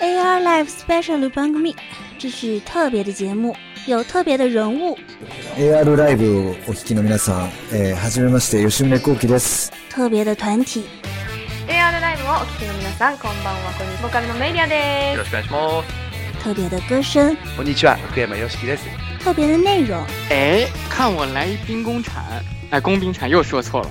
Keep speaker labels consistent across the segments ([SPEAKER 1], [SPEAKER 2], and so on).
[SPEAKER 1] AR Live Special Bang Me，这是特别的节目，有特别的人物。
[SPEAKER 2] AR ライブをお聞きの皆さん、えー、はじめまして吉宗幸喜です。
[SPEAKER 1] 特别的团体，
[SPEAKER 3] AR ライブをお聞きの皆さんこんばんはこんにちはボーカルのメイリアで
[SPEAKER 4] よろしくお願いします。
[SPEAKER 1] 特别的歌声，
[SPEAKER 5] こんにちは、福山よしきです。
[SPEAKER 1] 特别的内容。
[SPEAKER 6] 哎，看我来一兵工铲！哎，工兵铲又说错了。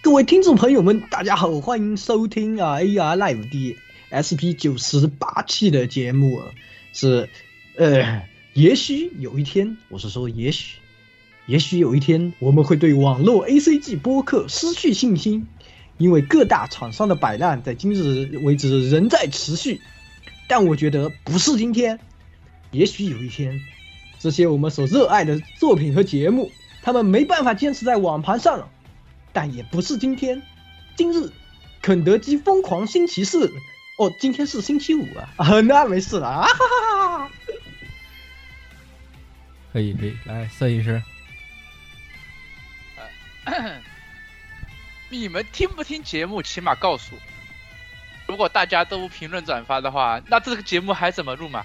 [SPEAKER 7] 各位听众朋友们，大家好，欢迎收听啊 AR Live 的 SP 九十八期的节目啊，是，呃，也许有一天，我是说也许，也许有一天我们会对网络 ACG 播客失去信心，因为各大厂商的摆烂在今日为止仍在持续，但我觉得不是今天，也许有一天，这些我们所热爱的作品和节目，他们没办法坚持在网盘上了。但也不是今天，今日肯德基疯狂星期四，哦，今天是星期五啊， 啊，那没事了啊，哈哈哈哈。
[SPEAKER 8] 可以可以，来摄影师，
[SPEAKER 4] 你们听不听节目，起码告诉我。如果大家都不评论转发的话，那这个节目还怎么录嘛？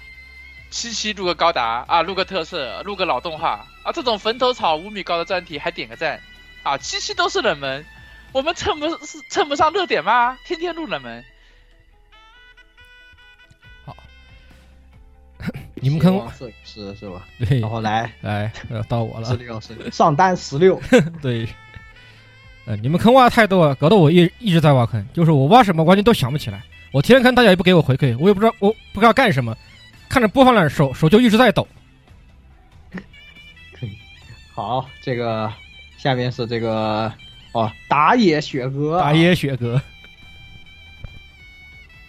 [SPEAKER 4] 七七录个高达啊，录个特色，录个老动画啊，这种坟头草五米高的专题还点个赞啊，七七都是冷门，我们蹭不是蹭不上热点吗？天天录冷门，
[SPEAKER 8] 你们坑
[SPEAKER 9] 希望摄影师是吧？
[SPEAKER 8] 对
[SPEAKER 9] 然，后来
[SPEAKER 8] 来呃到我
[SPEAKER 9] 十
[SPEAKER 8] 了，
[SPEAKER 9] 六摄影 师
[SPEAKER 7] 上单十六，
[SPEAKER 8] 对，呃，你们坑挖太多了，搞得我一一直在挖坑，就是我挖什么完全都想不起来，我填坑大家也不给我回馈，我也不知道我不知道干什么，看着播放量手手就一直在抖，
[SPEAKER 9] 好，这个
[SPEAKER 7] 下面是这个哦，打野雪哥，
[SPEAKER 8] 打野雪哥，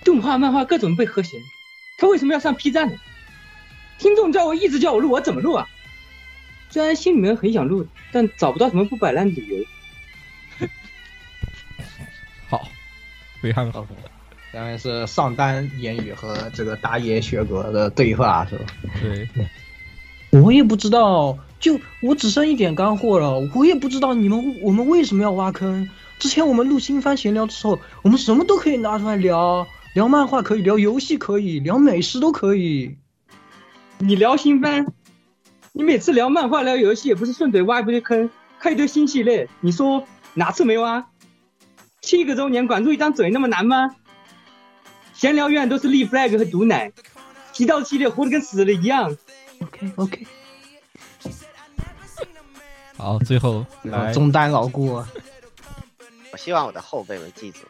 [SPEAKER 6] 动画、漫画各种被和谐，他为什么要上 B 站呢？听众叫我一直叫我录，我怎么录啊？虽然心里面很想录，但找不到什么不摆烂理由。
[SPEAKER 8] 好，非常好，
[SPEAKER 7] OK，
[SPEAKER 9] 下面是
[SPEAKER 7] 呃，上单言语和这个打野雪哥的对话是吧？
[SPEAKER 8] 对，
[SPEAKER 7] 我也不知道，就我只剩一点干货了，我也不知道你们我们为什么要挖坑。之前我们录新番闲聊的时候，我们什么都可以拿出来聊，聊漫画可以，聊游戏可以，聊美食都可以。
[SPEAKER 6] 你聊新番，你每次聊漫画、聊游戏也不是顺嘴挖一堆坑，开一堆新系列，你说哪次没挖？七个周年管住一张嘴那么难吗？闲聊永远都是立 flag 和毒奶，提到系列活得跟死了一样。
[SPEAKER 7] OK OK，
[SPEAKER 8] 好，最后来
[SPEAKER 7] 啊中单老顾，
[SPEAKER 9] 我希望我的后辈们记住，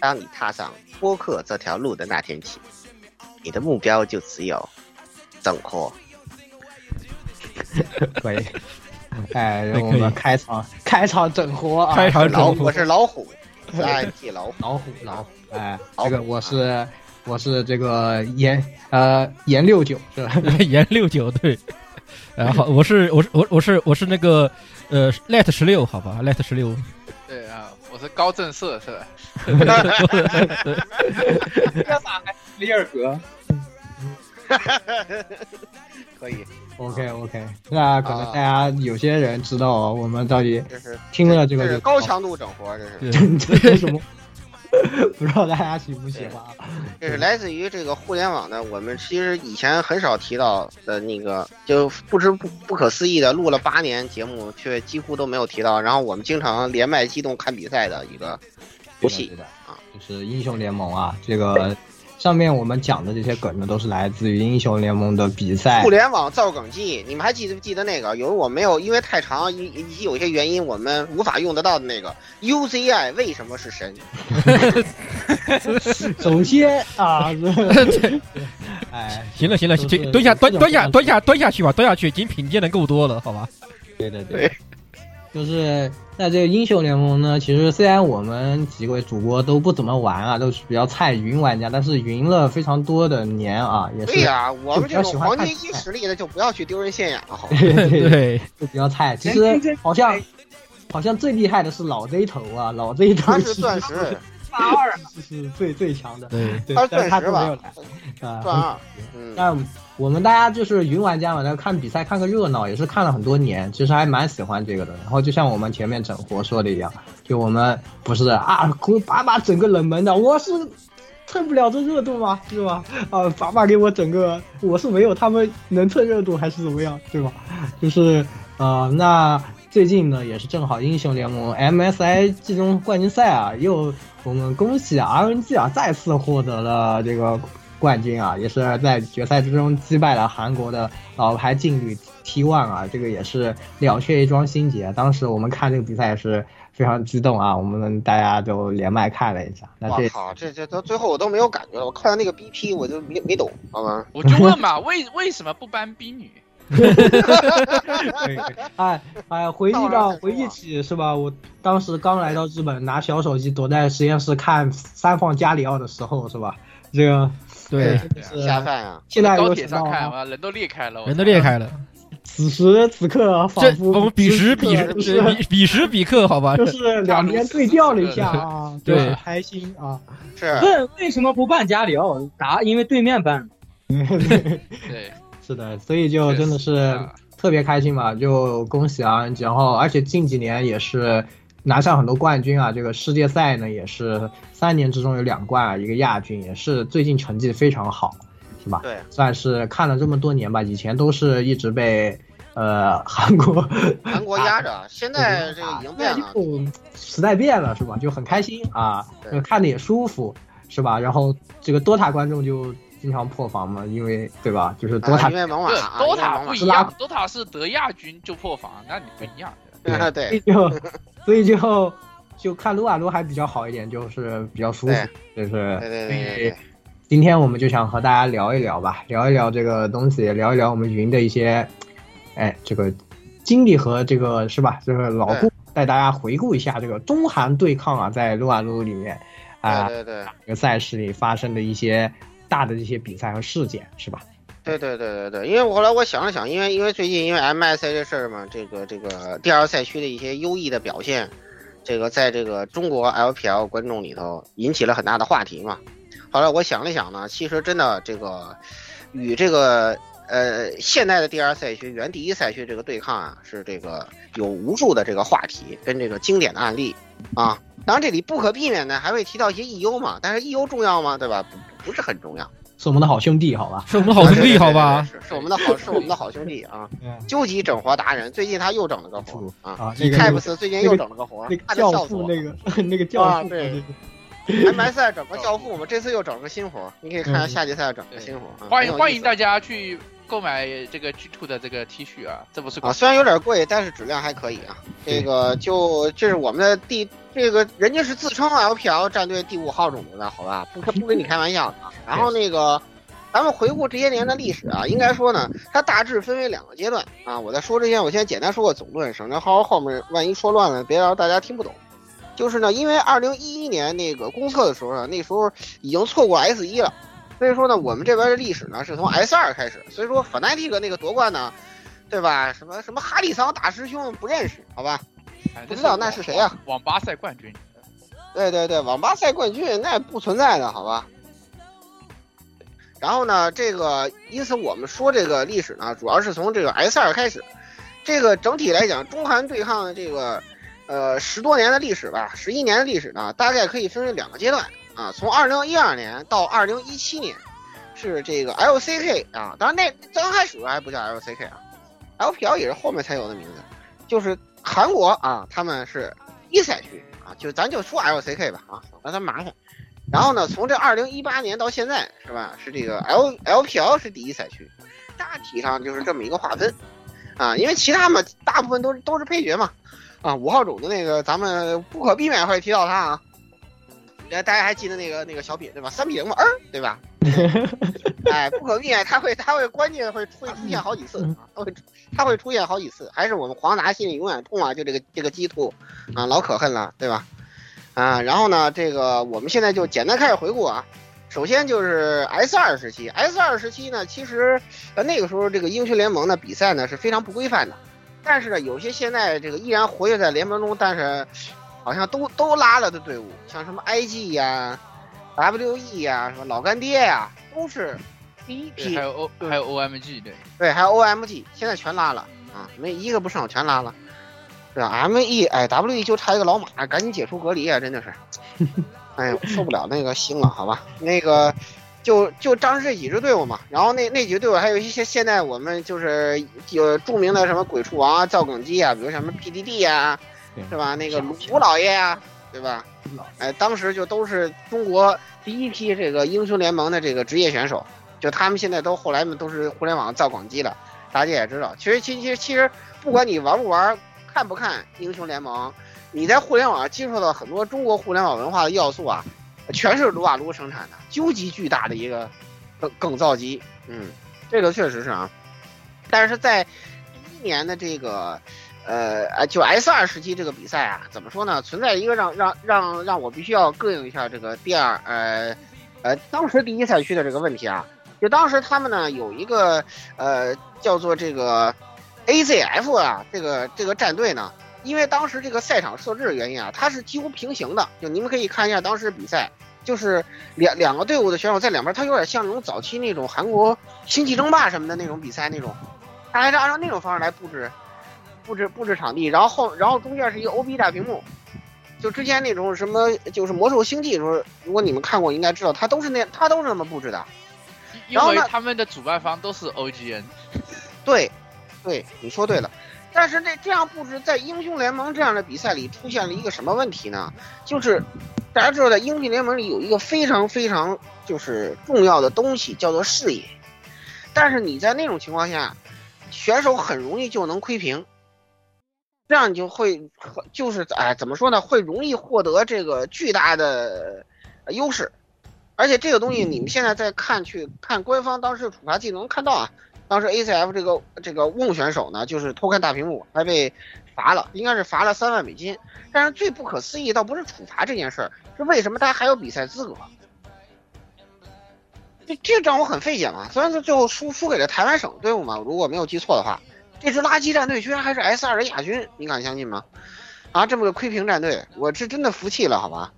[SPEAKER 9] 当你踏上播客这条路的那天起，你的目标就只有整活。
[SPEAKER 7] 可以。哎，
[SPEAKER 8] 可以
[SPEAKER 7] 我们开场开场整活啊！
[SPEAKER 8] 开场
[SPEAKER 9] 老
[SPEAKER 8] 整
[SPEAKER 9] 虎，我
[SPEAKER 8] 活，
[SPEAKER 9] 是老虎，是 IT 老虎。
[SPEAKER 7] 老虎老虎，哎，
[SPEAKER 9] 老
[SPEAKER 7] 这
[SPEAKER 9] 虎
[SPEAKER 7] 个我是我是这个颜呃颜六九是吧？
[SPEAKER 8] 颜六九对，然后我是我是我我是我是那个呃 let 十六好吧，let 十六，
[SPEAKER 4] 对啊，我是高正社是 吧？
[SPEAKER 6] 李尔格，
[SPEAKER 9] 可以，
[SPEAKER 7] OK OK，那可能大家有些人知道
[SPEAKER 8] 啊
[SPEAKER 7] 哦我们到底
[SPEAKER 9] 这是
[SPEAKER 7] 听了这个
[SPEAKER 9] 这
[SPEAKER 7] 就是
[SPEAKER 9] 高强度整活，这是
[SPEAKER 8] 对
[SPEAKER 7] 这是什么， 不知道大家喜不喜欢啊？
[SPEAKER 9] 这是来自于这个互联网的。我们其实以前很少提到的那个，就不知不不可思议的录了八年节目，却几乎都没有提到。然后我们经常连麦激动看比赛的一个游戏
[SPEAKER 7] 对的对的
[SPEAKER 9] 啊，
[SPEAKER 7] 就是英雄联盟啊，这个上面我们讲的这些梗呢，都是来自于英雄联盟的比赛。
[SPEAKER 9] 互联网造梗记，你们还记得不记得那个？有我没有因为太长以以及有些原因我们无法用得到的那个 UZI 为什么是神？
[SPEAKER 7] 首先啊， 是哎，
[SPEAKER 8] 行了行了，
[SPEAKER 7] 就
[SPEAKER 8] 行
[SPEAKER 7] 是
[SPEAKER 8] 蹲下蹲
[SPEAKER 7] 各种
[SPEAKER 8] 蹲下
[SPEAKER 7] 各样
[SPEAKER 8] 蹲下蹲下去吧，蹲下去，仅凭借的够多了，好吧？
[SPEAKER 7] 对对对，就是在这个英雄联盟呢，其实虽然我们几位主播都不怎么玩啊，都是比较菜云玩家，但是云了非常多的年啊，也是
[SPEAKER 9] 对呀、我们
[SPEAKER 7] 比
[SPEAKER 9] 这
[SPEAKER 7] 较喜
[SPEAKER 9] 种
[SPEAKER 7] 欢
[SPEAKER 9] 黄
[SPEAKER 7] 看
[SPEAKER 9] 金一实力的就不要去丢人现眼了， 好吧？
[SPEAKER 7] 对对 对，
[SPEAKER 8] 对，
[SPEAKER 7] 就比较菜。其实好像好像最厉害的是老 Z 头啊，老 Z 头
[SPEAKER 9] 他是
[SPEAKER 7] 其实
[SPEAKER 9] 钻石，
[SPEAKER 6] 八二
[SPEAKER 7] 是是最最强的，
[SPEAKER 8] 对
[SPEAKER 7] 对，
[SPEAKER 9] 他是
[SPEAKER 7] 但是他
[SPEAKER 9] 钻
[SPEAKER 7] 都
[SPEAKER 9] 石
[SPEAKER 7] 没有
[SPEAKER 9] 吧
[SPEAKER 7] 来？
[SPEAKER 9] 钻
[SPEAKER 7] 啊。
[SPEAKER 9] 二，嗯，
[SPEAKER 7] 但我们大家就是云玩家嘛，来看比赛看个热闹，也是看了很多年，其实还蛮喜欢这个的。然后就像我们前面整活说的一样，就我们不是啊，给我把把整个冷门的，我是蹭不了这热度嘛，是吧？啊，把把给我整个，我是没有他们能蹭热度还是怎么样，对吧？就是呃，那最近呢也是正好英雄联盟 MSI 季中冠军赛啊，又我们恭喜 RNG 啊再次获得了这个冠军啊，也是在决赛之中击败了韩国的老牌劲旅 T1 啊，这个也是了却一桩心结。当时我们看这个比赛也是非常激动啊，我们大家都连麦看了一下。那
[SPEAKER 9] 我
[SPEAKER 7] 这
[SPEAKER 9] 靠，这这到最后我都没有感觉了，我看到那个 BP 我就没没懂，好吗？
[SPEAKER 4] 我就问嘛，为为什么不搬逼女？
[SPEAKER 7] 哎哎，回忆
[SPEAKER 9] 到
[SPEAKER 7] 到
[SPEAKER 9] 了
[SPEAKER 7] 回忆起是吧？我当时刚来到日本，拿小手机躲在实验室看三放加里奥的时候是吧？这个
[SPEAKER 8] 对，
[SPEAKER 7] 就是
[SPEAKER 9] 下饭啊！
[SPEAKER 7] 现
[SPEAKER 6] 哎
[SPEAKER 7] 在
[SPEAKER 4] 高
[SPEAKER 7] 又
[SPEAKER 4] 铁
[SPEAKER 7] 想
[SPEAKER 4] 上
[SPEAKER 7] 到
[SPEAKER 4] 看，
[SPEAKER 7] 啊，
[SPEAKER 4] 哇，人都裂开了，我
[SPEAKER 8] 人都裂开了。
[SPEAKER 7] 此时此刻仿
[SPEAKER 8] 这
[SPEAKER 7] 佛
[SPEAKER 8] 我们彼时彼时
[SPEAKER 7] 就
[SPEAKER 8] 对
[SPEAKER 7] 是
[SPEAKER 8] 彼彼时彼刻，好吧
[SPEAKER 7] 就？是两边对调了一下啊，就
[SPEAKER 8] 对
[SPEAKER 7] 很开心啊。
[SPEAKER 9] 是
[SPEAKER 6] 问为什么不办加里奥？答，因为对面办。
[SPEAKER 4] 对，
[SPEAKER 7] 是的，所以就真的是
[SPEAKER 4] 啊
[SPEAKER 7] 特别开心嘛，就恭喜啊！然后而且近几年也是拿下很多冠军啊，这个世界赛呢也是三年之中有两冠啊，一个亚军，也是最近成绩非常好，是吧？
[SPEAKER 9] 对，
[SPEAKER 7] 算是看了这么多年吧，以前都是一直被呃韩国
[SPEAKER 9] 韩国压着，现在这个已经变了。
[SPEAKER 7] 就时代变了是吧？就很开心啊，
[SPEAKER 9] 对
[SPEAKER 7] 就看的也舒服是吧？然后这个多塔观众就经常破防嘛，因为对吧？就是多
[SPEAKER 9] 啊
[SPEAKER 7] 塔
[SPEAKER 9] 因为猛犸
[SPEAKER 4] 对
[SPEAKER 9] 啊，因为
[SPEAKER 4] ，DOTA
[SPEAKER 9] 猛
[SPEAKER 4] 不
[SPEAKER 9] 犸
[SPEAKER 4] 一样，DOTA 是得亚军就破防，那你不一样。
[SPEAKER 9] 啊，对，
[SPEAKER 7] 就所以就就看撸啊撸还比较好一点，就是比较舒服
[SPEAKER 9] 对，
[SPEAKER 7] 就是
[SPEAKER 9] 对对对对对，
[SPEAKER 7] 今天我们就想和大家聊一聊吧，聊一聊这个东西，聊一聊我们云的一些，哎，这个经历和这个是吧？就是老顾
[SPEAKER 9] 对
[SPEAKER 7] 带大家回顾一下这个中韩对抗啊，在撸啊撸里面啊、
[SPEAKER 9] 对对对
[SPEAKER 7] 这个赛事里发生的一些大的一些比赛和事件，是吧？
[SPEAKER 9] 对对对对对，因为我后来我想了想，因为因为最近因为 MSI 这事儿嘛，这个这个第二赛区的一些优异的表现，这个在这个中国 LPL 观众里头引起了很大的话题嘛。后来我想了想呢，其实真的这个与这个呃现代的第二赛区原第一赛区这个对抗啊，是这个有无数的这个话题跟这个经典的案例啊。当然这里不可避免的还会提到一些 EU 嘛，但是 EU 重要吗？对吧？不不是很重要。
[SPEAKER 7] 是我们的好兄弟，好吧？
[SPEAKER 8] 是我们的好兄弟，好吧？
[SPEAKER 9] 是是我们的好，是我们的好兄弟啊！究极整活达人，最近他又整了个活啊！
[SPEAKER 7] 啊，那
[SPEAKER 9] 你
[SPEAKER 7] 个
[SPEAKER 9] 泰布斯最近又整了个活
[SPEAKER 7] 那，个
[SPEAKER 9] 看着
[SPEAKER 7] 教
[SPEAKER 9] 笑死
[SPEAKER 7] 父
[SPEAKER 9] 我
[SPEAKER 7] 那个 那个教
[SPEAKER 9] 啊
[SPEAKER 7] 父
[SPEAKER 9] 对
[SPEAKER 7] 那个
[SPEAKER 9] ！MSI 整个教父，我们这次又整个新活，你可以看看下季赛整个新活。啊
[SPEAKER 4] 欢迎欢迎大
[SPEAKER 9] 家
[SPEAKER 4] 家去购买这个 G Two 的这个 T 恤啊，这不是
[SPEAKER 9] 啊！虽然有点贵，但是质量还可以啊。这个就这是我们的第这个人家是自称啊 LPL 战队第五号种子的，好吧？不不跟你开玩笑的啊。然后那个。咱们回顾这些年的历史啊，应该说呢，它大致分为两个阶段啊。我在说之前，我先简单说个总论，省得后后面万一说乱了，别让大家听不懂。就是呢，因为二零一一年那个公测的时候呢，那时候已经错过 S 一了，所以说呢，我们这边的历史呢是从 S 二开始。所以说 Fnatic 那个夺冠呢，对吧？什么什么哈里桑大师兄不认识，好吧？
[SPEAKER 4] 哎
[SPEAKER 9] 不知道那是谁啊？
[SPEAKER 4] 网吧赛冠军，
[SPEAKER 9] 对对对，网吧赛冠军那不存在的，好吧？然后呢，这个因此我们说这个历史呢，主要是从这个 S 二开始。这个整体来讲，中韩对抗的这个呃十多年的历史吧，十一年的历史呢，大概可以分为两个阶段啊，从二零一二年到二零一七年是这个 LCK 啊，当然那刚开始还不叫 LCK 啊，LPL 也是后面才有的名字，就是韩国啊，他们是一赛区啊，就咱就说 LCK 吧啊，省得他麻烦。然后呢，从这二零一八年到现在是吧，是这个 L LPL 是第一赛区，大体上就是这么一个划分啊，因为其他嘛，大部分都是都是配角嘛，啊，五号种的那个咱们不可避免会提到他啊。大家还记得那个那个小品对吧？三比零嘛，嗯，对吧？哎，不可避免，他会他会关键会会出现好几次啊，他会他会出现好几次，还是我们黄达心里永远痛啊，就这个这个鸡兔啊，老可恨了，对吧？啊，然后呢，这个我们现在就简单开始回顾啊。首先就是 S 二时期，S 二时期呢，其实呃那个时候这个英雄联盟的比赛呢是非常不规范的，但是呢，有些现在这个依然活跃在联盟中，但是好像都都拉了的队伍，像什么 IG 呀、WE 呀、什么老干爹呀、都是第一
[SPEAKER 4] 对
[SPEAKER 9] 批
[SPEAKER 4] 还，有 O 还有 OMG 对，
[SPEAKER 9] 对，还有 OMG，现在全拉了啊，没一个不剩，全拉了，对吧？ME 哎，WE 就差一个老马，赶紧解除隔离啊，真的是，哎呀，我受不了那个星了，好吧，那个就就当时这几支队伍嘛，然后那那几支队伍还有一些现在我们就是有著名的什么鬼畜王啊、造梗机啊，比如什么 PDD 啊，是吧？那个卢老爷呀、对吧？哎，当时就都是中国第一批这个英雄联盟的这个职业选手，就他们现在都后来们都是互联网造广机了，大家也知道。其实，其实，其实，不管你玩不玩，看不看英雄联盟，你在互联网上接触到很多中国互联网文化的要素啊，全是撸啊撸生产的，究极巨大的一个梗梗造机。嗯，这个确实是啊，但是在一年的这个呃，啊，就 S 二时期这个比赛啊，怎么说呢？存在一个让让让让我必须要膈应一下这个第二呃呃当时第一赛区的这个问题啊，就当时他们呢有一个呃叫做这个 AZF 啊，这个这个战队呢，因为当时这个赛场设置的原因啊，它是几乎平行的，就你们可以看一下当时比赛。就是两两个队伍的选手在两边，它有点像那种早期那种韩国星际争霸什么的那种比赛那种，它还是按照那种方式来布置布置布置场地，然后后然后中间是一个 OB 大屏幕，就之前那种什么就是魔兽星际的时候，如果你们看过，应该知道它都是那它都是那么布置的。
[SPEAKER 4] 因
[SPEAKER 9] 然后
[SPEAKER 4] 为
[SPEAKER 9] 呢
[SPEAKER 4] 他们的主办方都是 OGN，
[SPEAKER 9] 对，对，你说对了。但是那这样布置在英雄联盟这样的比赛里出现了一个什么问题呢？就是大家知道，在英雄联盟里有一个非常非常就是重要的东西叫做视野，但是你在那种情况下，选手很容易就能窥屏，这样你就会很就是哎怎么说呢？会容易获得这个巨大的呃优势，而且这个东西你们现在在看去看官方当时的处罚记能看到啊，当时 ACF 这个这个瓮选手呢，就是偷看大屏幕，还被罚了，应该是罚了三万美金。但是最不可思议倒不是处罚这件事儿，是为什么他还有比赛资格？这这让我很费解嘛。虽然说最后输输给了台湾省队伍嘛，如果没有记错的话，这支垃圾战队居然还是 S 二的亚军，你敢相信吗？啊，这么个窥屏战队，我是真的服气了，好吧？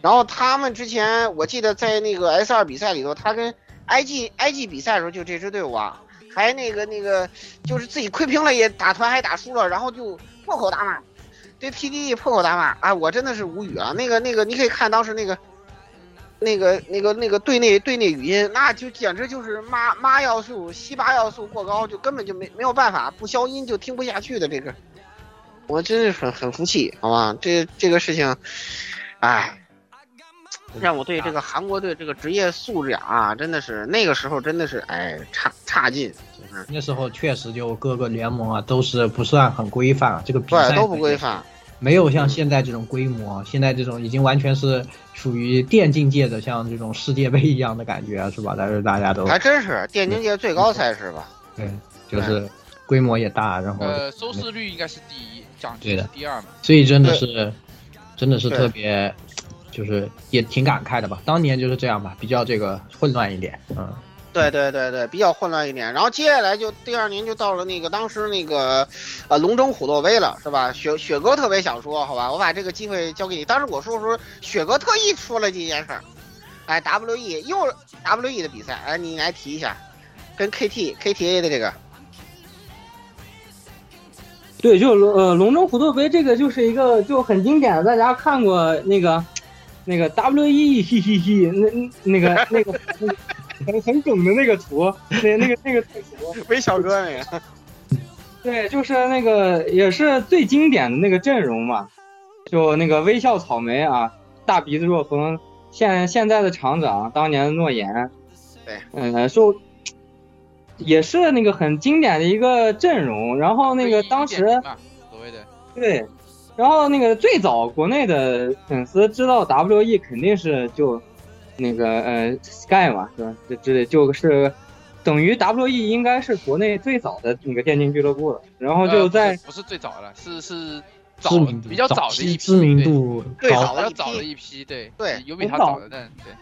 [SPEAKER 9] 然后他们之前我记得在那个 S 二比赛里头，他跟 IG IG 比赛的时候，就这支队伍啊，还那个那个就是自己窥屏了，也打团还打输了，然后就破口大骂，对 PD 破口大骂，啊，我真的是无语了。那个那个，你可以看当时那个。那个、那个、那个队内队内语音，那就简直就是妈妈要素、西巴要素过高，就根本就没没有办法，不消音就听不下去的这个，我真是很很服气，好吧？这这个事情，哎，让我对这个韩国队这个职业素质啊，真的是那个时候真的是哎差差劲，就是
[SPEAKER 7] 那时候确实就各个联盟啊都是不算很规范啊，这个比赛
[SPEAKER 9] 对都不规范。
[SPEAKER 7] 没有像现在这种规模，啊现在这种已经完全是属于电竞界的像这种世界杯一样的感觉，啊是吧？但是大家都
[SPEAKER 9] 还真是电竞界最高赛事吧？
[SPEAKER 7] 对，就是规模也大，然后
[SPEAKER 4] 呃，收视率应该是第一，奖
[SPEAKER 7] 对
[SPEAKER 4] 金
[SPEAKER 7] 的
[SPEAKER 4] 是第二嘛。
[SPEAKER 7] 所以真的是，真的是
[SPEAKER 9] 对
[SPEAKER 7] 特别，就是也挺感慨的吧。当年就是这样吧，比较这个混乱一点，嗯，
[SPEAKER 9] 对对对对，比较混乱一点。然后接下来就第二年就到了那个当时那个，呃，龙争虎斗杯了，是吧？雪雪哥特别想说，好吧，我把这个机会交给你。当时我说的时候，雪哥特意说了这件事儿，哎，WE 又 WE 的比赛，哎，你来提一下，跟 KT KTA 的这个，
[SPEAKER 6] 对，就呃，龙中虎斗杯这个就是一个就很经典的，大家看过那个那个 E WE 嘿嘿嘿，那那个那个那个很很梗的那个图，那那个那个图，
[SPEAKER 9] 微小哥那个，
[SPEAKER 6] 对，就是那个也是最经典的那个阵容嘛，就那个微笑草莓啊，大鼻子若风，现现在的厂长当年的诺言，
[SPEAKER 9] 对，
[SPEAKER 6] 嗯，就也是那个很经典的一个阵容。然后那个当时
[SPEAKER 4] 一点零嘛所谓的
[SPEAKER 6] 对，然后那个最早国内的粉丝知道 WE 肯定是就那个呃 Sky 嘛，是吧？这之类就是等于 WE 应该是国内最早的那个电竞俱乐部了。然后就
[SPEAKER 4] 呃
[SPEAKER 6] 在、
[SPEAKER 4] 不是不是最早了，是是早
[SPEAKER 7] 知名度
[SPEAKER 4] 比较早的
[SPEAKER 7] 期
[SPEAKER 4] 一批
[SPEAKER 7] 知名度
[SPEAKER 9] 对
[SPEAKER 7] 高，
[SPEAKER 4] 比较早的一批，对
[SPEAKER 9] 对
[SPEAKER 4] 有比他
[SPEAKER 6] 很早
[SPEAKER 4] 早的，但对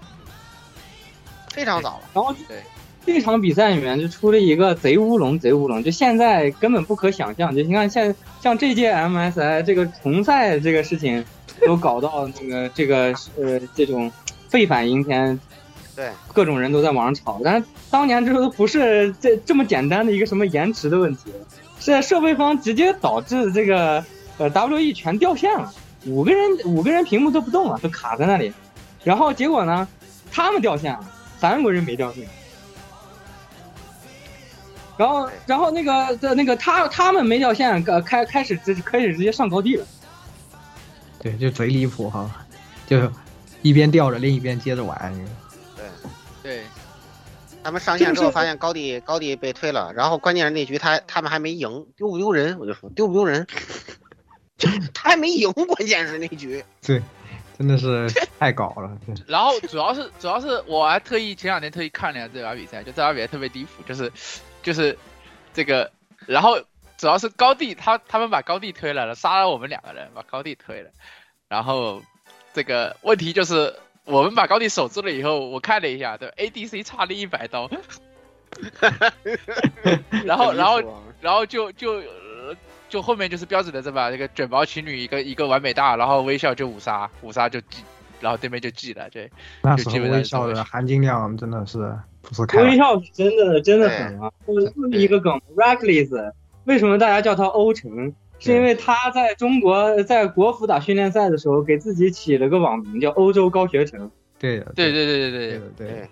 [SPEAKER 9] 非常早了。
[SPEAKER 6] 然后
[SPEAKER 4] 对
[SPEAKER 6] 这场比赛里面就出了一个贼乌龙，贼乌龙，就现在根本不可想象。就你看现像这届 MSI 这个重赛这个事情，都搞到那个这个呃这种沸反盈天，
[SPEAKER 9] 对，
[SPEAKER 6] 各种人都在网上吵。但是当年这都不是这这么简单的一个什么延迟的问题，是设备方直接导致这个呃 WE 全掉线了，五个人五个人屏幕都不动了，都卡在那里。然后结果呢，他们掉线了，韩国人没掉线。然后，然后那个的那个他他们没掉线，呃，开开始直开始直接上高地了。
[SPEAKER 7] 对，就贼离谱哈，就一边吊着，另一边接着玩。
[SPEAKER 4] 对，
[SPEAKER 9] 他们上
[SPEAKER 6] 这
[SPEAKER 9] 线
[SPEAKER 6] 个
[SPEAKER 9] 之后
[SPEAKER 6] 是
[SPEAKER 9] 发现高地高地被推了，然后关键是那局他他们还没赢，丢不丢人？我就说丢不丢人？ 他还没赢，关键是那局。
[SPEAKER 7] 对，真的是太搞了。真的
[SPEAKER 4] 然后主要是主要是我还特意前两天特意看了一下这把比赛，就这把比赛特别离谱，就是就是这个，然后主要是高地他他们把高地推了，杀了我们两个人，把高地推了，然后这个问题就是我们把高地守住了以后，我看了一下，对 ADC 差了一百刀， 然
[SPEAKER 9] 啊
[SPEAKER 4] 后然后然后就就、呃、就后面就是标准的这把这个卷毛情侣一个一个完美大，然后微笑就五杀，五杀就 G，然后对面就 G 了，对
[SPEAKER 7] 那
[SPEAKER 4] 就
[SPEAKER 7] 时
[SPEAKER 4] 基
[SPEAKER 7] 候
[SPEAKER 4] 本上
[SPEAKER 7] 微
[SPEAKER 4] 是
[SPEAKER 7] 笑
[SPEAKER 4] 这
[SPEAKER 7] 的
[SPEAKER 4] 么
[SPEAKER 7] 含金量真的是不是开玩
[SPEAKER 6] 微
[SPEAKER 7] 笑。
[SPEAKER 6] 笑是真的真的狠啊！就是就是一个梗，Reckless，为什么大家叫他欧
[SPEAKER 7] 嗯
[SPEAKER 6] 城？是因为他在中国在国服打训练赛的时候，给自己起了个网名叫欧洲高学城。
[SPEAKER 7] 对的，
[SPEAKER 4] 对
[SPEAKER 7] 的
[SPEAKER 4] 对
[SPEAKER 7] 对
[SPEAKER 4] 对对对
[SPEAKER 7] 的，对
[SPEAKER 9] 对。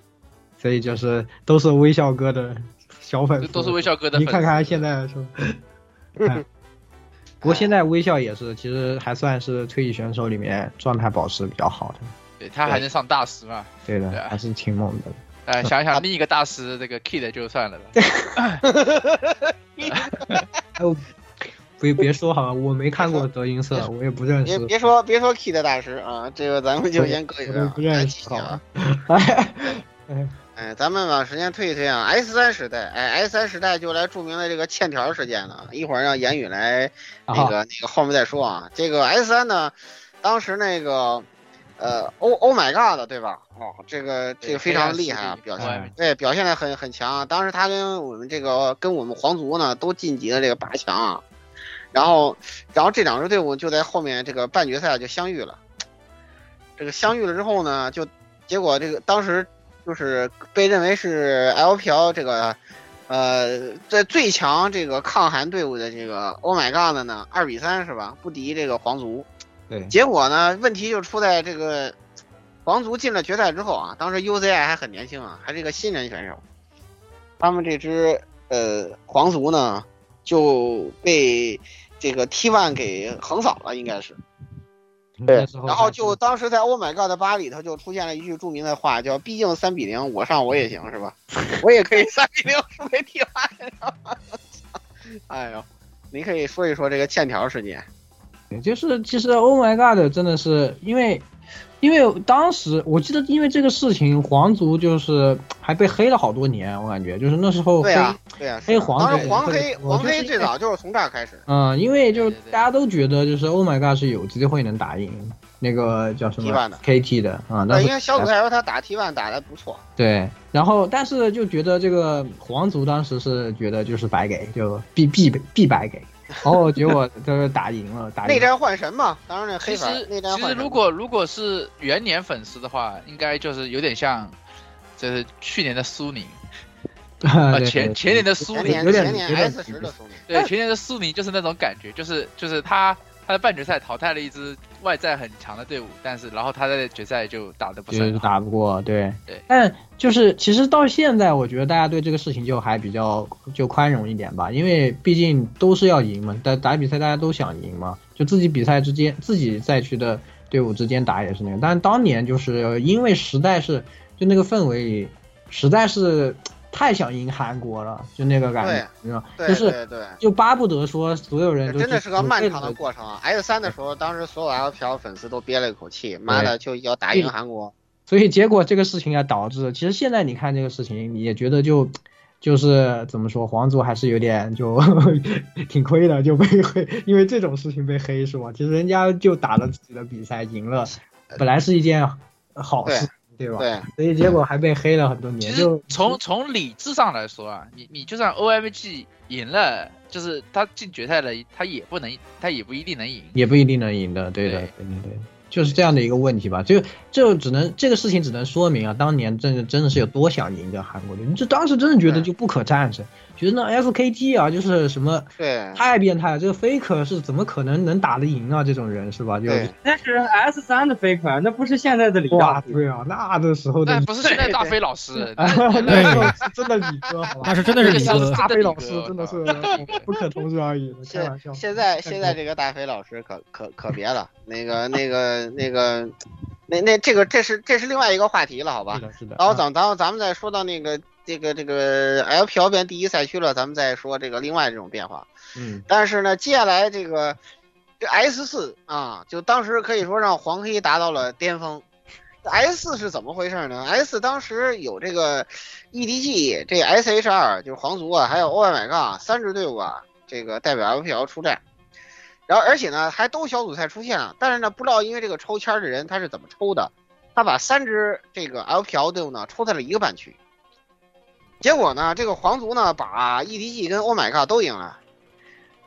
[SPEAKER 7] 所以就是都是微笑哥的小粉
[SPEAKER 4] 这
[SPEAKER 7] 丝，
[SPEAKER 4] 都是微笑哥的
[SPEAKER 7] 你
[SPEAKER 4] 粉丝。
[SPEAKER 7] 看看现在是吧？哎不过现在微笑也是，其实还算是退役选手里面状态保持比较好的。
[SPEAKER 4] 对他还能上大师嘛？
[SPEAKER 7] 对的，
[SPEAKER 4] 对啊
[SPEAKER 7] 还是挺猛的。
[SPEAKER 4] 哎，想一想另一个大师这个 Kid 就算了吧。
[SPEAKER 7] 哎，我别别说好像我没看过德云社，我也不认
[SPEAKER 9] 别
[SPEAKER 7] 识。
[SPEAKER 9] 别说别说 Kid 大师啊，这个咱们就先搁一
[SPEAKER 7] 我
[SPEAKER 9] 边
[SPEAKER 7] 都
[SPEAKER 9] 啊，
[SPEAKER 7] 不认
[SPEAKER 9] 咱
[SPEAKER 7] 识
[SPEAKER 9] 继续啊。
[SPEAKER 7] 哎，
[SPEAKER 9] 哎，咱们往时间推一推啊，S 三时代，哎，S 三时代就来著名的这个欠条事件了。一会儿让言语来那
[SPEAKER 7] 啊好
[SPEAKER 9] 个、那个后面再说啊。这个 S 三呢，当时那个呃，Oh Oh my God，对吧？哦，这个这个非常厉害啊，表现
[SPEAKER 4] 现。
[SPEAKER 9] 对表现的很很强。啊当时他跟我们这个跟我们皇族呢都晋级了这个八强啊，然后然后这两支队伍就在后面这个半决赛就相遇了。这个相遇了之后呢，就结果这个当时就是被认为是 LPL 这个呃在最强这个抗韩队伍的这个 Oh my God 呢，二比三是吧？不敌这个皇族。
[SPEAKER 7] 对
[SPEAKER 9] 结果呢，问题就出在这个皇族进了决赛之后啊，当时 UZI 还很年轻啊，还是一个新人选手。他们这支呃皇族呢，就被这个 T1 给横扫了，应该是。
[SPEAKER 7] 那时候
[SPEAKER 9] 然后
[SPEAKER 7] 还是
[SPEAKER 9] 就当时在《Oh My God》的八里头就出现了一句著名的话，叫“毕竟三比零，我上我也行，是吧？我也可以三比零输给 T 八。”哎呦，你可以说一说这个欠条事件。
[SPEAKER 7] 对，就是其实 Oh my God，真的是因为，因为当时我记得，因为这个事情，皇族就是还被黑了好多年，我感觉就是那时候哦黑，
[SPEAKER 9] 对啊，对啊，是
[SPEAKER 7] 黑
[SPEAKER 9] 啊
[SPEAKER 7] 黄
[SPEAKER 9] 当时
[SPEAKER 7] 黑
[SPEAKER 9] 黄
[SPEAKER 7] 特别
[SPEAKER 9] 黑
[SPEAKER 7] 多
[SPEAKER 9] 黄
[SPEAKER 7] 就是
[SPEAKER 9] 黑
[SPEAKER 7] 因
[SPEAKER 9] 最
[SPEAKER 7] 为
[SPEAKER 9] 早就是从这儿开 始
[SPEAKER 7] 嗯，因为就是
[SPEAKER 4] 对对对
[SPEAKER 7] 大家都觉得就是 Oh my God 是有机会能打赢那个叫什
[SPEAKER 9] T1
[SPEAKER 7] 么
[SPEAKER 9] 的
[SPEAKER 7] KT 的啊、嗯，
[SPEAKER 9] 对，
[SPEAKER 7] 但是
[SPEAKER 9] 因为小组赛时候他打 T one 打的不错，
[SPEAKER 7] 对，然后但是就觉得这个皇族当时是觉得就是白给，就必必必白给，然后结果就是打赢了，打
[SPEAKER 9] 内
[SPEAKER 7] 赢了。
[SPEAKER 9] 战换神嘛，当时那黑
[SPEAKER 4] 其
[SPEAKER 9] 粉
[SPEAKER 4] 实
[SPEAKER 9] 内战
[SPEAKER 4] 其
[SPEAKER 9] 换
[SPEAKER 4] 实
[SPEAKER 9] 神
[SPEAKER 4] 如
[SPEAKER 9] 嘛。
[SPEAKER 4] 果如果是元年粉丝的话，应该就是有点像，就是去年的苏宁， 啊
[SPEAKER 7] 对
[SPEAKER 4] 前前年的苏
[SPEAKER 9] 前
[SPEAKER 4] 宁，
[SPEAKER 9] 年
[SPEAKER 7] 有点
[SPEAKER 9] 前年
[SPEAKER 7] 有点
[SPEAKER 9] S 十的苏宁，
[SPEAKER 4] 对，前年的苏宁就是那种感觉，就是就是他他在半决赛淘汰了一支外在很强的队伍，但是然后他在决赛就打得不是
[SPEAKER 7] 就是
[SPEAKER 4] 很好。
[SPEAKER 7] 打不过，对
[SPEAKER 4] 对
[SPEAKER 7] 但就是其实到现在，我觉得大家对这个事情就还比较就宽容一点吧，因为毕竟都是要赢嘛，打打比赛大家都想赢嘛，就自己比赛之间自己赛区的队伍之间打也是那个。但当年就是因为实在是就那个氛围里，实在是太想赢韩国了，就那个感觉，你知道吗
[SPEAKER 9] 对对
[SPEAKER 7] 就是
[SPEAKER 9] 对
[SPEAKER 7] 就巴不得说所有人
[SPEAKER 9] 这
[SPEAKER 7] 都
[SPEAKER 9] 真的
[SPEAKER 7] 去
[SPEAKER 9] 是个
[SPEAKER 7] 只
[SPEAKER 9] 漫
[SPEAKER 7] 为
[SPEAKER 9] 长的
[SPEAKER 7] 了
[SPEAKER 9] 过程啊！S 三的时候，当时所有 LPL 粉丝都憋了一口气，妈的就要打赢韩国。
[SPEAKER 7] 所以结果这个事情啊，导致其实现在你看这个事情，你也觉得就就是怎么说，皇族还是有点就 挺亏的，就被黑，因为这种事情被黑是吧？其实人家就打了自己的比赛，赢了，本来是一件好事，对吧？
[SPEAKER 9] 对，
[SPEAKER 7] 所以结果还被黑了很多
[SPEAKER 4] 其
[SPEAKER 7] 年，
[SPEAKER 4] 实
[SPEAKER 7] 就
[SPEAKER 4] 从从理智上来说啊，你你就算 OMG 赢了，就是他进决赛了，他也不能，他也不一定能赢。
[SPEAKER 7] 也不一定能赢的，对的，对对对，就是这样的一个问题吧。就就只能这个事情只能说明啊，当年真的真的是有多想赢这韩国队，这当时真的觉得就不可战胜，觉得那 SKT 啊就是什么
[SPEAKER 9] 对
[SPEAKER 7] 太变态了，这个 Faker 是怎么可能能打得赢啊？这种人是吧？就
[SPEAKER 9] 对
[SPEAKER 6] 那是 S 三的 faker，那不是现在的李
[SPEAKER 7] 哇，
[SPEAKER 6] 大
[SPEAKER 7] 对啊，那的时候的
[SPEAKER 4] 但不是现在大飞老师，
[SPEAKER 7] 那时候是真的理科，好吧？
[SPEAKER 8] 那是真的是理科
[SPEAKER 7] 大飞老师真的是不可同日而语的，开玩笑。
[SPEAKER 9] 现现在现在这个大飞老师可可可别了，那个那个那个，那那这个这是这是另外一个话题了，好吧
[SPEAKER 7] 是？的，嗯是的。啊
[SPEAKER 9] 然后咱咱咱们再说到那个这个这个 LPL 变第一赛区了，咱们再说这个另外这种变化。
[SPEAKER 7] 嗯，
[SPEAKER 9] 但是呢，接下来这个这 S 四啊，就当时可以说让黄黑达到了巅峰。S 四是怎么回事呢？S 当时有这个 EDG、这 SHR 就是皇族啊，还有 Oh My God 三支队伍啊，这个代表 LPL 出战。然后而且呢，还都小组赛出现了，但是呢，不知道因为这个抽签儿的人他是怎么抽的，他把三支这个 LPL 队伍呢抽在了一个半区。结果呢，这个皇族呢把 EDG 跟 Oh My God 都赢了，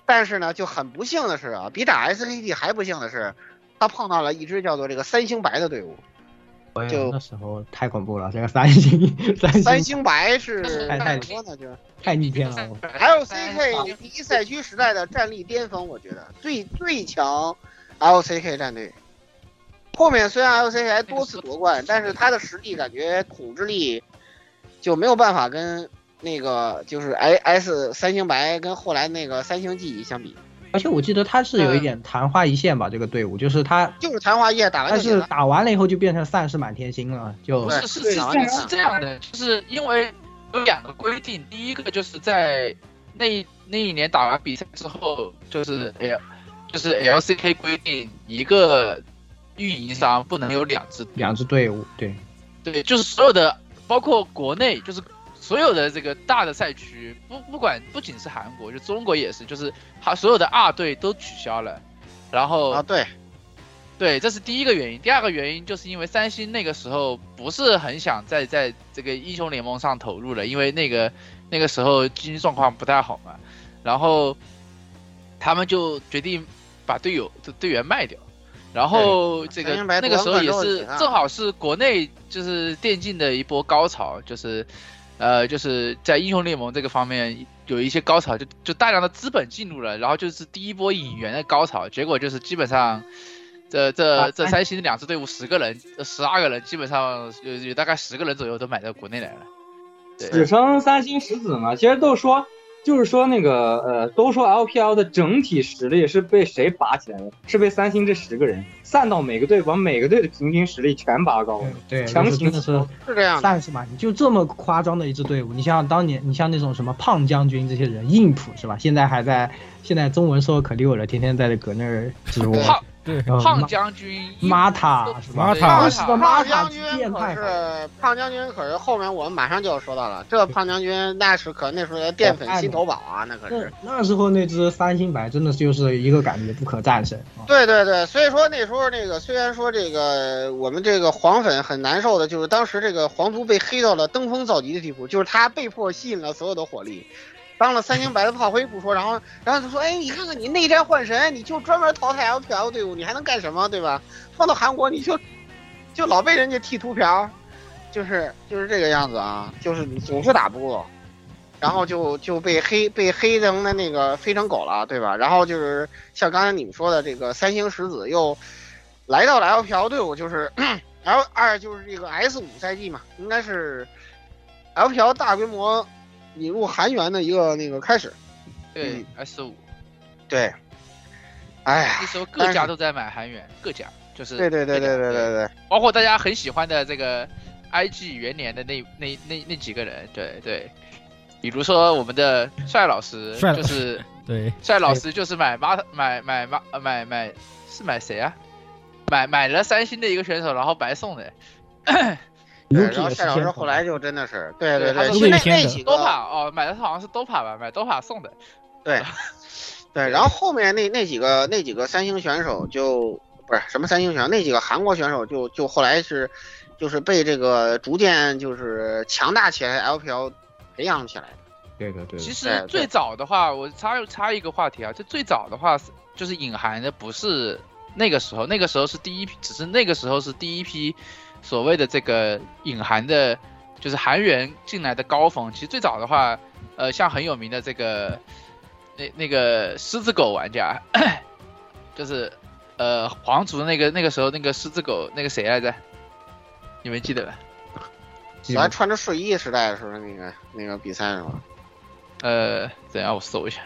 [SPEAKER 9] 但是呢，就很不幸的是啊，比打 SKT 还不幸的是，他碰到了一支叫做这个三星白的队伍。
[SPEAKER 7] 哎呀
[SPEAKER 9] 就
[SPEAKER 7] 那时候太恐怖了，这个三星三
[SPEAKER 9] 三
[SPEAKER 7] 星
[SPEAKER 9] 星白是
[SPEAKER 7] 太太
[SPEAKER 9] 怎么说呢？就是
[SPEAKER 7] 太逆天了。我
[SPEAKER 9] LCK 第一赛区时代的战力巅峰，我觉得最最强 LCK 战队。后面虽然 LCK 还多次夺冠，但是他的实力感觉统治力就没有办法跟那个就是 I S 三星白跟后来那个三星记忆相比，
[SPEAKER 7] 而且我记得他是有一点昙花一现吧，这个队伍就是他，
[SPEAKER 9] 就是昙花一现打完
[SPEAKER 7] 但
[SPEAKER 9] 就结
[SPEAKER 7] 是
[SPEAKER 9] 了。
[SPEAKER 7] 打完了以后就变成散是满天星了，就
[SPEAKER 4] 不是是是是是这样的，就是因为有两个规定，第一个就是在那那一年打完比赛之后，就是 L 就是 LCK 规定一个运营商不能有两支队，
[SPEAKER 7] 两支队伍，对，
[SPEAKER 4] 对，就是所有的包括国内就是。所有的这个大的赛区，不不管不仅是韩国，就中国也是，就是它所有的二队都取消了，然后
[SPEAKER 9] 啊，对，
[SPEAKER 4] 对，这是第一个原因。第二个原因就是因为三星那个时候不是很想再在这个英雄联盟上投入了，因为那个那个时候经济状况不太好嘛，然后他们就决定把队友的队员卖掉。然后这个
[SPEAKER 9] 三星白
[SPEAKER 4] 那个时候
[SPEAKER 9] 夺冠之
[SPEAKER 4] 也
[SPEAKER 9] 后
[SPEAKER 4] 是
[SPEAKER 9] 啊
[SPEAKER 4] 正好是国内就是电竞的一波高潮，就是呃，就是在英雄联盟这个方面有一些高潮，就就大量的资本进入了，然后就是第一波引援的高潮，结果就是基本上。这这这三星两支队伍十个人，十二个人，基本上有有大概十个人左右都买到国内来了。
[SPEAKER 6] 只称三星石子嘛，其实都说，就是说那个呃，都说 LPL 的整体实力是被谁拔起来的？是被三星这十个人散到每个队，把每个队的平均实力全拔高了。
[SPEAKER 7] 对，
[SPEAKER 6] 哦强
[SPEAKER 7] 就是
[SPEAKER 6] 行
[SPEAKER 7] 真的是
[SPEAKER 9] 是这样的。
[SPEAKER 7] 散是满天，就这么夸张的一支队伍。你像当年，你像那种什么胖将军这些人，硬普是吧？现在还在，现在中文说的可溜了，天天在这搁那儿直播。
[SPEAKER 4] 胖
[SPEAKER 8] 对，
[SPEAKER 7] 然后
[SPEAKER 4] 胖
[SPEAKER 7] 马
[SPEAKER 4] 将军
[SPEAKER 7] 玛塔呃是吧？
[SPEAKER 8] 马塔
[SPEAKER 7] 当时的
[SPEAKER 9] 胖
[SPEAKER 7] 玛塔
[SPEAKER 9] 将
[SPEAKER 7] 之
[SPEAKER 9] 军
[SPEAKER 7] 变
[SPEAKER 9] 可
[SPEAKER 7] 态法，
[SPEAKER 9] 是胖将军，可是后面我们马上就要说到了。这胖将军那是可那时候的淀粉心头宝啊，那可
[SPEAKER 7] 那
[SPEAKER 9] 是。
[SPEAKER 7] 那时候那只三星白真的就是一个感觉不可战胜啊。
[SPEAKER 9] 对对对，所以说那时候那个虽然说这个我们这个黄粉很难受的，就是当时这个皇族被黑到了登峰造极的地步，就是他被迫吸引了所有的火力，当了三星白的炮灰不说，然后然后他说，哎，你看看你内战幻神，你就专门淘汰 LPL 队伍，你还能干什么，对吧？放到韩国你就就老被人家剃秃瓢，就是就是这个样子啊，就是你总是打不过，然后就就被黑被黑成的那个黑成狗了，对吧？然后就是像刚才你们说的这个三星石子又来到了 LPL 队伍，就是 L 二就是这个 S 五赛季嘛，应该是 LPL 大规模引入韩元的一个那个开始。
[SPEAKER 4] 对
[SPEAKER 9] 嗯
[SPEAKER 4] S 五，
[SPEAKER 9] 对，哎呀
[SPEAKER 4] 那，时候
[SPEAKER 9] 但
[SPEAKER 4] 各
[SPEAKER 9] 是
[SPEAKER 4] 家都在买韩元，各家就是
[SPEAKER 9] 哎对对对对对对对，
[SPEAKER 4] 包括大家很喜欢的这个 IG 元年的那那那那几个人，对对，比如说我们的帅老师，
[SPEAKER 8] 帅老
[SPEAKER 4] 就
[SPEAKER 8] 师
[SPEAKER 4] 是
[SPEAKER 8] 对，
[SPEAKER 4] 帅老师就是买马买买马呃买买是买谁啊？买买了三星的一个选手，然后白送的。
[SPEAKER 9] 对
[SPEAKER 7] Yuki
[SPEAKER 9] 然后
[SPEAKER 7] 也是
[SPEAKER 9] 夏老
[SPEAKER 7] 先
[SPEAKER 9] 师
[SPEAKER 7] 跑
[SPEAKER 9] 后来就真的是，对
[SPEAKER 4] 对
[SPEAKER 9] 对，
[SPEAKER 4] 他
[SPEAKER 9] 其
[SPEAKER 4] 说
[SPEAKER 9] 实那
[SPEAKER 8] 是
[SPEAKER 9] 那
[SPEAKER 8] 先的
[SPEAKER 9] 几个
[SPEAKER 4] DOPA 哦，买的好像是 DOPA 吧，买 DOPA 送的。
[SPEAKER 9] 对，然后后面那那几个那几个三星选手就不是什么三星选手，那几个韩国选手就就后来是，就是被这个逐渐就是强大起来的 LPL 培养起来的。
[SPEAKER 10] 对的对的
[SPEAKER 4] 其，
[SPEAKER 9] 嗯对
[SPEAKER 4] 实
[SPEAKER 9] 对
[SPEAKER 4] 最早的话，我插插一个话题啊，就最早的话就是隐含的不是那个时候，那个时候是第一批，只是那个时候是第一批所谓的这个隐含的，就是韩元进来的高峰。其实最早的话，呃，像很有名的这个那那个狮子狗玩家， 就是呃皇族那个那个时候那个狮子狗那个谁来着？你们记得吧？
[SPEAKER 9] 我还穿着睡衣时代的时候，那个那个比赛上，
[SPEAKER 4] 呃，等一下我搜一下。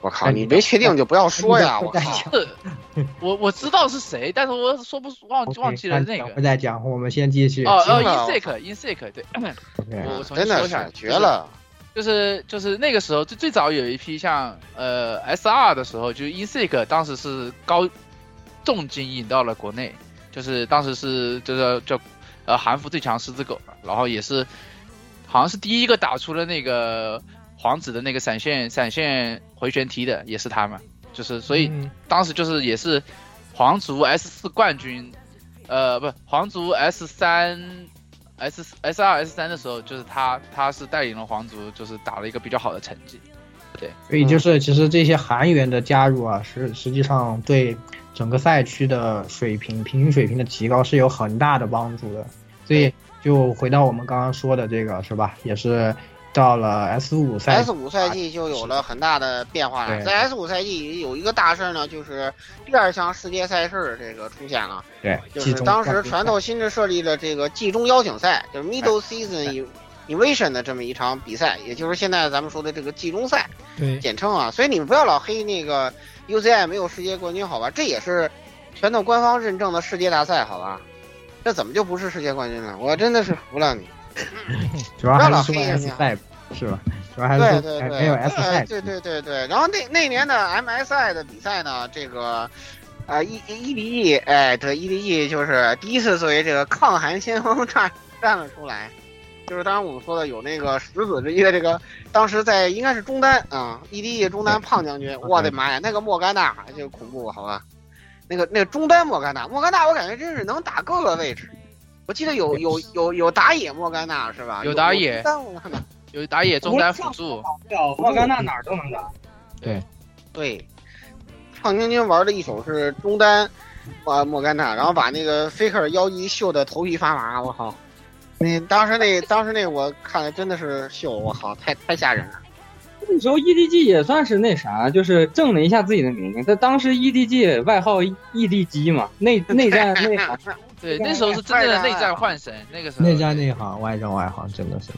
[SPEAKER 9] 我靠，你没确定就不要说呀！我靠，
[SPEAKER 4] 是，啊 我我知道是谁，但是我说不忘忘记了那个
[SPEAKER 7] 不。再讲，我们先继续。
[SPEAKER 4] 哦哦
[SPEAKER 9] 惊了
[SPEAKER 4] ，insec insec 对，我我重新
[SPEAKER 9] 真的
[SPEAKER 4] 说一下
[SPEAKER 9] 是绝了！
[SPEAKER 4] 就是就是那个时候最最早有一批像呃 SR 的时候，就是 insec 当时是高重金引到了国内，就是当时是就是叫呃韩服最强狮子狗嘛，然后也是好像是第一个打出了那个皇子的那个闪现闪现回旋踢的，也是他嘛，就是所以
[SPEAKER 8] 嗯
[SPEAKER 4] 当时就是也是皇族 S 四冠军，呃，不，皇族 S 三、S S 二、S 三的时候，就是他，他是带领了皇族，就是打了一个比较好的成绩。
[SPEAKER 7] 所
[SPEAKER 9] 嗯
[SPEAKER 7] 以就是，其实这些韩元的加入啊，实实际上对整个赛区的水平、平均水平的提高是有很大的帮助的。所以就回到我们刚刚说的这个，是吧？也是到了 S 五赛
[SPEAKER 9] S 五赛季就有了很大的变化了，
[SPEAKER 7] 对
[SPEAKER 9] 在 S 五赛季有一个大事儿呢，就是第二项世界赛事这个出现了，
[SPEAKER 7] 对，
[SPEAKER 9] 就
[SPEAKER 7] 季
[SPEAKER 9] 是
[SPEAKER 7] 中
[SPEAKER 9] 当时
[SPEAKER 7] 冠军
[SPEAKER 9] 拳头新制设立了这个季中邀请赛，就是 Middle Season Invasion 的这么一场比赛，也就是现在咱们说的这个季中赛。
[SPEAKER 8] 对，
[SPEAKER 9] 简称啊，所以你们不要老黑那个 UCI 没有世界冠军，好吧？这也是拳头官方认证的世界大赛，好吧？这怎么就不是世界冠军了？我真的是服了你。
[SPEAKER 7] 主要还
[SPEAKER 9] 不要老
[SPEAKER 7] 是说
[SPEAKER 9] 黑人
[SPEAKER 7] S
[SPEAKER 9] 家
[SPEAKER 7] 赛是吧？主要还是
[SPEAKER 9] 对
[SPEAKER 7] 说
[SPEAKER 9] 对
[SPEAKER 7] 哎
[SPEAKER 9] 对，
[SPEAKER 7] 没有 S
[SPEAKER 9] 哎
[SPEAKER 7] 赛，
[SPEAKER 9] 对对对对。然后那那年的 MSI 的比赛呢，这个。啊、e E D E，哎，对，E D E 就是第一次作为这个抗韩先锋站站了出来，就是当然我们说的有那个十子之一的这个，当时在应该是中单啊，E D E 中单胖将军，我的妈呀，那个莫甘娜就恐怖，好吧，那个那个中单莫甘娜，莫甘娜我感觉真是能打各个位置，我记得有有有有打野莫甘娜是吧？
[SPEAKER 4] 有打野
[SPEAKER 9] 有中单莫甘娜
[SPEAKER 4] 有打野、中单、辅助，
[SPEAKER 6] 了，莫甘娜哪儿都能打。
[SPEAKER 9] 对，胖晶晶玩的一手是中单，啊莫甘娜，然后把那个 Faker 妖姬秀的头皮发麻，我靠！那当时那当时那我看了真的是秀，我靠，太太吓人了。
[SPEAKER 6] 那时候 EDG 也算是那啥，就是挣了一下自己的名声。在当时 EDG 外号 EDG 嘛， 内内战内行
[SPEAKER 4] 对，那时候是真正的内战幻神，那个时候
[SPEAKER 7] 内战内行，外战外行，真的是。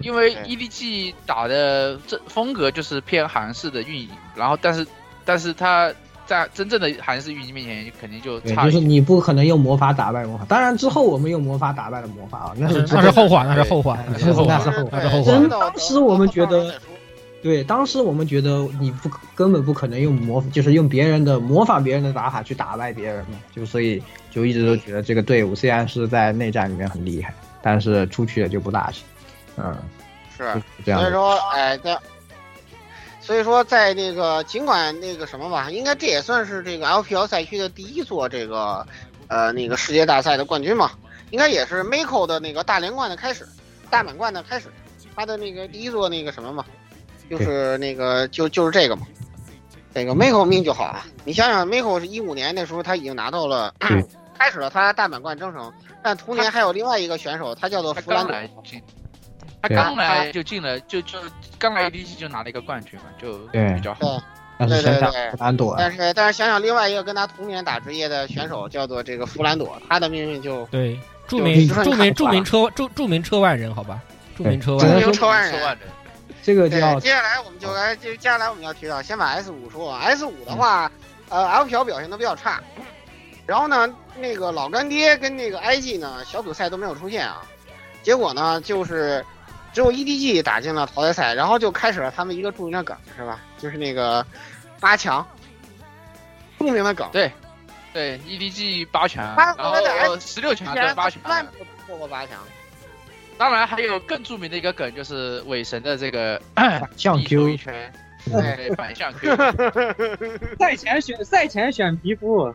[SPEAKER 4] 因为
[SPEAKER 9] 对
[SPEAKER 4] EDG 打的这风格就是偏韩式的运营，然后但是但是他在真正的韩式运营面前肯定就
[SPEAKER 7] 对，
[SPEAKER 4] 差
[SPEAKER 7] 就
[SPEAKER 4] 一
[SPEAKER 7] 是
[SPEAKER 4] 点。
[SPEAKER 7] 你不可能用魔法打败魔法。当然之后我们用魔法打败了魔法啊，
[SPEAKER 9] 嗯
[SPEAKER 7] 那是
[SPEAKER 8] 那是后话，那是后话，
[SPEAKER 7] 对
[SPEAKER 8] 那是后
[SPEAKER 7] 那
[SPEAKER 8] 话
[SPEAKER 7] 是。后
[SPEAKER 8] 那是后
[SPEAKER 7] 话
[SPEAKER 9] 真的
[SPEAKER 7] 当时我们觉得
[SPEAKER 9] 再说，
[SPEAKER 7] 对，当时我们觉得你不根本不可能用魔，就是用别人的模仿别人的打法去打败别人嘛，就所以就一直都觉得这个队伍虽然是在内战里面很厉害，但是出去也就不大行，嗯，就是这样
[SPEAKER 9] 所以
[SPEAKER 7] 的。
[SPEAKER 9] 说，哎，在，所以说在那个尽管那个什么吧，应该这也算是这个 LPL 赛区的第一座这个呃那个世界大赛的冠军嘛，应该也是 Miko 的那个大连冠的开始，大满贯的开始，他的那个第一座那个什么嘛，就是那个就就是这个嘛。这个 Miko 命就好啊！你想想，Miko 是一五年那时候他已经拿到了
[SPEAKER 7] 对，
[SPEAKER 9] 开始了他大满贯征程，但同年还有另外一个选手，他叫做
[SPEAKER 4] 他
[SPEAKER 9] 弗兰
[SPEAKER 4] 刚
[SPEAKER 9] 德。
[SPEAKER 4] 来进，他
[SPEAKER 7] 对
[SPEAKER 4] 刚来就进了，就就刚来 EDG 就拿了一个冠军嘛，就
[SPEAKER 7] 对
[SPEAKER 4] 比较好。
[SPEAKER 9] 对，
[SPEAKER 7] 但是
[SPEAKER 9] 对
[SPEAKER 7] 想想
[SPEAKER 9] 对
[SPEAKER 7] 很难躲啊，
[SPEAKER 9] 但是但是想想另外一个跟他同年打职业的选手叫做这个弗兰朵，他的命运就
[SPEAKER 8] 对，著名
[SPEAKER 9] 就
[SPEAKER 8] 著名著名车著著名车外人，好吧，著名车外
[SPEAKER 7] 对
[SPEAKER 8] 人
[SPEAKER 7] 只能
[SPEAKER 9] 由
[SPEAKER 7] 说
[SPEAKER 9] 车万
[SPEAKER 4] 说
[SPEAKER 9] 人。
[SPEAKER 4] 万人，
[SPEAKER 7] 这个
[SPEAKER 9] 对，
[SPEAKER 7] 叫哦
[SPEAKER 9] 接下来我们就来，就接下来我们要提到，先把 S 五说完。S 五的话，呃，LPL 表现的比较差，然后呢，那个老干爹跟那个 IG 呢，小组赛都没有出现啊。结果呢，就是只有 EDG 打进了淘汰赛，然后就开始了他们一个著名的梗，是吧？就是那个八强，著名的梗。
[SPEAKER 4] 对，对，EDG 八强，
[SPEAKER 9] 八
[SPEAKER 4] 然
[SPEAKER 9] 我在
[SPEAKER 4] 后十六强
[SPEAKER 9] 啊
[SPEAKER 4] 对八强，
[SPEAKER 9] 万不错过八强。
[SPEAKER 4] 当然还有更著名的一个梗，就是尾神的这个
[SPEAKER 7] 像
[SPEAKER 4] 一手
[SPEAKER 7] Q
[SPEAKER 4] 一拳，
[SPEAKER 7] 嗯
[SPEAKER 9] 哎
[SPEAKER 4] 对，反向 Q，
[SPEAKER 6] 赛前选赛前选皮肤，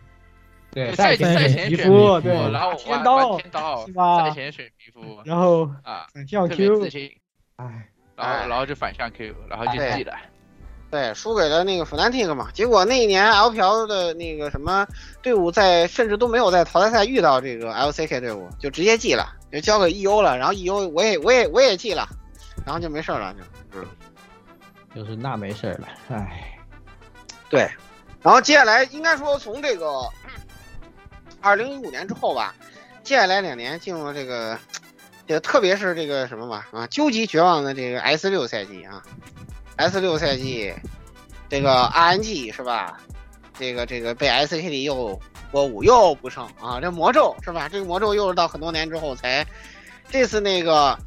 [SPEAKER 7] 对
[SPEAKER 4] 赛
[SPEAKER 7] 前
[SPEAKER 4] 赛
[SPEAKER 7] 选
[SPEAKER 4] 前
[SPEAKER 7] 皮
[SPEAKER 4] 选肤，
[SPEAKER 7] 肤，对，
[SPEAKER 4] 然后我
[SPEAKER 7] 天
[SPEAKER 4] 玩
[SPEAKER 7] 刀
[SPEAKER 4] 玩天刀
[SPEAKER 7] 是，吧
[SPEAKER 4] 赛前选皮肤
[SPEAKER 7] 然后
[SPEAKER 4] 啊，
[SPEAKER 7] 反向
[SPEAKER 4] 特别自
[SPEAKER 7] Q，
[SPEAKER 4] 信，
[SPEAKER 7] 哎，
[SPEAKER 4] 然
[SPEAKER 9] 哎
[SPEAKER 4] 后然后就反向 Q，然后就
[SPEAKER 9] 哎
[SPEAKER 4] 记了。
[SPEAKER 9] 对，输给了那个 Fnatic 嘛。结果那一年 LPL 的那个什么队伍在，甚至都没有在淘汰赛遇到这个 LCK 队伍，就直接记了，就交给 EO 了。然后 EO 我也我也我也记了，然后就没事儿了就。
[SPEAKER 7] 就是那没事儿了，哎，
[SPEAKER 9] 对，然后接下来应该说从这个二零一五年之后吧，接下来两年进入了这个，这个特别是这个什么嘛啊，究极绝望的这个 S 六赛季啊，S 六赛季，这个 RNG 是吧？这个这个被 SKT 又波五又不胜啊，这魔咒是吧？这个魔咒又是到很多年之后才，这次那个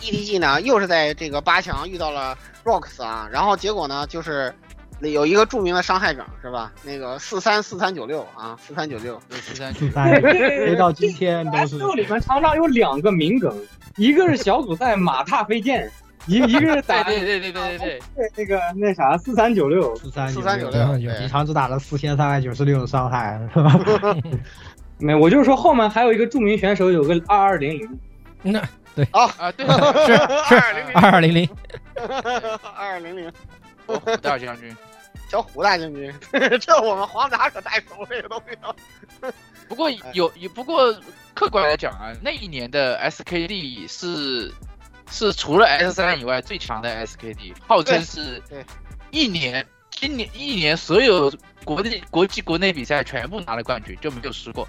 [SPEAKER 9] EDG 呢，又是在这个八强遇到了 Rocks 啊，然后结果呢就是有一个著名的伤害梗是吧？那个四三四三九六啊，四三九六，
[SPEAKER 4] 对，十三
[SPEAKER 7] 四三回哎到今天都
[SPEAKER 6] 这
[SPEAKER 7] 是
[SPEAKER 6] 哎里面常常有两个名梗，一个是小组赛马踏飞剑，一一个是
[SPEAKER 4] 对
[SPEAKER 6] 打
[SPEAKER 4] 对对对对对对，
[SPEAKER 6] 那个那啥四三九六，
[SPEAKER 7] 四三
[SPEAKER 9] 四三九
[SPEAKER 7] 六，
[SPEAKER 9] 六，
[SPEAKER 8] 有
[SPEAKER 7] 李
[SPEAKER 9] 对
[SPEAKER 7] 长只打了四千三百九十六的伤害，是吧？
[SPEAKER 6] 没，我就是说后面还有一个著名选手有个二二零零，
[SPEAKER 8] 那
[SPEAKER 4] 啊对，
[SPEAKER 8] 是
[SPEAKER 9] 二零
[SPEAKER 8] 二二零零，
[SPEAKER 9] 零 二零零，
[SPEAKER 4] 我虎大将军。
[SPEAKER 9] 小虎大将军， 这我们黄达可太熟了这个东西了。
[SPEAKER 4] 不
[SPEAKER 9] 哎
[SPEAKER 4] 过有也不过客观来讲啊，那一年的 SKD 是是除了 S 三以外最强的 SKD，号称是
[SPEAKER 9] 对
[SPEAKER 4] 一年今年一年所有国内国际国内比赛全部拿了冠军，就没有输过。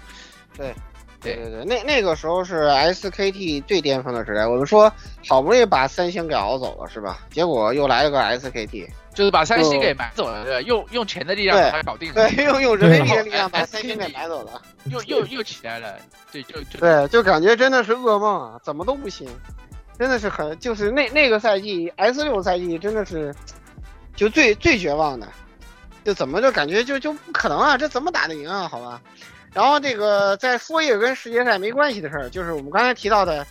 [SPEAKER 9] 对对对，那那个时候是 SKT 最巅峰的时代。我们说好不容易把三星给熬走了，是吧？结果又来了个 SKT，
[SPEAKER 4] 就是把山西
[SPEAKER 9] 哦
[SPEAKER 4] 给买走了，对吧？用用钱的力量
[SPEAKER 9] 对
[SPEAKER 4] 把它搞定了，
[SPEAKER 9] 对，又用人民币的力量把
[SPEAKER 4] 对
[SPEAKER 9] 三星给买走了。
[SPEAKER 4] 又又又起来了，对，就就
[SPEAKER 9] 对，就感觉真的是噩梦啊，怎么都不行，真的是很就是那那个赛季 S 六赛季真的是就最最绝望的，就怎么就感觉就就不可能啊，这怎么打得赢啊？好吧，然后这个再说一个跟世界赛没关系的事儿，就是我们刚才提到的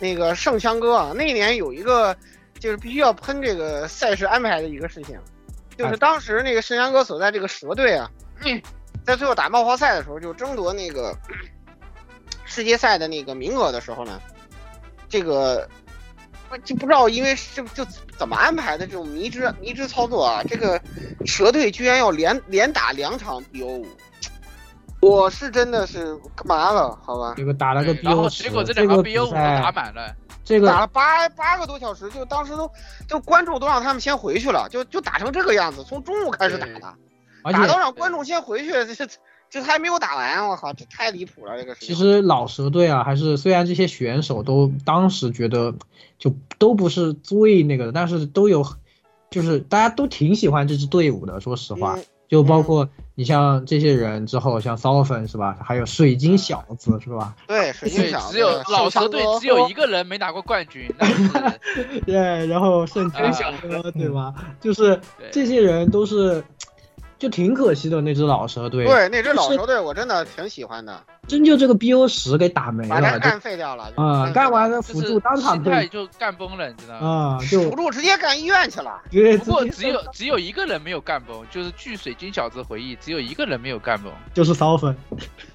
[SPEAKER 9] 那个圣枪哥啊，那一年有一个就是必须要喷这个赛事安排的一个事情，
[SPEAKER 7] 啊
[SPEAKER 9] 就是当时那个圣枪哥所在这个蛇队啊，在最后打冒泡赛的时候就争夺那个 世界赛的那个名额的时候呢，这个不就不知道因为是就怎么安排的这种迷之迷之操作啊，这个蛇队居然要连连打两场 BO 五，我是真的是干嘛了？好吧，
[SPEAKER 7] 这个打了个
[SPEAKER 4] 对
[SPEAKER 7] BO，
[SPEAKER 4] 然后结果这
[SPEAKER 7] 这
[SPEAKER 4] 两
[SPEAKER 7] 个
[SPEAKER 4] 个
[SPEAKER 7] 比
[SPEAKER 4] BO 五都
[SPEAKER 7] 赛
[SPEAKER 4] 打满了，
[SPEAKER 7] 这
[SPEAKER 9] 打
[SPEAKER 7] 个
[SPEAKER 9] 了八八个多小时，就当时都就观众都让他们先回去了，就就打成这个样子，从中午开始打
[SPEAKER 4] 对
[SPEAKER 9] 的，
[SPEAKER 7] 而
[SPEAKER 9] 打
[SPEAKER 7] 且
[SPEAKER 9] 到让观众先回去，这这这还没有打完，我靠，这太离谱了，这个事
[SPEAKER 7] 其
[SPEAKER 9] 情。
[SPEAKER 7] 实老蛇队啊，还是虽然这些选手都当时觉得就都不是最那个的，但是都有，就是大家都挺喜欢这支队伍的。说实话，
[SPEAKER 9] 嗯
[SPEAKER 7] 就包括你像这些人之后，像骚粉是吧？还有水晶小子是吧？
[SPEAKER 9] 对，水晶
[SPEAKER 4] 对，
[SPEAKER 9] 小
[SPEAKER 4] 只有
[SPEAKER 9] 子
[SPEAKER 4] 老蛇队只有一
[SPEAKER 9] 个
[SPEAKER 4] 个人没拿过冠军，那 是
[SPEAKER 7] 对，然后圣
[SPEAKER 4] 啊
[SPEAKER 7] 天小哥对吧？ 就是
[SPEAKER 4] 对
[SPEAKER 7] 这些人都是就挺可惜的那支老蛇队，
[SPEAKER 9] 对那支老蛇队，我真的挺喜欢的，
[SPEAKER 7] 真就这个 BO 十给打没
[SPEAKER 9] 把他
[SPEAKER 7] 了，就
[SPEAKER 9] 干废掉了。
[SPEAKER 4] 嗯
[SPEAKER 7] 啊、干完
[SPEAKER 9] 了，
[SPEAKER 7] 了
[SPEAKER 4] 就
[SPEAKER 7] 辅助
[SPEAKER 4] 是
[SPEAKER 7] 当场
[SPEAKER 4] 心
[SPEAKER 7] 退
[SPEAKER 4] 态就干崩了，你知道
[SPEAKER 7] 啊、
[SPEAKER 4] 吗？
[SPEAKER 7] 就
[SPEAKER 9] 辅助直接干医院去了。
[SPEAKER 7] 直接
[SPEAKER 4] 不过
[SPEAKER 7] 直接
[SPEAKER 4] 只有只有一个人没有干崩，就是据水晶小子回忆，只有一个人没有干崩，
[SPEAKER 7] 就是骚粉。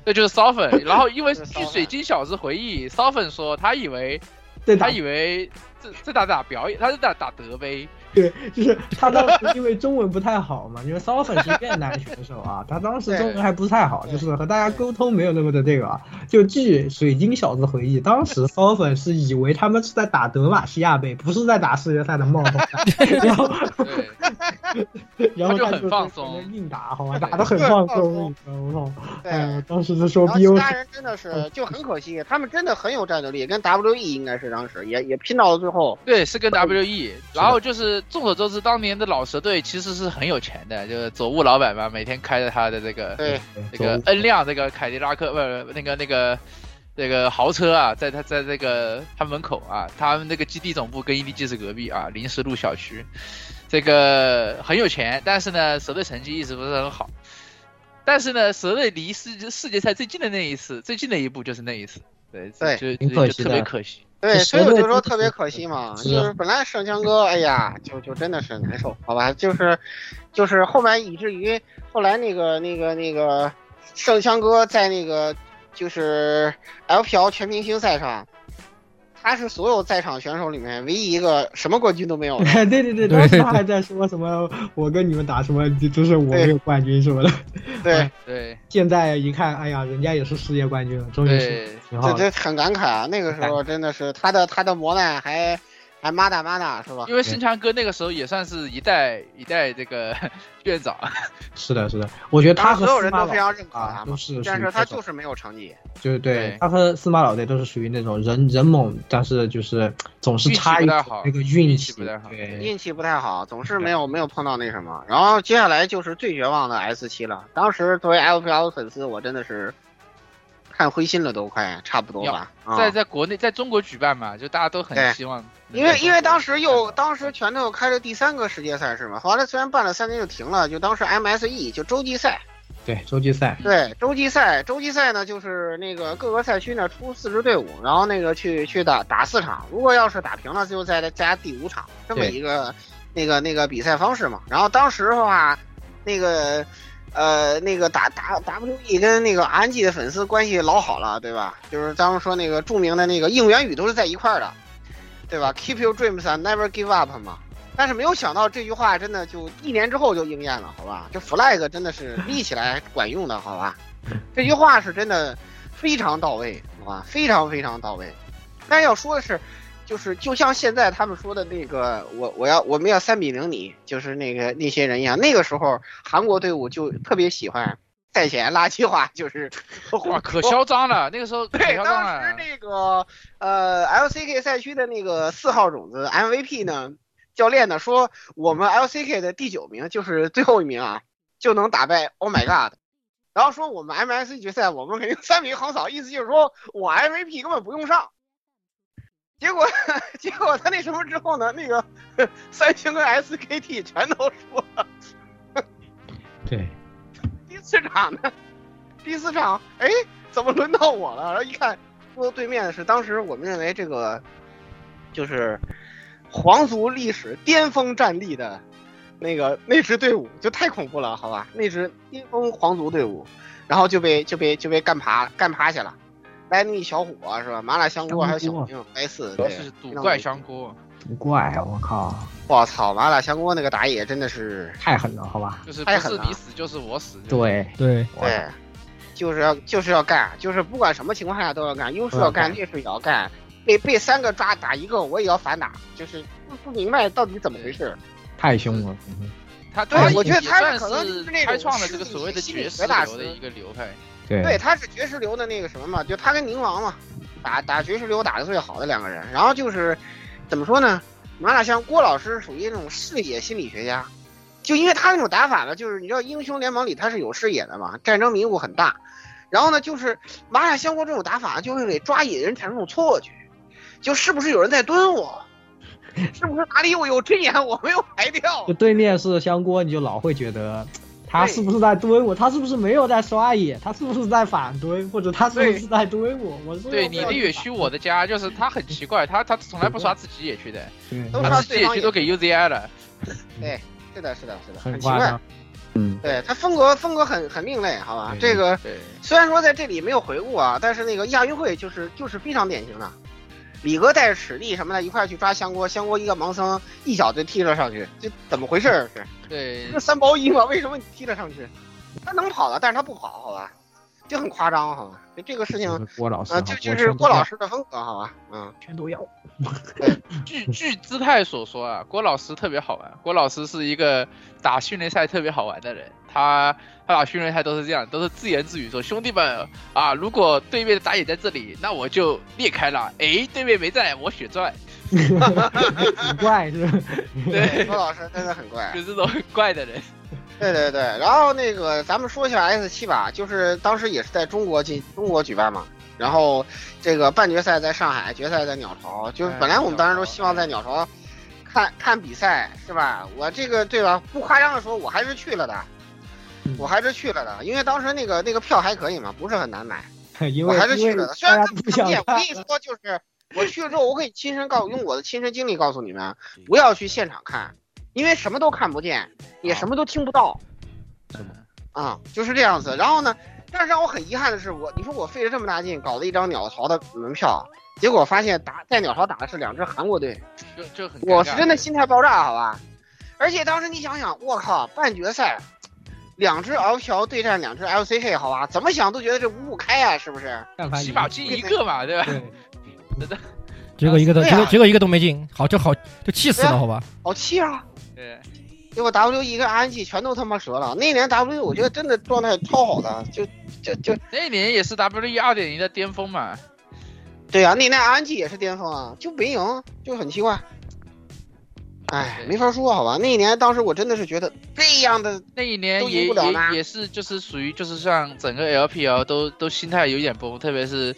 [SPEAKER 4] 那就是骚粉。然后因为
[SPEAKER 9] 是骚
[SPEAKER 4] 据
[SPEAKER 9] 粉
[SPEAKER 4] 水晶小子回忆，骚粉说他以为
[SPEAKER 7] 对
[SPEAKER 4] 他
[SPEAKER 7] 他
[SPEAKER 4] 以为这这打打表演，他是打打德杯，
[SPEAKER 7] 就是他当时因为中文不太好嘛，因为骚粉是越南选手啊，他当时中文还不太好，
[SPEAKER 9] 对
[SPEAKER 7] 就是和大家沟通没有那么的这个啊。就据水晶小子回忆，当时骚粉是以为 他们是在打德玛西亚杯，不是在打世界赛的冒泡赛，然后
[SPEAKER 4] 对，
[SPEAKER 7] 然后
[SPEAKER 4] 他就
[SPEAKER 7] 他
[SPEAKER 4] 很放松
[SPEAKER 7] 在那硬打，好吧，打的很放松，我操！
[SPEAKER 9] 对
[SPEAKER 7] 哎
[SPEAKER 4] 嗯
[SPEAKER 7] 呀，当时就说
[SPEAKER 9] 然后
[SPEAKER 7] B
[SPEAKER 9] 其
[SPEAKER 7] O
[SPEAKER 9] 他人真的是就很可惜，他们真的很有战斗力，跟 WE 应该是当时也也拼到了最后。
[SPEAKER 4] 对，是跟 WE，然后就是众所周知，当年的老蛇队其实是很有钱的，就是佐务老板嘛，每天开着他的这个
[SPEAKER 9] 对，
[SPEAKER 4] 这个 N 辆这个凯迪拉克，不是不是那个那个那个豪车啊，在他在这个他门口啊，他们那个基地总部跟 EDG 是隔壁啊，临时路小区，这个很有钱，但是呢，蛇队成绩一直不是很好。但是呢，蛇队离世世界赛最近的那一次，最近的一步就是那一次，对，
[SPEAKER 9] 对
[SPEAKER 4] 就
[SPEAKER 7] 挺
[SPEAKER 4] 就
[SPEAKER 7] 可
[SPEAKER 4] 就
[SPEAKER 7] 惜
[SPEAKER 4] 特别
[SPEAKER 7] 的
[SPEAKER 4] 可惜。
[SPEAKER 9] 对，
[SPEAKER 7] 这
[SPEAKER 9] 所以我
[SPEAKER 7] 谁
[SPEAKER 9] 就
[SPEAKER 7] 会
[SPEAKER 9] 说特别可惜嘛，
[SPEAKER 7] 是
[SPEAKER 9] 就是啊本来盛强哥，哎呀，就就真的是难受，好吧，就是，就是后来以至于后来那个那个那个盛强哥在那个就是 LPL 全明星赛上，他是所有在场选手里面唯一一个什么冠军都没有的。
[SPEAKER 7] 对对对，当时他还在说什么我跟你们打什么，就是我没有冠军什么的。
[SPEAKER 9] 对，
[SPEAKER 4] 对
[SPEAKER 7] 现在一看，哎呀，人家也是世界冠军了，终于是
[SPEAKER 4] 对，
[SPEAKER 7] 挺好
[SPEAKER 9] 这
[SPEAKER 7] 的。
[SPEAKER 9] 这 很感慨啊，那个时候真的是他的他的磨难还还妈打妈打是吧？
[SPEAKER 4] 因为盛强哥那个时候也算是一代一代这个 院长，
[SPEAKER 7] 是的，是的，我觉得他
[SPEAKER 9] 当时
[SPEAKER 7] 和
[SPEAKER 9] 所有
[SPEAKER 7] 司
[SPEAKER 9] 人
[SPEAKER 7] 马
[SPEAKER 9] 都非
[SPEAKER 7] 老
[SPEAKER 9] 常认可
[SPEAKER 7] 啊
[SPEAKER 9] 他
[SPEAKER 7] 都
[SPEAKER 9] 嘛，
[SPEAKER 7] 是属
[SPEAKER 9] 但
[SPEAKER 7] 于
[SPEAKER 9] 是
[SPEAKER 7] 这
[SPEAKER 9] 他
[SPEAKER 7] 种
[SPEAKER 9] 就是没有成绩。
[SPEAKER 7] 就是对
[SPEAKER 4] 对
[SPEAKER 7] 他和司马老队都是属于那种人人猛，但是就是总是
[SPEAKER 4] 运气
[SPEAKER 7] 差一
[SPEAKER 4] 不太
[SPEAKER 7] 点
[SPEAKER 4] 好
[SPEAKER 7] 那个运
[SPEAKER 4] 运气不太好
[SPEAKER 7] 对，
[SPEAKER 9] 运气不太好，总是没有没有碰到那什么。然后接下来就是最绝望的 S 七了。当时作为 LPL 的粉丝，我真的是看灰心了，都快差不多吧。啊、
[SPEAKER 4] 在在国内在中国举办嘛，就大家都
[SPEAKER 9] 对
[SPEAKER 4] 很希望。
[SPEAKER 9] 因为因为当时又当时拳头又开了第三个世界赛事嘛，后来虽然办了三年就停了，就当时 MSE 就洲际赛，
[SPEAKER 7] 对洲际赛
[SPEAKER 9] 对洲际赛，洲际赛呢就是那个各个赛区呢出四支队伍，然后那个去去打打四场，如果要是打平了，就再再加第五场，这么
[SPEAKER 7] 对
[SPEAKER 9] 一个那个那个比赛方式嘛。然后当时的话，那个呃那个打打 WE 跟那个 RNG 的粉丝关系老好了，对吧？就是咱们说那个著名的那个应援语都是在一块儿的，对吧？Keep your dreams and never give up 嘛。但是没有想到这句话真的就一年之后就应验了，好吧？这 flag 真的是立起来管用的，好吧？这句话是真的非常到位，好吧？非常非常到位。但要说的是，就是就像现在他们说的那个，我我要我们要三比零你，就是那个那些人一样。那个时候韩国队伍就特别喜欢赛前垃圾话，就是
[SPEAKER 4] 哇，可嚣张了，那个时候可
[SPEAKER 9] 对，
[SPEAKER 4] 嚣张啊
[SPEAKER 9] 当时
[SPEAKER 4] 了。
[SPEAKER 9] 那个呃 LCK 赛区的那个四号种子 MVP 呢，教练呢说我们 LCK 的第九名就是最后一名啊，就能打败 Oh my God。然后说我们 MSE 决赛我们肯定三比横扫，意思就是说我 MVP 根本不用上。结果 结果他那什么之后呢，那个 三星跟 SKT 全都输了。
[SPEAKER 7] 对，
[SPEAKER 9] 第四场呢， 第四场，哎，怎么轮到我了？然后一看，坐对面的是当时我们认为这个就是皇族历史巅峰战力的那个那支队伍，就太恐怖了，好吧？那支巅峰皇族队伍，然后就被就被就被干趴干趴下了。来那一小伙是吧？麻辣香锅还有小明 A 四，
[SPEAKER 4] 主要
[SPEAKER 9] 对，
[SPEAKER 4] 是
[SPEAKER 9] 非
[SPEAKER 4] 赌
[SPEAKER 9] 常
[SPEAKER 4] 怪
[SPEAKER 9] 危
[SPEAKER 4] 香锅，
[SPEAKER 7] 不怪我靠，
[SPEAKER 9] 我操！麻辣香锅那个打野真的是，
[SPEAKER 7] 太狠了，好吧？
[SPEAKER 4] 就是不
[SPEAKER 9] 太狠
[SPEAKER 4] 是
[SPEAKER 9] 了
[SPEAKER 4] 你死就是我死。就是，
[SPEAKER 7] 对，
[SPEAKER 8] 对，
[SPEAKER 7] 我
[SPEAKER 9] 对，就是要就是要干，就是不管什么情况下都要干，优势要干，劣势也要干，被被三个抓打一个我也要反打，就是不不明白到底怎么回事。
[SPEAKER 7] 太凶了，嗯
[SPEAKER 4] 他
[SPEAKER 9] 对
[SPEAKER 4] 他
[SPEAKER 9] 我觉得
[SPEAKER 4] 也
[SPEAKER 9] 他
[SPEAKER 4] 算
[SPEAKER 9] 可能就是是那
[SPEAKER 4] 开
[SPEAKER 9] 种
[SPEAKER 4] 创了
[SPEAKER 9] 心
[SPEAKER 4] 这个
[SPEAKER 9] 理
[SPEAKER 4] 所谓的
[SPEAKER 9] 心理
[SPEAKER 4] 爵
[SPEAKER 9] 学
[SPEAKER 4] 士
[SPEAKER 9] 大
[SPEAKER 4] 流的
[SPEAKER 9] 师
[SPEAKER 4] 一个流派。
[SPEAKER 7] 对
[SPEAKER 9] 对，他是爵士流的那个什么嘛，就他跟宁王嘛，打打爵士流打的最好的两个人。然后就是怎么说呢，麻辣香郭老师属于那种视野心理学家，就因为他那种打法呢，就是你知道英雄联盟里他是有视野的嘛，战争迷雾很大。然后呢，就是麻辣香锅这种打法就会给抓野人产生一种错觉，就是不是有人在蹲我，是不是哪里有有针眼我没有排掉
[SPEAKER 7] 就？对面是香锅，你就老会觉得他是不是在蹲我，他是不是没有在刷野，他是不是在反蹲，或者他是不是在蹲我？我是
[SPEAKER 4] 对，你的野区我的家，就是他很奇怪，他他从来不刷自己野区的，
[SPEAKER 7] 对
[SPEAKER 9] 都
[SPEAKER 4] 他
[SPEAKER 9] 刷
[SPEAKER 4] 自己野区都给 UZI 了。
[SPEAKER 9] 是的，是的，是的，
[SPEAKER 7] 很
[SPEAKER 9] 很奇
[SPEAKER 7] 夸
[SPEAKER 9] 怪
[SPEAKER 7] 张。，嗯，
[SPEAKER 9] 对他风格风格很很另类，好吧？
[SPEAKER 7] 对
[SPEAKER 9] 这个
[SPEAKER 4] 对，
[SPEAKER 9] 虽然说在这里没有回顾啊，但是那个亚运会就是就是非常典型的，李哥带着史力什么的一块去抓香锅，香锅一个盲僧一脚就踢了上去，这怎么回事儿？是
[SPEAKER 4] 对
[SPEAKER 9] 这，三包一吗？为什么你踢了上去？他能跑了，但是他不跑，好吧？就很夸张，好吧？就这个事
[SPEAKER 7] 嗯
[SPEAKER 9] 情，
[SPEAKER 10] 郭老师
[SPEAKER 9] 啊，
[SPEAKER 10] 哈，
[SPEAKER 9] 这
[SPEAKER 10] 郭
[SPEAKER 9] 就是
[SPEAKER 10] 全
[SPEAKER 9] 郭
[SPEAKER 10] 都
[SPEAKER 9] 老
[SPEAKER 10] 要
[SPEAKER 9] 师的风格，好吧？嗯，
[SPEAKER 7] 全都要。
[SPEAKER 4] 据据姿态所说啊，郭老师特别好玩。郭老师是一个打训练赛特别好玩的人，他他打训练赛都是这样，都是自言自语说：“兄弟们啊，如果对面的打野在这里，那我就裂开了。诶，对面没在，我血赚。
[SPEAKER 7] 很怪是吧？”
[SPEAKER 4] 对，
[SPEAKER 9] 郭老师真的很怪啊
[SPEAKER 4] 就。这种很怪的人。
[SPEAKER 9] 对对对，然后那个咱们说一下 S 七吧，就是当时也是在中国进中国举办嘛，然后这个半决赛在上海，决赛在鸟巢，就是本来我们当时都希望在哎鸟巢看看比赛，是吧？我这个对吧？不夸张的说，我还是去了的，我还是去了的，因为当时那个那个票还可以嘛，不是很难买，
[SPEAKER 7] 因
[SPEAKER 9] 我
[SPEAKER 7] 为
[SPEAKER 9] 还是去
[SPEAKER 7] 因为
[SPEAKER 9] 了的。虽
[SPEAKER 7] 大
[SPEAKER 9] 然
[SPEAKER 7] 家
[SPEAKER 9] 看
[SPEAKER 7] 不
[SPEAKER 9] 不
[SPEAKER 7] 想
[SPEAKER 9] 见，我
[SPEAKER 7] 看
[SPEAKER 9] 跟你说就是。我去了之后，我可以亲身告用我的亲身经历告诉你们，
[SPEAKER 4] 嗯
[SPEAKER 9] 不要去现场看，因为什么都看不见，也什么都听不到。啊，就是这样子。然后呢，但是让我很遗憾的是，我你说我费了这么大劲搞了一张鸟巢的门票，结果发现打在鸟巢打的是两支韩国队，
[SPEAKER 4] 就就很尴尬
[SPEAKER 9] 我是真的心态爆炸，好吧？而且当时你想想，我靠，半决赛，两支 LPL 对战两支 LCK，好吧，怎么想都觉得这五五开啊，是不是？
[SPEAKER 7] 但凡
[SPEAKER 4] 起码进一个嘛，对吧？
[SPEAKER 7] 对，
[SPEAKER 8] 结果一个都
[SPEAKER 9] 对
[SPEAKER 8] 结
[SPEAKER 9] 啊
[SPEAKER 8] 果结果一个都没进，好就好就气死
[SPEAKER 9] 对
[SPEAKER 8] 了，
[SPEAKER 9] 啊
[SPEAKER 8] 好吧？
[SPEAKER 9] 好气啊！
[SPEAKER 4] 对，
[SPEAKER 9] 结果 W 一跟 RNG 全都他妈折了。那年 W 我觉得真的状态超好的，就就就
[SPEAKER 4] 那年也是 WE 二点零的巅峰嘛。
[SPEAKER 9] 对啊，那年 RNG 也是巅峰啊，就没赢，就很奇怪。哎，没法说，好吧。那一年当时我真的是觉得这样的，
[SPEAKER 4] 那一年
[SPEAKER 9] 都赢
[SPEAKER 4] 也
[SPEAKER 9] 不了啦
[SPEAKER 4] 也也是就是属于就是像整个 LPL 都都心态有点崩，特别是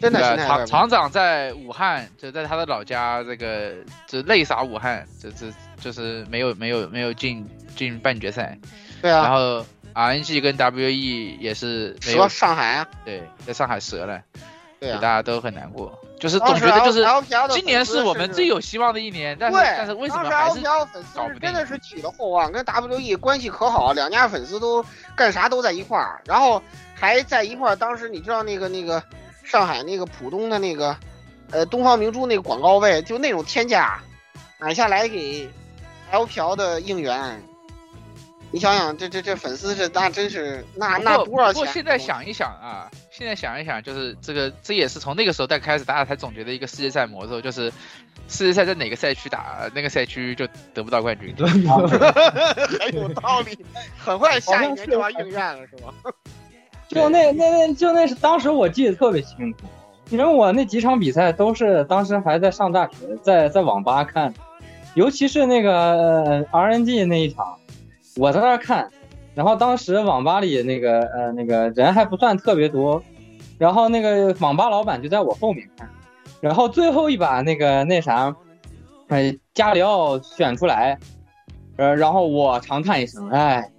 [SPEAKER 9] 真的
[SPEAKER 4] 对吧
[SPEAKER 9] 心态有点
[SPEAKER 4] 厂
[SPEAKER 9] 崩
[SPEAKER 4] 厂长在武汉，就在他的老家，这个就泪洒武汉，这这就是没有没有没有进进半决赛，
[SPEAKER 9] 对
[SPEAKER 4] 然
[SPEAKER 9] 啊，
[SPEAKER 4] 后 RNG 跟 WE 也是没
[SPEAKER 9] 说
[SPEAKER 4] 有
[SPEAKER 9] 上海啊，
[SPEAKER 4] 对在上海折了，
[SPEAKER 9] 对
[SPEAKER 4] 就大
[SPEAKER 9] 啊。
[SPEAKER 4] 家都很难过，就是
[SPEAKER 9] 当
[SPEAKER 4] 总
[SPEAKER 9] 时
[SPEAKER 4] 觉得就是
[SPEAKER 9] LPL 的
[SPEAKER 4] 今年是我们最
[SPEAKER 9] 有，
[SPEAKER 4] 有希望的一年，但
[SPEAKER 9] 对，
[SPEAKER 4] 是但是为什么还
[SPEAKER 9] 当
[SPEAKER 4] 是
[SPEAKER 9] 时 LPL 粉丝
[SPEAKER 4] 搞不
[SPEAKER 9] 是
[SPEAKER 4] 定
[SPEAKER 9] 真的是寄予了厚望，跟 WE 关系可好，两家粉丝都干啥都在一块儿，然后还在一块儿。当时你知道那个那个上海那个浦东的那个呃东方明珠那个广告位，就那种天价买下来给 LPL 的应援。你想想，这这这粉丝是那真是那
[SPEAKER 4] 不
[SPEAKER 9] 啊那
[SPEAKER 4] 过
[SPEAKER 9] 多少
[SPEAKER 4] 不过
[SPEAKER 9] 钱？
[SPEAKER 4] 现在想一想啊，现在想一想，就是这个，这也是从那个时候再开始，大家才总结的一个世界赛魔咒，就是世界赛在哪个赛区打，那个赛区就得不到冠军。
[SPEAKER 9] 啊
[SPEAKER 6] 啊
[SPEAKER 9] 很有道理，很快下一年就要应援了，是吧？
[SPEAKER 6] 就那那那就那是当时我记得特别清楚，因为我那几场比赛都是当时还在上大学，在在网吧看，尤其是那个、呃、RNG 那一场，我在那儿看，然后当时网吧里那个呃那个人还不算特别多，然后那个网吧老板就在我后面看，然后最后一把那个那啥，呃加里奥选出来，呃然后我长叹一声，哎，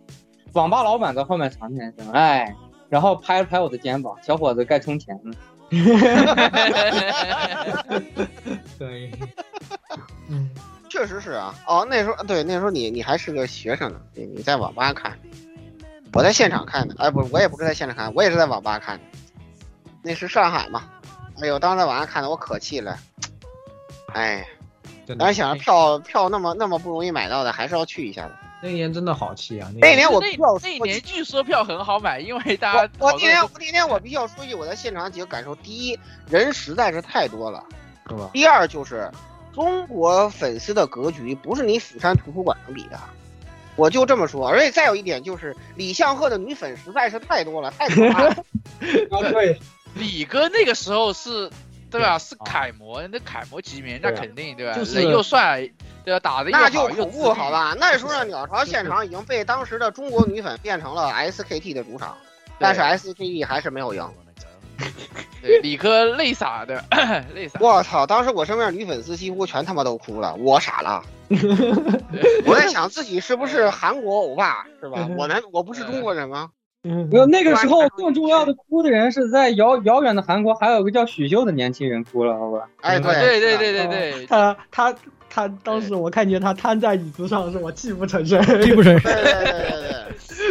[SPEAKER 6] 网吧老板在后面长叹一声，哎。然后拍了拍我的肩膀，小伙子该充钱了。
[SPEAKER 7] 对，嗯
[SPEAKER 9] 确实是啊，哦，那时候对，那时候你你还是个学生呢，你你在网吧看，我在现场看的，哎，不是，我也不是在现场看，我也是在网吧看的，那是上海嘛，哎呦，当时在网上看的，我可气了，哎，
[SPEAKER 7] 真
[SPEAKER 9] 当
[SPEAKER 7] 的
[SPEAKER 9] 时想着票票那么那么不容易买到的，还是要去一下的。
[SPEAKER 7] 那年真的好气啊！
[SPEAKER 9] 那
[SPEAKER 7] 那
[SPEAKER 9] 年我
[SPEAKER 4] 那
[SPEAKER 9] 必须要说
[SPEAKER 4] 那
[SPEAKER 9] 一
[SPEAKER 4] 一年据说票很好买，因为大
[SPEAKER 9] 我
[SPEAKER 4] 家
[SPEAKER 9] 我
[SPEAKER 4] 讨
[SPEAKER 9] 那天
[SPEAKER 4] 论
[SPEAKER 9] 我
[SPEAKER 4] 都
[SPEAKER 9] 那天我必须要说一句我在现场几个感受：第一，人实在是太多了；
[SPEAKER 7] 是吧？
[SPEAKER 9] 第二，就是中国粉丝的格局不是你釜山图书馆能比的。我就这么说，而且再有一点就是，李相赫的女粉实在是太多了，太可 怕了。
[SPEAKER 6] 啊，对，
[SPEAKER 4] 李哥那个时候是，对吧？是楷模，那楷模级别，那
[SPEAKER 7] 啊对啊
[SPEAKER 4] 肯定对吧？
[SPEAKER 7] 就是
[SPEAKER 4] 人又帅，对吧？打的又
[SPEAKER 9] 那
[SPEAKER 4] 好
[SPEAKER 9] 就
[SPEAKER 4] 又
[SPEAKER 9] 恐
[SPEAKER 4] 自律
[SPEAKER 9] 怖好？吧？那时候的鸟巢现场已经被当时的中国女粉变成了 SKT 的主场，但是 SKT 还是没有赢。
[SPEAKER 4] 对，李哥泪洒的， 泪洒。
[SPEAKER 9] 我操！当时我身边女粉丝几乎全他妈都哭了，我傻 了。我在想自己是不是韩国欧巴是 吧？我难我不是中国人吗？
[SPEAKER 7] 嗯
[SPEAKER 6] 没有那个时候更重要的哭的人是在遥遥远的韩国，还有个叫许秀的年轻人哭了，好吧？
[SPEAKER 9] 哎，
[SPEAKER 4] 啊对对
[SPEAKER 9] 对
[SPEAKER 4] 对对对，
[SPEAKER 7] 他他他当时我看见他瘫在椅子上的时候，我泣不成声。
[SPEAKER 8] 力 不成
[SPEAKER 9] 对对对对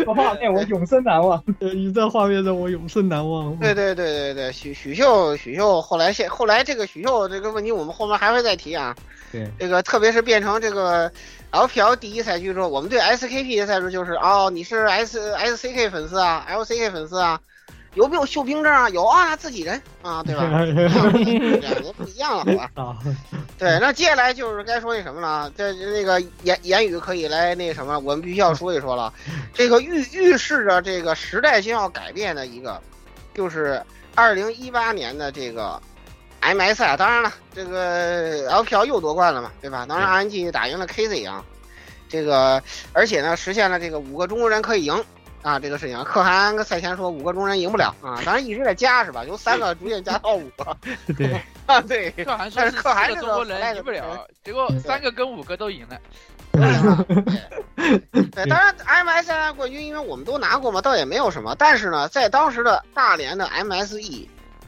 [SPEAKER 6] 我怕那我永生难忘。
[SPEAKER 7] 呃你这画面让我永生难忘。嗯
[SPEAKER 9] 对对对对对，许许秀许秀后来现后来这个许秀这个问题我们后面还会再提啊。
[SPEAKER 7] 对，
[SPEAKER 9] 这个特别是变成这个 LPL 第一赛区之后，我们对 SKP 的赛制就是哦，你是 S SCK 粉丝啊，LCK 粉丝啊，有没有秀兵证啊？有啊，自己人啊，对吧？两个不一样了，好吧？
[SPEAKER 7] 啊，
[SPEAKER 9] 对，那接下来就是该说那什么了，啊这那个言言语可以来那什么，我们必须要说一说了。这个预预示着这个时代将要改变的一个，就是二零一八年的这个 MS 啊，当然了，这个 LPL 又夺冠了嘛，对吧？当然 RNG 打赢了 KZ 啊，这个而且呢实现了这个五个中国人可以赢。啊，这个事情，可汗赛前说五个中国人赢不了啊，当然一直在加是吧？由三个逐渐加到五个
[SPEAKER 7] 对，
[SPEAKER 9] 啊，对，
[SPEAKER 4] 可汗说
[SPEAKER 9] 但是
[SPEAKER 4] 是
[SPEAKER 9] 可汗
[SPEAKER 4] 四
[SPEAKER 9] 这
[SPEAKER 4] 个
[SPEAKER 9] 个
[SPEAKER 4] 中国
[SPEAKER 9] 赖
[SPEAKER 4] 人
[SPEAKER 9] 着
[SPEAKER 4] 赢不了，结果三个跟五个都赢了。
[SPEAKER 9] 对，当然 MSI 冠军，因为我们都拿过嘛，倒也没有什么。但是呢，在当时的大连的 MSE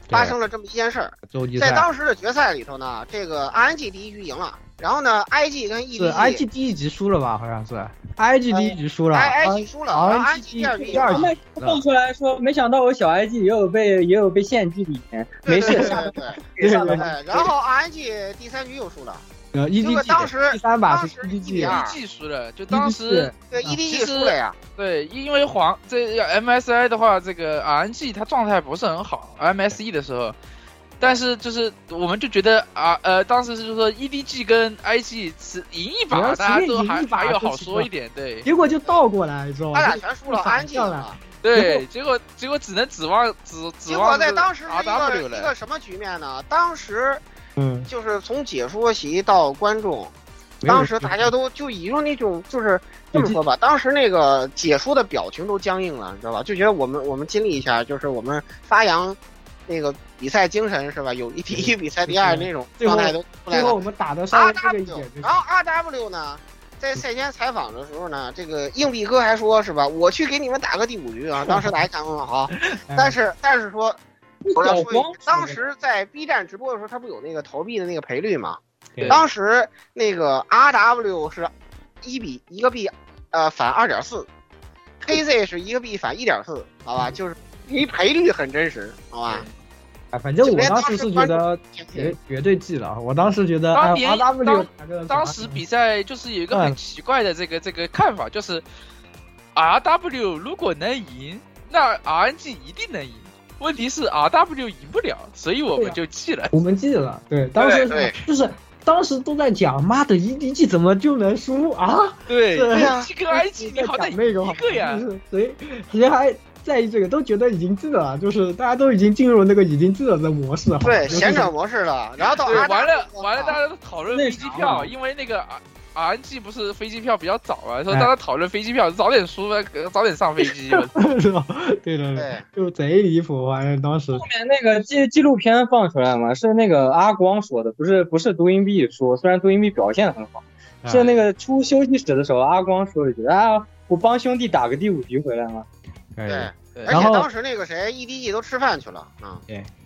[SPEAKER 9] 发生了这么一件事儿，
[SPEAKER 5] 洲际
[SPEAKER 9] 在
[SPEAKER 5] 赛
[SPEAKER 9] 当时的决赛里头呢，这个 RNG 第一局赢了，然后呢，IG 跟
[SPEAKER 7] 是 I G
[SPEAKER 9] EDG。
[SPEAKER 7] 第一集输了吧？好像是 I G 第一集输了
[SPEAKER 9] 哎 I I G 输了，然后
[SPEAKER 7] R
[SPEAKER 9] I
[SPEAKER 7] N
[SPEAKER 9] G
[SPEAKER 7] G
[SPEAKER 9] 第二局嗯赢
[SPEAKER 7] 第二
[SPEAKER 9] 了
[SPEAKER 7] 局
[SPEAKER 6] 他，们蹦出来说，没想到我小 IG 也有被也有被陷进里面，
[SPEAKER 9] 对
[SPEAKER 6] 没
[SPEAKER 9] 对
[SPEAKER 6] 事
[SPEAKER 9] 对
[SPEAKER 6] 下
[SPEAKER 9] 对对，
[SPEAKER 6] 没事
[SPEAKER 9] 对哎，然后 R N G 第三局又输了，
[SPEAKER 7] 呃 E
[SPEAKER 9] 结
[SPEAKER 7] D
[SPEAKER 9] 果
[SPEAKER 7] G
[SPEAKER 9] 当时
[SPEAKER 7] 第三把
[SPEAKER 9] 当
[SPEAKER 7] 是
[SPEAKER 9] 时一
[SPEAKER 7] E D
[SPEAKER 9] 比
[SPEAKER 7] G
[SPEAKER 9] 二
[SPEAKER 4] EDG 输了，就当时
[SPEAKER 9] 对
[SPEAKER 7] 啊
[SPEAKER 9] E D
[SPEAKER 4] 其
[SPEAKER 9] G
[SPEAKER 4] 实
[SPEAKER 9] 输了呀，
[SPEAKER 4] 对，因为黄这 MSI 的话，这个 RNG 它状态不是很好，MSE 的时候，但是就是我们就觉得啊呃，当时是说 EDG 跟 IG 只赢一
[SPEAKER 7] 主
[SPEAKER 4] 把，
[SPEAKER 7] 要
[SPEAKER 4] 大家
[SPEAKER 7] 随便
[SPEAKER 4] 都
[SPEAKER 7] 赢
[SPEAKER 4] 还
[SPEAKER 7] 一把
[SPEAKER 4] 还有
[SPEAKER 7] 就
[SPEAKER 4] 好
[SPEAKER 7] 行
[SPEAKER 4] 说
[SPEAKER 7] 了
[SPEAKER 4] 一点，对
[SPEAKER 7] 结果就倒过来，你知道
[SPEAKER 9] 他
[SPEAKER 7] 吗
[SPEAKER 9] 俩？全输了，R
[SPEAKER 7] 反
[SPEAKER 9] N G 赢
[SPEAKER 7] 向了
[SPEAKER 9] 了。
[SPEAKER 4] 对，结果结果只能指望指指
[SPEAKER 9] 结
[SPEAKER 4] 望
[SPEAKER 9] 果
[SPEAKER 4] 这
[SPEAKER 9] 在
[SPEAKER 4] 个
[SPEAKER 9] 当时是一
[SPEAKER 4] RW
[SPEAKER 9] 个一
[SPEAKER 4] 了
[SPEAKER 9] 个，什么局面呢？当时
[SPEAKER 7] 嗯，
[SPEAKER 9] 就是从解说席到观众，
[SPEAKER 7] 没有
[SPEAKER 9] 当时
[SPEAKER 7] 人
[SPEAKER 9] 大家都就以用那种就是这么说吧，当时那个解说的表情都僵硬了，你知道吧？就觉得我们我们尽力一下，就是我们发扬那个比赛精神是吧？有一第一比赛第二那种
[SPEAKER 7] 嗯最后
[SPEAKER 9] 状态都出来
[SPEAKER 7] 最
[SPEAKER 9] 了
[SPEAKER 7] 后。我们打的稍
[SPEAKER 9] R
[SPEAKER 7] 微这个一
[SPEAKER 9] W，
[SPEAKER 7] 点就
[SPEAKER 9] 然后 R W 呢，在赛前采访的时候呢，这个硬币哥还说是吧？我去给你们打个第五局啊！当时打一场很好，但
[SPEAKER 7] 是
[SPEAKER 9] 是但是说我要
[SPEAKER 6] 小
[SPEAKER 9] 说一
[SPEAKER 6] 光
[SPEAKER 9] 句，当时在 B 站直播的时候，他不有那个投币的那个赔率吗
[SPEAKER 7] 对？
[SPEAKER 9] 当时那个 RW 是一比一个币，呃，反二点四，KZ 是一个币反一点四，好吧，就是一赔率很真实，好吧。
[SPEAKER 7] 哎反正
[SPEAKER 9] 就
[SPEAKER 7] 我
[SPEAKER 9] 连
[SPEAKER 7] 当
[SPEAKER 9] 当
[SPEAKER 7] 时
[SPEAKER 9] 时
[SPEAKER 7] 是觉
[SPEAKER 9] 观众
[SPEAKER 7] 得绝绝对记了，我当时觉得哎
[SPEAKER 4] 当年
[SPEAKER 7] R W
[SPEAKER 4] 当当时比赛就是有一
[SPEAKER 7] 嗯
[SPEAKER 4] 个很奇怪的这个这个看法，就是 R W 如果能赢，那 R N G 一定能赢。问题是 R W 赢不了，所以我们就弃了。
[SPEAKER 7] 啊我们记了，对，当时
[SPEAKER 9] 对
[SPEAKER 7] 就是当时都在讲，妈的 E D G 怎么就能输啊？
[SPEAKER 4] 对
[SPEAKER 7] 对
[SPEAKER 9] 呀
[SPEAKER 4] ，G 跟 I G 你好
[SPEAKER 7] 在
[SPEAKER 4] 歹
[SPEAKER 7] 讲那个
[SPEAKER 4] 一个呀
[SPEAKER 7] 就。是谁谁还在意这个？都觉得已经记了，就是大家都已经进入那个已经记了的模式，好吧
[SPEAKER 9] 对，
[SPEAKER 7] 就是
[SPEAKER 9] 闲者模式了，然后到
[SPEAKER 4] 对，
[SPEAKER 9] RW
[SPEAKER 4] 完了
[SPEAKER 9] 我
[SPEAKER 4] 完了，
[SPEAKER 9] 靠
[SPEAKER 4] 大家都讨论飞机票，因为那个 R R N G 不是飞机票比较早嘛，说
[SPEAKER 7] 哎
[SPEAKER 4] 大家讨论飞机票，早点输，呃早点上飞机。
[SPEAKER 7] 是吧？对对对，
[SPEAKER 9] 对
[SPEAKER 7] 就贼离谱，反正当时
[SPEAKER 6] 后面那个纪纪录片放出来嘛，是那个阿光说的，不是不是读音币说，虽然读音币表现得很好，
[SPEAKER 8] 哎
[SPEAKER 6] 是那个出休息室的时候，阿光说了一句啊，我帮兄弟打个第五局回来嘛。
[SPEAKER 7] 对
[SPEAKER 9] 对，
[SPEAKER 4] 对
[SPEAKER 9] 而
[SPEAKER 7] 然
[SPEAKER 9] 且
[SPEAKER 7] 后
[SPEAKER 9] 当时那个谁 EDG 都吃饭去了啊，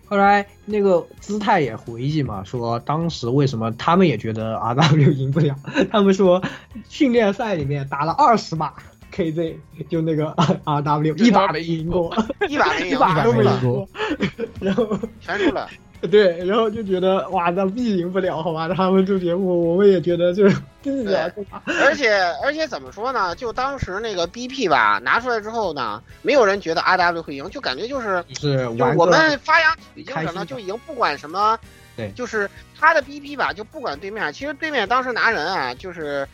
[SPEAKER 7] 后来那个姿态也回忆嘛，说当时为什么他们也觉得 R W 赢不了，他们说训练赛里面打了二十把 K Z，就那个 R W
[SPEAKER 4] 就
[SPEAKER 7] 一把
[SPEAKER 4] 他没
[SPEAKER 7] 赢
[SPEAKER 4] 赢
[SPEAKER 7] 过，
[SPEAKER 9] 一 把没
[SPEAKER 7] 一
[SPEAKER 9] 赢，
[SPEAKER 7] 把都
[SPEAKER 2] 没
[SPEAKER 7] 没
[SPEAKER 2] 赢
[SPEAKER 7] 赢
[SPEAKER 2] 过
[SPEAKER 7] 过，然后
[SPEAKER 9] 全输了。
[SPEAKER 7] 对，然后就觉得哇，那必赢不了，好吧？他们就觉得我我们也觉得就是必啊，对吧？
[SPEAKER 9] 而且而且怎么说呢？就当时那个 BP 吧拿出来之后呢，没有人觉得 RW 会赢，就感觉就是
[SPEAKER 7] 是
[SPEAKER 9] 就
[SPEAKER 7] 玩
[SPEAKER 9] 我
[SPEAKER 7] 个
[SPEAKER 9] 们发扬精
[SPEAKER 7] 开
[SPEAKER 9] 神
[SPEAKER 7] 心
[SPEAKER 9] 了，
[SPEAKER 7] 吧
[SPEAKER 9] 就赢，不管什么。
[SPEAKER 7] 对
[SPEAKER 9] 就是他的 BP 吧，就不管对面。其实对面当时拿人啊，就是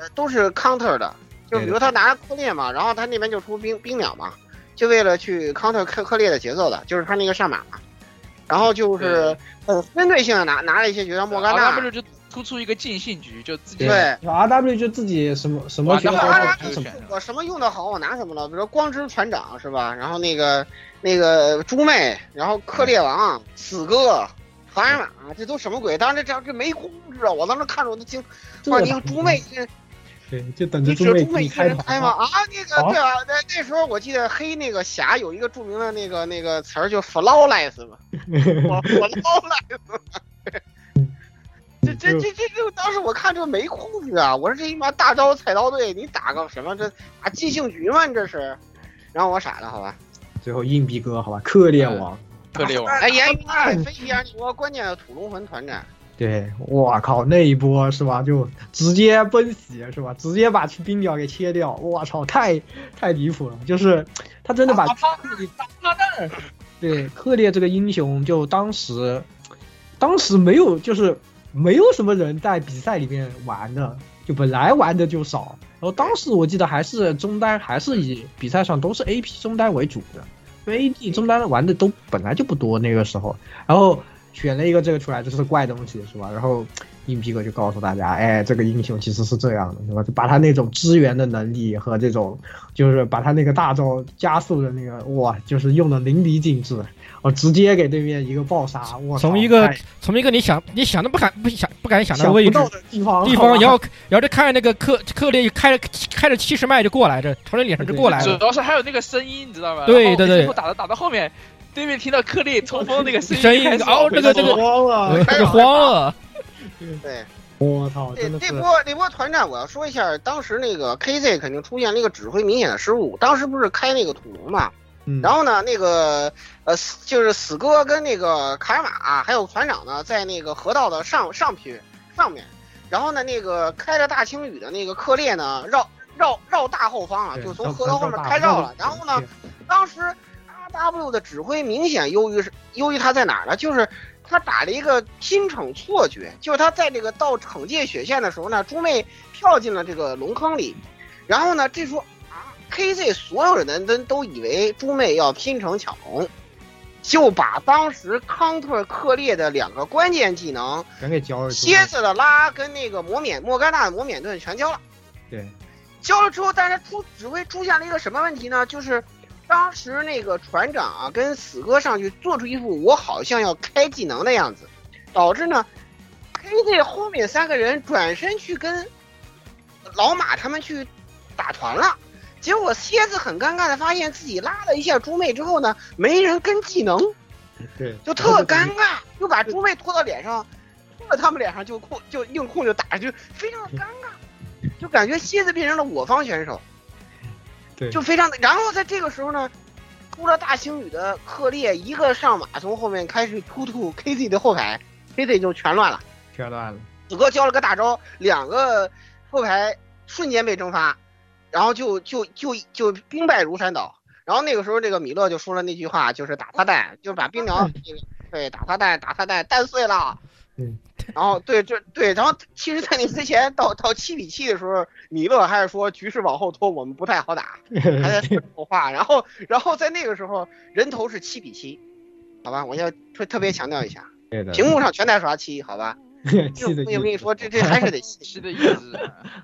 [SPEAKER 9] 呃都是 counter 的，就比
[SPEAKER 7] 对
[SPEAKER 9] 如他拿科烈嘛，然后他那边就出冰冰鸟嘛，就为了去 counter 科科烈的节奏的，就是他那个上马嘛。然后就是很针对性的拿拿了一些，觉得莫甘
[SPEAKER 4] R
[SPEAKER 9] 娜
[SPEAKER 4] W 就突出一个尽兴局，就自己
[SPEAKER 9] 对。
[SPEAKER 7] R W 就自己什么什么
[SPEAKER 4] 玩
[SPEAKER 7] 学
[SPEAKER 4] 得
[SPEAKER 7] 校
[SPEAKER 4] 好
[SPEAKER 7] 都
[SPEAKER 9] 他
[SPEAKER 7] 是什么。
[SPEAKER 9] 啊我什么用的好，我拿什么了。比如说光之船长是吧？然后那个那个猪妹，然后克烈王、死哥、唐尔玛，这都什么鬼？当时这这这没控制啊！我当时看着我都惊，哇！你猪妹，这
[SPEAKER 7] 对，就等着
[SPEAKER 9] 你
[SPEAKER 7] 猪
[SPEAKER 9] 指
[SPEAKER 7] 妹
[SPEAKER 9] 猪妹一个
[SPEAKER 7] 开
[SPEAKER 9] 人
[SPEAKER 7] 跑
[SPEAKER 9] 开吗？啊，那个对啊，那那时候我记得黑那个侠有一个著名的那个那个词儿，就 flawless 嘛，我我 flawless 嘛。这这这这这，当时我看这没控制啊！我说这一妈大招菜刀队，你打个什么这打即兴局吗？你这是，然后我傻了，好吧。
[SPEAKER 7] 最后硬币哥，好吧，克烈王，
[SPEAKER 9] 哎
[SPEAKER 4] 特猎王。
[SPEAKER 9] 哎，言语飞一样，我关键的土龙魂团战，
[SPEAKER 7] 对，我靠，那一波是吧？就直接崩洗是吧？直接把冰鸟给切掉，我操，太太离谱了！就是他真的
[SPEAKER 9] 啊
[SPEAKER 7] 把对克烈这个英雄，就当时当时没有，就是没有什么人在比赛里面玩的，就本来玩的就少。然后当时我记得还是中单，还是以比赛上都是 AP 中单为主的，因为 AD 中单玩的都本来就不多那个时候。然后选了一个这个出来，这是怪东西是吧？然后硬皮哥就告诉大家，哎，这个英雄其实是这样的，是吧？就把他那种支援的能力和这种，就是把他那个大招加速的那个，哇，就是用的淋漓尽致，我直接给对面一个爆杀，我
[SPEAKER 8] 从一个从一个你想你想都不敢不想不敢想
[SPEAKER 7] 想
[SPEAKER 8] 位
[SPEAKER 7] 不
[SPEAKER 8] 置
[SPEAKER 7] 到啊的地方
[SPEAKER 8] 地方，然后然后就看着那个克克烈开着开着七十迈就过来，这朝你脸上就过来了
[SPEAKER 4] 主。要是还有那个声音，你知道吗？
[SPEAKER 8] 对
[SPEAKER 4] 然后
[SPEAKER 8] 对对
[SPEAKER 4] 一路打着打到后面，对面听到克烈冲锋那个声
[SPEAKER 8] 声音
[SPEAKER 4] 开始
[SPEAKER 8] 哦
[SPEAKER 4] 往回
[SPEAKER 8] 这个这个
[SPEAKER 4] 冲
[SPEAKER 7] 慌了，
[SPEAKER 8] 呃就慌了，
[SPEAKER 9] 对，
[SPEAKER 7] 啊我操，哦真
[SPEAKER 9] 这
[SPEAKER 7] 的
[SPEAKER 9] 这
[SPEAKER 7] 是
[SPEAKER 9] 波这波团战，我要说一下，当时那个 KZ 肯定出现了一个指挥明显的失误。当时不是开那个土龙嘛，
[SPEAKER 7] 嗯
[SPEAKER 9] 然后呢，那个呃，死就是死哥跟那个卡尔玛、还有船长呢，在那个河道的上上拼上面，然后呢，那个开着大青雨的那个克烈呢，绕绕绕大后方啊，
[SPEAKER 7] 对
[SPEAKER 9] 就从
[SPEAKER 7] 绕
[SPEAKER 9] 河道后面
[SPEAKER 7] 绕大
[SPEAKER 9] 开绕
[SPEAKER 7] 后
[SPEAKER 9] 了
[SPEAKER 7] 方。
[SPEAKER 9] 然后呢，当时 RW 的指挥明显优于是优于他在哪儿呢？就是他打了一个拼惩错觉，就是他在这个到惩戒血线的时候呢，猪妹跳进了这个龙坑里，然后呢，这时候啊，KZ 所有人都都以为猪妹要拼惩抢龙。就把当时康特克烈的两个关键技能，
[SPEAKER 7] 全给交了，
[SPEAKER 9] 蝎子的拉跟那个魔免莫甘娜的魔免盾全交了。
[SPEAKER 7] 对，
[SPEAKER 9] 交了之后，但是出只会出现了一个什么问题呢？就是当时那个船长啊跟死哥上去做出一副我好像要开技能的样子，导致呢 KZ 后面三个人转身去跟老马他们去打团了。结果蝎子很尴尬的发现自己拉了一下猪妹之后呢，没人跟技能，
[SPEAKER 7] 对，
[SPEAKER 9] 就特尴尬，就把猪妹拖到脸上，拖到他们脸上就控就硬控就打，就非常尴尬，就感觉蝎子变成了我方选手，
[SPEAKER 7] 对
[SPEAKER 9] 就非常的。然后在这个时候呢，出了大星宇的克烈一个上马从后面开始突突 KZ 的后排，KZ 就全乱了。
[SPEAKER 7] 全乱了，
[SPEAKER 9] 子哥交了个大招，两个后排瞬间被蒸发，然后就就就就兵败如山倒。然后那个时候，这个米勒就说了那句话，就是打他蛋，就是把冰凉那个对打他蛋，打他蛋，蛋碎了。
[SPEAKER 7] 嗯，
[SPEAKER 9] 然后对这对，然后其实，在那之前到到七比七的时候，米勒还是说局势往后拖，我们不太好打。
[SPEAKER 7] 嗯
[SPEAKER 9] 还在说这种话，然后然后在那个时候人头是七比七，好吧，我要特特别强调一下，
[SPEAKER 7] 对的，
[SPEAKER 9] 屏幕 上全在刷七，好吧，就
[SPEAKER 7] 气的
[SPEAKER 9] 我跟你说，这这还是得信，
[SPEAKER 4] 西的意思。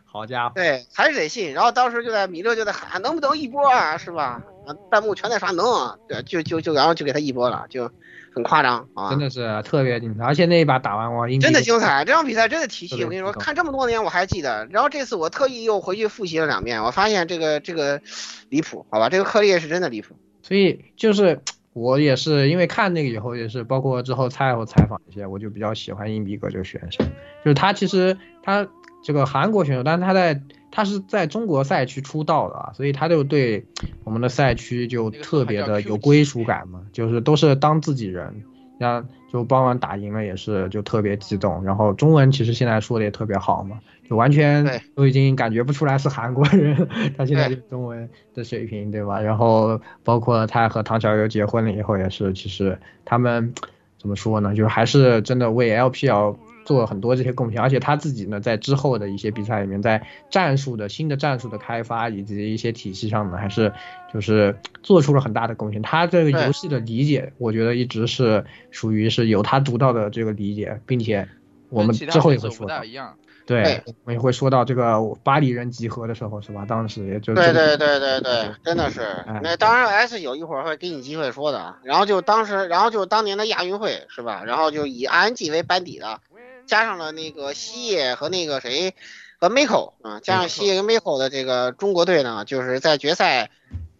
[SPEAKER 7] 好家伙，
[SPEAKER 9] 对，还是得信。然后当时就在米勒就在喊，能不能一波啊，是吧？啊，弹幕全在刷能啊，对，就就就然后就给他一波了，就很夸张啊
[SPEAKER 7] 真，的是特别精彩，而且那一把打完我硬币
[SPEAKER 9] 真的精彩。这场比赛真的提
[SPEAKER 7] 是
[SPEAKER 9] 气，
[SPEAKER 7] 的
[SPEAKER 9] 我跟你说，
[SPEAKER 7] 是的
[SPEAKER 9] 看这么多年我还记得。然后这次我特意又回去复习了两遍，我发现这个这个 离谱，好吧，这个克烈是真的离谱。
[SPEAKER 7] 所以就是我也是因为看那个以后，也是包括之后赛后采访一些，我就比较喜欢硬币哥这个选手，就是他其实他这个韩国选手，但是他在他是在中国赛区出道的啊，所以他就对我们的赛区就特别的有归属感嘛，就是都是当自己人。那就帮忙打赢了，也是就特别激动。然后中文其实现在说的也特别好嘛，就完全
[SPEAKER 9] 对
[SPEAKER 7] 都已经感觉不出来是韩国人，他现在
[SPEAKER 9] 对
[SPEAKER 7] 就中文的水平，对吧？然后包括他和唐小优结婚了以后，也是其实他们怎么说呢，就是还是真的为 LPL 做了很多这些贡献，而且他自己呢，在之后的一些比赛里面，在战术的新的战术的开发以及一些体系上呢，还是就是做出了很大的贡献。他这个
[SPEAKER 9] 对
[SPEAKER 7] 游戏的理解，我觉得一直是属于是有他独到的这个理解，并且我们
[SPEAKER 4] 跟其他
[SPEAKER 7] 之后也
[SPEAKER 4] 选
[SPEAKER 7] 会
[SPEAKER 4] 手
[SPEAKER 7] 说
[SPEAKER 4] 不
[SPEAKER 7] 到
[SPEAKER 4] 大，一样。
[SPEAKER 7] 对
[SPEAKER 9] 对，
[SPEAKER 7] 我们也会说到这个巴黎人集合的时候，是吧？当时也就
[SPEAKER 9] 对
[SPEAKER 7] 这个
[SPEAKER 9] 对对对对，真的是
[SPEAKER 7] 哎。
[SPEAKER 9] 那当然，S 有一会儿会给你机会说的啊。然后就当时，然后就当年的亚运会是吧？然后就以 RNG 为班底的，加上了那个西野和那个谁和 Miko 啊，加上西野跟 Miko 的这个中国队呢，就是在决赛。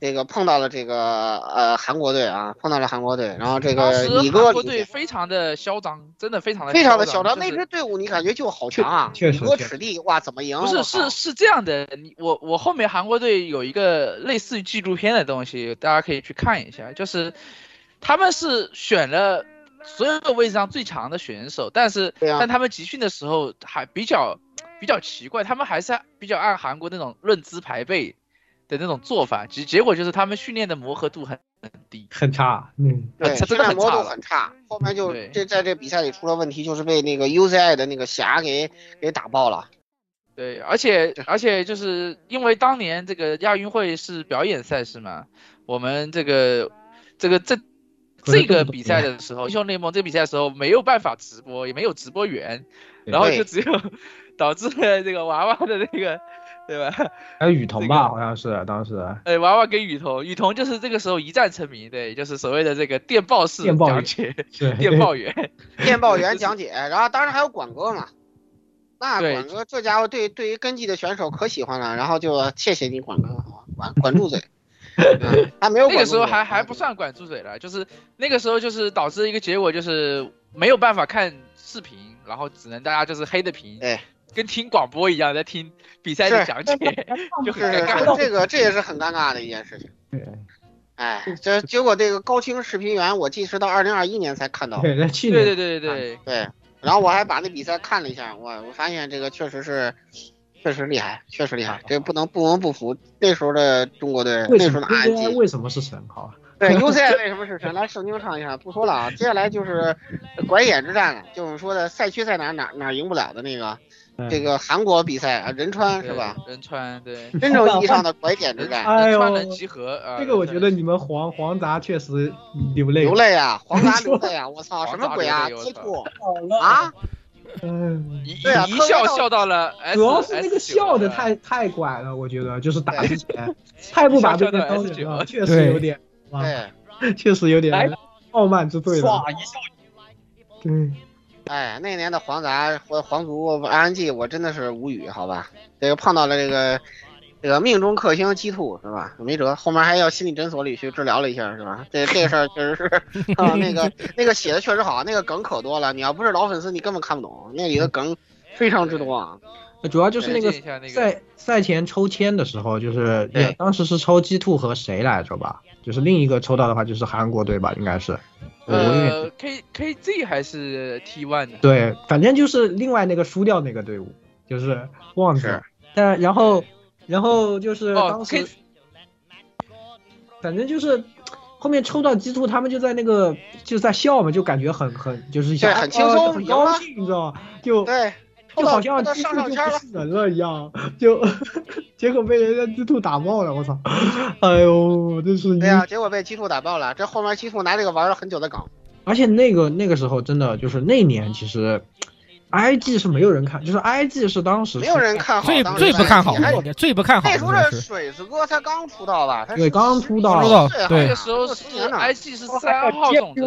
[SPEAKER 9] 这个碰到了这个呃韩国队啊，碰到了韩国队，然后这
[SPEAKER 4] 当
[SPEAKER 9] 个
[SPEAKER 4] 时
[SPEAKER 9] 李
[SPEAKER 4] 韩
[SPEAKER 9] 哥
[SPEAKER 4] 国
[SPEAKER 9] 领
[SPEAKER 4] 队
[SPEAKER 9] 衔
[SPEAKER 4] 非常的嚣张，真的非常的
[SPEAKER 9] 非常的嚣
[SPEAKER 4] 嚣
[SPEAKER 9] 张，
[SPEAKER 4] 就
[SPEAKER 9] 那
[SPEAKER 4] 是
[SPEAKER 9] 支队伍你感觉就好强啊，
[SPEAKER 7] 确
[SPEAKER 9] 李
[SPEAKER 7] 确实
[SPEAKER 9] 哥
[SPEAKER 7] 确实
[SPEAKER 9] 齿力哇怎么赢？
[SPEAKER 4] 不
[SPEAKER 9] 我
[SPEAKER 4] 是
[SPEAKER 9] 靠
[SPEAKER 4] 是是这样的，你我我后面韩国队有一个类似于纪录片的东西，大家可以去看一下，就是他们是选了所有位置上最强的选手，但是
[SPEAKER 9] 对啊
[SPEAKER 4] 但他们集训的时候还比较比较奇怪，他们还是比较按韩国那种论资排辈的那种做法，结结果就是他们训练的磨合度很很低，
[SPEAKER 6] 很差，嗯，
[SPEAKER 9] 对，
[SPEAKER 4] 这
[SPEAKER 9] 现
[SPEAKER 4] 啊真的
[SPEAKER 9] 在
[SPEAKER 4] 很
[SPEAKER 9] 魔
[SPEAKER 4] 差
[SPEAKER 9] 都
[SPEAKER 4] 了
[SPEAKER 9] 很差，后面就
[SPEAKER 4] 对
[SPEAKER 9] 这在这比赛里出了问题，就是被那个 UZI 的那个霞给给打爆了。
[SPEAKER 4] 对，而且而且就是因为当年这个亚运会是表演赛事嘛，我们这个这个这
[SPEAKER 7] 可能
[SPEAKER 4] 这个
[SPEAKER 7] 动不动
[SPEAKER 4] 比赛的时候，英雄联盟这个比赛的时候没有办法直播，也没有直播员，然后
[SPEAKER 9] 对
[SPEAKER 4] 就只有导致了这个娃娃的那个，对吧？
[SPEAKER 6] 还有雨桐
[SPEAKER 4] 这个
[SPEAKER 6] 吧，好像是当时
[SPEAKER 4] 呃，娃娃跟雨桐，雨桐就是这个时候一战成名，对，就是所谓的这个电报式
[SPEAKER 6] 电报员
[SPEAKER 4] 讲解，
[SPEAKER 6] 是
[SPEAKER 4] 电报员，
[SPEAKER 9] 电报员讲解，然后当时还有管哥嘛。那
[SPEAKER 4] 对
[SPEAKER 9] 管哥这家伙对对于根基的选手可喜欢了，然后就谢谢你管哥，啊管管住 嘴。嗯还没有
[SPEAKER 4] 那
[SPEAKER 9] 管
[SPEAKER 4] 个
[SPEAKER 9] 住
[SPEAKER 4] 时候
[SPEAKER 9] 我
[SPEAKER 4] 还还不算管住嘴了，就是那个时候就是导致一个结果就是没有办法看视频，然后只能大家就是黑的屏，
[SPEAKER 9] 哎
[SPEAKER 4] 跟听广播一样在听比赛的讲解， 就很
[SPEAKER 9] 是
[SPEAKER 4] 尴
[SPEAKER 9] 是
[SPEAKER 4] 尬。
[SPEAKER 9] 是，这个这也是很尴尬的一件事情。哎，这结果这个高清视频源，我记是到二零二一年才看到。
[SPEAKER 6] 对，在去
[SPEAKER 4] 对
[SPEAKER 6] 年
[SPEAKER 4] 对对对对，
[SPEAKER 9] 对，然后我还把那比赛看了一下，我我发现这个确实是，确实厉害，确实厉害，这不能不闻不服。那时候的中国队，
[SPEAKER 6] 为
[SPEAKER 9] 那
[SPEAKER 6] 什
[SPEAKER 9] 时候
[SPEAKER 6] 么
[SPEAKER 9] 的安吉，
[SPEAKER 6] 为什么是神号？
[SPEAKER 9] 对 UCI 为什么是神？来圣经唱一下，不说了啊。接下来就是拐眼之战了，就我们说的赛区在哪哪哪赢不了的那个，
[SPEAKER 4] 嗯
[SPEAKER 9] 这个韩国比赛啊，仁川
[SPEAKER 4] 对
[SPEAKER 9] 是吧？？
[SPEAKER 4] 仁 川对，啊
[SPEAKER 9] 真正意义上的拐点之战，
[SPEAKER 6] 哎
[SPEAKER 4] 仁
[SPEAKER 6] 呦
[SPEAKER 4] 川能集合啊。
[SPEAKER 6] 这个我
[SPEAKER 4] 仁
[SPEAKER 6] 觉
[SPEAKER 4] 川
[SPEAKER 6] 得
[SPEAKER 4] 能
[SPEAKER 6] 你们黄黄杂确实流泪，
[SPEAKER 9] 流泪啊，黄达流泪啊，我操，什么鬼啊，
[SPEAKER 4] 黄达流
[SPEAKER 9] 接
[SPEAKER 4] 泪
[SPEAKER 9] 触
[SPEAKER 7] 啊，
[SPEAKER 9] 啊，
[SPEAKER 6] 嗯，
[SPEAKER 4] 集合
[SPEAKER 9] 对啊
[SPEAKER 4] 一一
[SPEAKER 9] 科威
[SPEAKER 4] 笑
[SPEAKER 9] 道
[SPEAKER 4] 笑到了 S，
[SPEAKER 6] 主要是那个
[SPEAKER 4] S9
[SPEAKER 6] 笑的
[SPEAKER 4] 吧
[SPEAKER 6] 太太拐了，我觉得就是打之前太不把对面当人了，确实有点，哇，
[SPEAKER 9] 对，
[SPEAKER 6] 确实有点
[SPEAKER 11] 来
[SPEAKER 6] 傲慢之最了，
[SPEAKER 11] 唰一下
[SPEAKER 6] 对，
[SPEAKER 9] 哎，那年的黄达和皇族 RNG，我真的是无语，好吧，这个碰到了这个。这个命中克星鸡兔是吧？没辙，后面还要心理诊所里去治疗了一下是吧？这这个事儿确实是啊，那个那个写的确实好，那个梗可多了。你要不是老粉丝，你根本看不懂，那里的梗非常之多啊。
[SPEAKER 7] 主要就是
[SPEAKER 4] 推
[SPEAKER 7] 那个
[SPEAKER 4] 荐一下那个
[SPEAKER 7] 赛赛前抽签的时候，就是
[SPEAKER 9] 对
[SPEAKER 7] 也当时是抽 G Two 和谁来着吧？就是另一个抽到的话就是韩国队吧，应该是。我有点
[SPEAKER 4] 呃 K K Z 还是 T One 呢？
[SPEAKER 7] 对，反正就是另外那个输掉那个队伍，就是忘记了
[SPEAKER 9] 是。
[SPEAKER 7] 但然后，然后就是
[SPEAKER 4] 哦
[SPEAKER 7] 当时，
[SPEAKER 4] ，K
[SPEAKER 7] 反正就是后面抽到 G Two，他们就在那个就在笑嘛，就感觉很很就是
[SPEAKER 9] 对很轻松
[SPEAKER 7] 啊很
[SPEAKER 9] 有吗
[SPEAKER 7] 高兴，你知道吗？就
[SPEAKER 9] 对，抽
[SPEAKER 7] 哦就
[SPEAKER 9] 到
[SPEAKER 7] 好
[SPEAKER 9] 抽
[SPEAKER 7] 像
[SPEAKER 9] 到
[SPEAKER 7] 鸡
[SPEAKER 9] 上
[SPEAKER 7] 兔就
[SPEAKER 9] 上
[SPEAKER 7] 不
[SPEAKER 9] 签了，
[SPEAKER 7] 是人了一样， 就结果被人家鸡兔打爆了，我 操！哎呦，真是一
[SPEAKER 9] 对呀、结果被鸡兔打爆了。这后面鸡兔拿这个玩了很久的梗，
[SPEAKER 7] 而且那个那个时候真的就是那年其实。I G 是没有人看，就是 I G 是当时
[SPEAKER 9] 没有人看好，
[SPEAKER 8] 最
[SPEAKER 9] 当时
[SPEAKER 8] 最不看好
[SPEAKER 9] 哎还有，
[SPEAKER 8] 最不看好
[SPEAKER 9] 那
[SPEAKER 8] 的
[SPEAKER 9] 时候这
[SPEAKER 8] 是
[SPEAKER 9] 水子哥才刚出道吧？他
[SPEAKER 7] 对
[SPEAKER 9] 是
[SPEAKER 7] 刚
[SPEAKER 9] 十
[SPEAKER 7] 出道
[SPEAKER 9] 十
[SPEAKER 8] 出道
[SPEAKER 9] 岁好像啊
[SPEAKER 8] 对
[SPEAKER 4] 那个时候是
[SPEAKER 9] 十哎年呢
[SPEAKER 4] I G 是三号种子，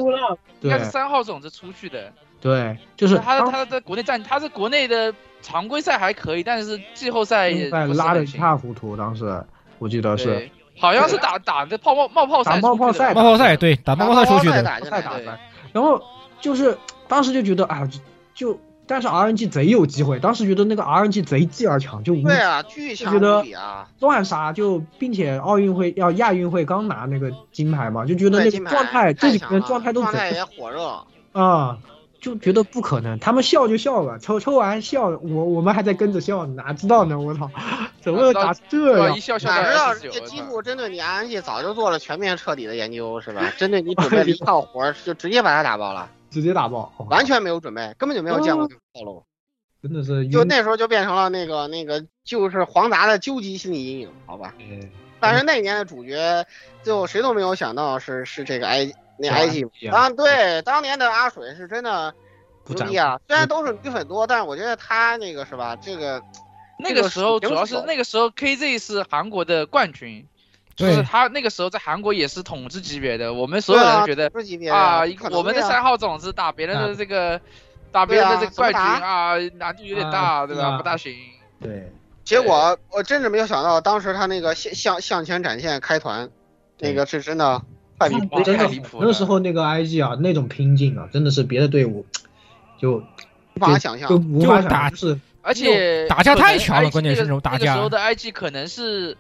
[SPEAKER 4] 应该
[SPEAKER 7] 对
[SPEAKER 4] 是三号种子出去的。
[SPEAKER 7] 对，就是
[SPEAKER 4] 他
[SPEAKER 7] 当
[SPEAKER 4] 他在国内战，他在国内的常规赛还可以，但是季后赛也
[SPEAKER 7] 时在
[SPEAKER 4] 不是
[SPEAKER 7] 拉的
[SPEAKER 4] 很
[SPEAKER 7] 一
[SPEAKER 4] 行
[SPEAKER 7] 塌糊涂，当时我记得是
[SPEAKER 4] 对，好像是打打的泡沫冒泡赛
[SPEAKER 7] 打
[SPEAKER 4] 出去的，
[SPEAKER 7] 冒泡赛
[SPEAKER 8] 冒泡赛，对，打冒泡赛出去的，
[SPEAKER 9] 打进
[SPEAKER 7] 赛
[SPEAKER 9] 来
[SPEAKER 7] 打
[SPEAKER 9] 的
[SPEAKER 7] 出来，然后就是当时就觉得啊，就就但是 RNG 贼有机会，当时觉得那个 RNG 贼劲儿强，就无
[SPEAKER 9] 对啊，巨强
[SPEAKER 7] 觉得
[SPEAKER 9] 无比啊！
[SPEAKER 7] 乱杀，就并且奥运会要亚运会刚拿那个金牌嘛，就觉得
[SPEAKER 9] 对
[SPEAKER 7] 那
[SPEAKER 9] 金
[SPEAKER 7] 个
[SPEAKER 9] 牌
[SPEAKER 7] 状态这
[SPEAKER 9] 太
[SPEAKER 7] 几
[SPEAKER 9] 强
[SPEAKER 7] 个人
[SPEAKER 9] 了
[SPEAKER 7] 状态都
[SPEAKER 9] 状态
[SPEAKER 7] 贼
[SPEAKER 9] 也火热，
[SPEAKER 7] 啊。就觉得不可能，他们笑就笑了，抽抽完笑，我我们还在跟着笑，哪知道呢？我操，怎么打这
[SPEAKER 4] 哇
[SPEAKER 7] 样
[SPEAKER 4] 一？笑笑到
[SPEAKER 9] 哪知道
[SPEAKER 4] S 九
[SPEAKER 9] 这，基兔针对你 RNG 早就做了全面彻底的研究是 吧？针对你准备
[SPEAKER 7] 哎
[SPEAKER 9] 了
[SPEAKER 7] 呦
[SPEAKER 9] 一套活 儿，就直接把他打爆了，
[SPEAKER 7] 直接打爆，哇
[SPEAKER 9] 完全没有准备，根本就没有见过这种套路。
[SPEAKER 7] 真的是
[SPEAKER 9] 就
[SPEAKER 7] 晕
[SPEAKER 9] 那时候就变成了那个那个就是黄达的究极心理阴影，好吧？但
[SPEAKER 7] 嗯
[SPEAKER 9] 是那年的主角，最后谁都没有想到是是这个 I 那 IG
[SPEAKER 7] 一样
[SPEAKER 9] 当啊对当年的阿水是真的
[SPEAKER 7] 不
[SPEAKER 9] 牛
[SPEAKER 7] 沾
[SPEAKER 9] 逼啊！虽然都是女粉多，但是我觉得他那个是吧？这个
[SPEAKER 4] 那个时候
[SPEAKER 9] 这
[SPEAKER 4] 主
[SPEAKER 9] 个
[SPEAKER 4] 要
[SPEAKER 9] 手
[SPEAKER 4] 是那个时候 K Z 是韩国的冠军，就是
[SPEAKER 8] 对
[SPEAKER 4] 他那个时候在韩国也是统治级别的，我们所有
[SPEAKER 9] 啊
[SPEAKER 4] 人觉得
[SPEAKER 9] 不是级别的
[SPEAKER 4] 啊
[SPEAKER 9] 不可，能
[SPEAKER 4] 我们的
[SPEAKER 9] 呀
[SPEAKER 4] 三号种子打别人
[SPEAKER 7] 啊
[SPEAKER 4] 的这个打别
[SPEAKER 9] 对啊
[SPEAKER 4] 人的这个冠军
[SPEAKER 9] 怎么打
[SPEAKER 4] 啊，难度有点大，
[SPEAKER 6] 啊
[SPEAKER 4] 对
[SPEAKER 6] 是
[SPEAKER 4] 吧？
[SPEAKER 6] 啊
[SPEAKER 4] 不大行。
[SPEAKER 2] 对。
[SPEAKER 9] 结果我真是没有想到，当时他那个向向向前展现开团，那个是真的快比
[SPEAKER 4] 哇
[SPEAKER 7] 真
[SPEAKER 4] 太
[SPEAKER 7] 的
[SPEAKER 4] 离谱了
[SPEAKER 7] 那时候那个 IG 啊，那种拼劲啊，真的是别的队伍就
[SPEAKER 9] 无法想象
[SPEAKER 7] 就。无
[SPEAKER 8] 就
[SPEAKER 7] 法想
[SPEAKER 8] 打
[SPEAKER 7] 象，就是
[SPEAKER 4] 而且
[SPEAKER 8] 打架
[SPEAKER 4] 可能
[SPEAKER 8] 太强了
[SPEAKER 4] IG
[SPEAKER 8] 关键是那
[SPEAKER 4] 那个
[SPEAKER 8] 种打
[SPEAKER 4] 那个
[SPEAKER 8] 架
[SPEAKER 4] 时候的 IG 可能是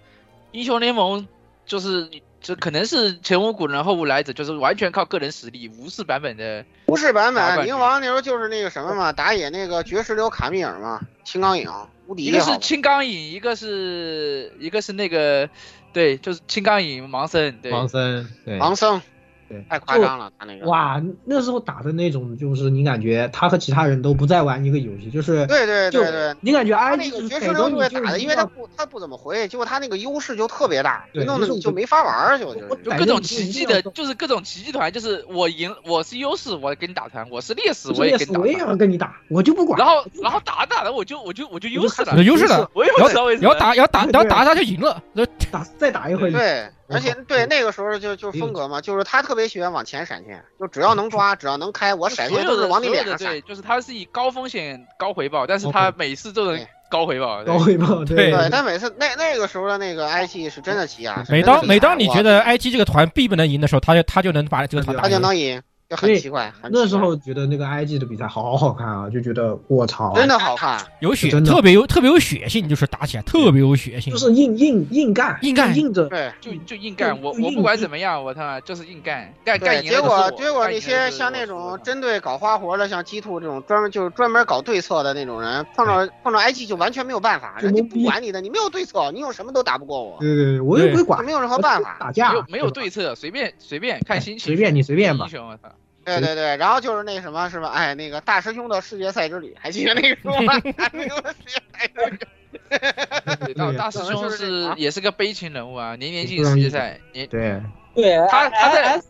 [SPEAKER 4] 英雄联盟，就是这可能是前无古人后无来者，就是完全靠个人实力，无视版本的
[SPEAKER 9] 不是版本，
[SPEAKER 4] 拿冠
[SPEAKER 9] 宁
[SPEAKER 4] 军
[SPEAKER 9] 王那时候就是那个什么嘛，打野那个绝石流卡密尔嘛，青钢影无敌
[SPEAKER 4] 一
[SPEAKER 9] 也
[SPEAKER 4] 个
[SPEAKER 9] 好
[SPEAKER 4] 是青钢影，一个是一个是那个，对，就是青钢影盲僧，对，
[SPEAKER 10] 盲僧对
[SPEAKER 9] 盲僧
[SPEAKER 10] 对，
[SPEAKER 9] 太夸张了，他那个。
[SPEAKER 7] 哇，那时候打的那种，就是你感觉他和其他人都不在玩一个游戏，就是
[SPEAKER 9] 对对对对
[SPEAKER 7] 就，你感觉
[SPEAKER 9] 他
[SPEAKER 7] I
[SPEAKER 9] 那
[SPEAKER 7] G 就
[SPEAKER 9] 个
[SPEAKER 7] 是
[SPEAKER 9] 绝
[SPEAKER 7] 给
[SPEAKER 9] 石流特
[SPEAKER 7] 到你
[SPEAKER 9] 别
[SPEAKER 7] 就
[SPEAKER 9] 打的，
[SPEAKER 7] 是
[SPEAKER 9] 因为他不他不怎么回，结果他那个优势就特别大，
[SPEAKER 7] 对
[SPEAKER 9] 弄得
[SPEAKER 7] 就是
[SPEAKER 9] 你就没法玩儿，就就
[SPEAKER 7] 我
[SPEAKER 9] 是。
[SPEAKER 4] 就
[SPEAKER 7] 感
[SPEAKER 4] 各
[SPEAKER 7] 觉
[SPEAKER 4] 种
[SPEAKER 7] 哎你
[SPEAKER 4] 奇
[SPEAKER 7] 一
[SPEAKER 4] 迹
[SPEAKER 7] 定
[SPEAKER 4] 的
[SPEAKER 7] 要，动
[SPEAKER 4] 就是各种奇迹团，就是我赢，我是优势，我跟你打团；我是劣势，
[SPEAKER 7] 不是
[SPEAKER 4] 我也
[SPEAKER 7] 劣
[SPEAKER 4] 跟
[SPEAKER 7] 势
[SPEAKER 4] 你打
[SPEAKER 7] 我也
[SPEAKER 4] 团。
[SPEAKER 7] 要跟你打，我就不管。
[SPEAKER 4] 然后然后打着打着我就我就我就优势了
[SPEAKER 8] 有，优势的，
[SPEAKER 4] 我也不知道为什
[SPEAKER 8] 然
[SPEAKER 4] 么
[SPEAKER 8] 后。打，然后打，然后
[SPEAKER 7] 对
[SPEAKER 8] 打他就赢了，然后
[SPEAKER 7] 打再打一回，
[SPEAKER 9] 对，
[SPEAKER 7] 我
[SPEAKER 9] 而且
[SPEAKER 7] 靠
[SPEAKER 9] 对那个时候就就是风格嘛，就是他特别喜欢往前闪现，就只要能抓，只要能开，我
[SPEAKER 4] 就
[SPEAKER 9] 闪
[SPEAKER 4] 所
[SPEAKER 9] 现
[SPEAKER 4] 有
[SPEAKER 9] 都是
[SPEAKER 4] 的
[SPEAKER 9] 往你
[SPEAKER 4] 所有
[SPEAKER 9] 脸
[SPEAKER 4] 的
[SPEAKER 9] 上闪
[SPEAKER 4] 对，。就是他是以高风险高回报，但是他每次都能
[SPEAKER 9] 对
[SPEAKER 4] 高回报。对
[SPEAKER 7] 高回报，
[SPEAKER 8] 对
[SPEAKER 9] 对，但每次那那个时候的那个 IG 是真的奇啊！是
[SPEAKER 8] 每
[SPEAKER 9] 真的
[SPEAKER 8] 当
[SPEAKER 9] 奇
[SPEAKER 8] 每
[SPEAKER 9] 啊
[SPEAKER 8] 当你
[SPEAKER 9] 哇
[SPEAKER 8] 觉得 IT 这个团必不能赢的时候，他就他就能把这个团打
[SPEAKER 9] 他就
[SPEAKER 8] 赢。
[SPEAKER 9] 能赢，就很
[SPEAKER 7] 对
[SPEAKER 9] 奇怪。很
[SPEAKER 7] 那
[SPEAKER 9] 奇
[SPEAKER 7] 时
[SPEAKER 9] 怪
[SPEAKER 7] 候觉得那个 I G 的比赛好好看啊，就觉得我操，
[SPEAKER 9] 真的好看，
[SPEAKER 8] 有血，
[SPEAKER 7] 真的
[SPEAKER 8] 特别有特别有血性，就是打起来特别有血性，
[SPEAKER 7] 就是硬硬硬干，
[SPEAKER 8] 硬干
[SPEAKER 7] 就硬着。
[SPEAKER 9] 对。
[SPEAKER 4] 就就硬干，我
[SPEAKER 7] 就嗯硬
[SPEAKER 4] 我不管怎么样，我他妈就是硬干，干
[SPEAKER 9] 对，
[SPEAKER 4] 干赢了
[SPEAKER 9] 结
[SPEAKER 4] 就是我
[SPEAKER 9] 果结果
[SPEAKER 4] 干
[SPEAKER 9] 那
[SPEAKER 4] 赢了就是
[SPEAKER 9] 些像
[SPEAKER 4] 我
[SPEAKER 9] 那
[SPEAKER 4] 我
[SPEAKER 9] 种
[SPEAKER 4] 他妈
[SPEAKER 9] 针对搞花活的，像 G Two 这种专门就是专门搞对策的那种人，碰
[SPEAKER 4] 哎
[SPEAKER 9] 到碰到 IG 就完全没有办法，
[SPEAKER 7] 就
[SPEAKER 9] 人家
[SPEAKER 7] 懵
[SPEAKER 9] 不
[SPEAKER 7] 逼
[SPEAKER 9] 管你的，你没有对策，你用什么都打不过我，
[SPEAKER 7] 对对对，我又不会管
[SPEAKER 9] 就，没有任何办
[SPEAKER 7] 我
[SPEAKER 9] 法。
[SPEAKER 7] 打架
[SPEAKER 4] 没有没有
[SPEAKER 7] 啊吧哎
[SPEAKER 4] 对策，随便随便看心情，
[SPEAKER 7] 随便你随便吧
[SPEAKER 4] 英。 雄，我操！
[SPEAKER 9] 对对对，然后就是那什么是吧？哎，那个大师兄的世界赛之旅，还记得那个时候吗？大师兄的世 界
[SPEAKER 4] 啊
[SPEAKER 9] 赛之旅，
[SPEAKER 4] 对大大师兄
[SPEAKER 9] 就是这个
[SPEAKER 4] 是
[SPEAKER 9] 啊
[SPEAKER 4] 也是个悲情人物啊，年年进
[SPEAKER 7] 不容
[SPEAKER 4] 世
[SPEAKER 7] 易
[SPEAKER 4] 界赛，年
[SPEAKER 7] 对，
[SPEAKER 6] 对，
[SPEAKER 7] 哎
[SPEAKER 4] 他他在
[SPEAKER 6] S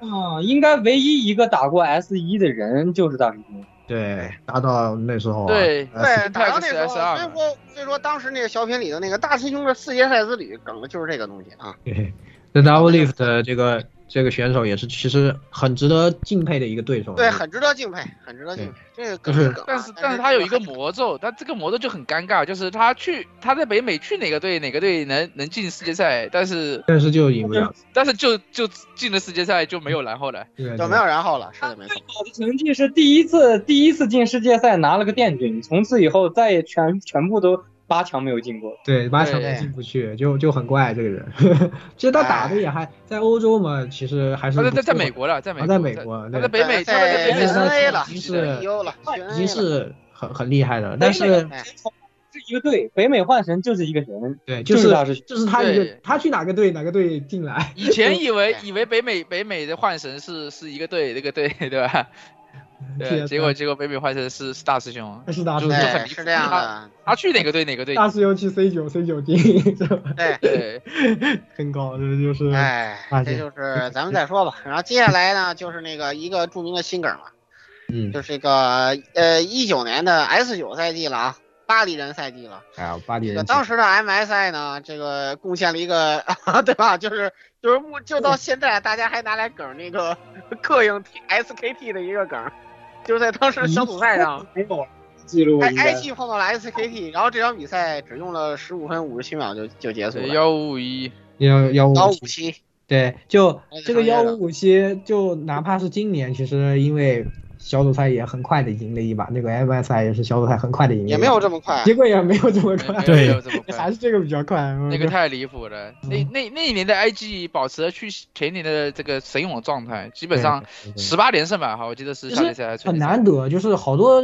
[SPEAKER 6] 啊，应该唯一一个打过 S 一的人就是大师兄。
[SPEAKER 7] 对，打到那时候、啊，
[SPEAKER 4] 对
[SPEAKER 7] 呃
[SPEAKER 9] 对，打到那时候，所
[SPEAKER 4] SR
[SPEAKER 9] 以说所以说当时那个小品里的那个大师兄的世界赛之旅，梗的就是这个东西啊。
[SPEAKER 7] 对，The 哎 Double Lift 这个这个选手也是其实很值得敬佩的一个对手。
[SPEAKER 9] 对，很值得敬佩，很值得敬佩。这个梗
[SPEAKER 7] 嗯就是
[SPEAKER 9] 梗啊，
[SPEAKER 4] 但是但
[SPEAKER 9] 但
[SPEAKER 4] 是 他有一个
[SPEAKER 9] 很
[SPEAKER 4] 魔咒，但这个魔咒就很尴尬，就是他去他在北美去哪个队哪个队能能进世界赛，但是
[SPEAKER 7] 但是就赢不了，
[SPEAKER 4] 但是就就进了世界赛就没有然后了。
[SPEAKER 7] 对，
[SPEAKER 9] 就没有然后了，是的，没错。
[SPEAKER 6] 好的成绩是第一次第一次进世界赛拿了个殿军，从此以后再也全全部都八强没有进过。
[SPEAKER 7] 对，八强
[SPEAKER 4] 对
[SPEAKER 7] 进不去，就就很怪这个人。 其实他打的
[SPEAKER 4] 哎
[SPEAKER 7] 也还在欧洲嘛，其实还是
[SPEAKER 4] 啊他在
[SPEAKER 7] 不
[SPEAKER 4] 在在
[SPEAKER 7] 错
[SPEAKER 4] 美国了，在美
[SPEAKER 7] 啊
[SPEAKER 4] 国，
[SPEAKER 7] 在美国
[SPEAKER 4] 他
[SPEAKER 7] 对
[SPEAKER 4] 在北美，他在
[SPEAKER 9] 在
[SPEAKER 4] 北
[SPEAKER 7] 在
[SPEAKER 4] 美是
[SPEAKER 9] NA
[SPEAKER 7] 在
[SPEAKER 9] 了，
[SPEAKER 7] 已经
[SPEAKER 4] 是
[SPEAKER 7] 是
[SPEAKER 9] EU 了，
[SPEAKER 7] 已经是很很厉害的，但
[SPEAKER 6] 北美
[SPEAKER 7] 是
[SPEAKER 9] 哎
[SPEAKER 6] 是一个队，北美幻神就是一个人，
[SPEAKER 7] 对，就
[SPEAKER 6] 就是
[SPEAKER 7] 是
[SPEAKER 6] 大师兄
[SPEAKER 7] 就是他一个
[SPEAKER 4] 对
[SPEAKER 7] 他去哪个队哪个队进来，
[SPEAKER 4] 以前以为
[SPEAKER 9] 对
[SPEAKER 4] 以为北美北美的幻神是是一个队那个队 对吧？对，结果结果北美幻神是是大师兄，
[SPEAKER 7] 他是大师
[SPEAKER 4] 就
[SPEAKER 7] 兄，
[SPEAKER 4] 很
[SPEAKER 9] 对，
[SPEAKER 4] 离谱
[SPEAKER 9] 哎是这样的，
[SPEAKER 4] 他去哪个队哪个队。
[SPEAKER 7] 大师兄去 C 九 C 九进，是吧？
[SPEAKER 9] 对，
[SPEAKER 4] 对，
[SPEAKER 7] 很高，这就是
[SPEAKER 9] 哎
[SPEAKER 7] 发，
[SPEAKER 9] 这
[SPEAKER 7] 现
[SPEAKER 9] 就是咱们再说吧。然后接下来呢，就是那个一个著名的新梗了，
[SPEAKER 7] 嗯，
[SPEAKER 9] 就是一个呃一九年的 S 九赛季了啊，巴黎人赛季了。
[SPEAKER 7] 哎呀，巴黎
[SPEAKER 9] 这个
[SPEAKER 7] 人
[SPEAKER 9] 当时的 MSI 呢，这个贡献了一个， 对吧？就是就是目就到现在，大家还拿来梗那个 膈应 T SKT 的一个梗，就是在当时的小组赛上，
[SPEAKER 6] 没有记录
[SPEAKER 9] 哎
[SPEAKER 6] 应该。
[SPEAKER 9] ，IG 碰到了 SKT，然后这场比赛只用了十五分五十七秒就就结束
[SPEAKER 4] 对
[SPEAKER 9] 了，
[SPEAKER 4] 幺五五一，
[SPEAKER 7] 幺幺五
[SPEAKER 9] 高五七，
[SPEAKER 7] 对，就
[SPEAKER 9] 那就
[SPEAKER 7] 这个
[SPEAKER 9] 成业
[SPEAKER 7] 幺
[SPEAKER 9] 了
[SPEAKER 7] 五五七，就哪怕是今年，其实因为小组赛也很快的赢了一把，那个 MSI 也是小组赛很快的赢了一把，
[SPEAKER 9] 也没有这么快，
[SPEAKER 7] 结果也没有这么快，
[SPEAKER 4] 没有这么快
[SPEAKER 7] 还。是这个比较快。
[SPEAKER 4] 那个太离谱了。
[SPEAKER 7] 嗯
[SPEAKER 4] 那那那一年的 IG 保持了去前一年的这个神勇状态，基本上
[SPEAKER 7] 对对对
[SPEAKER 4] 十八连胜吧，好，我记得是
[SPEAKER 7] 其
[SPEAKER 4] 下
[SPEAKER 7] 实
[SPEAKER 4] 联赛还是
[SPEAKER 7] 很
[SPEAKER 4] 春联赛
[SPEAKER 7] 难得，就是好多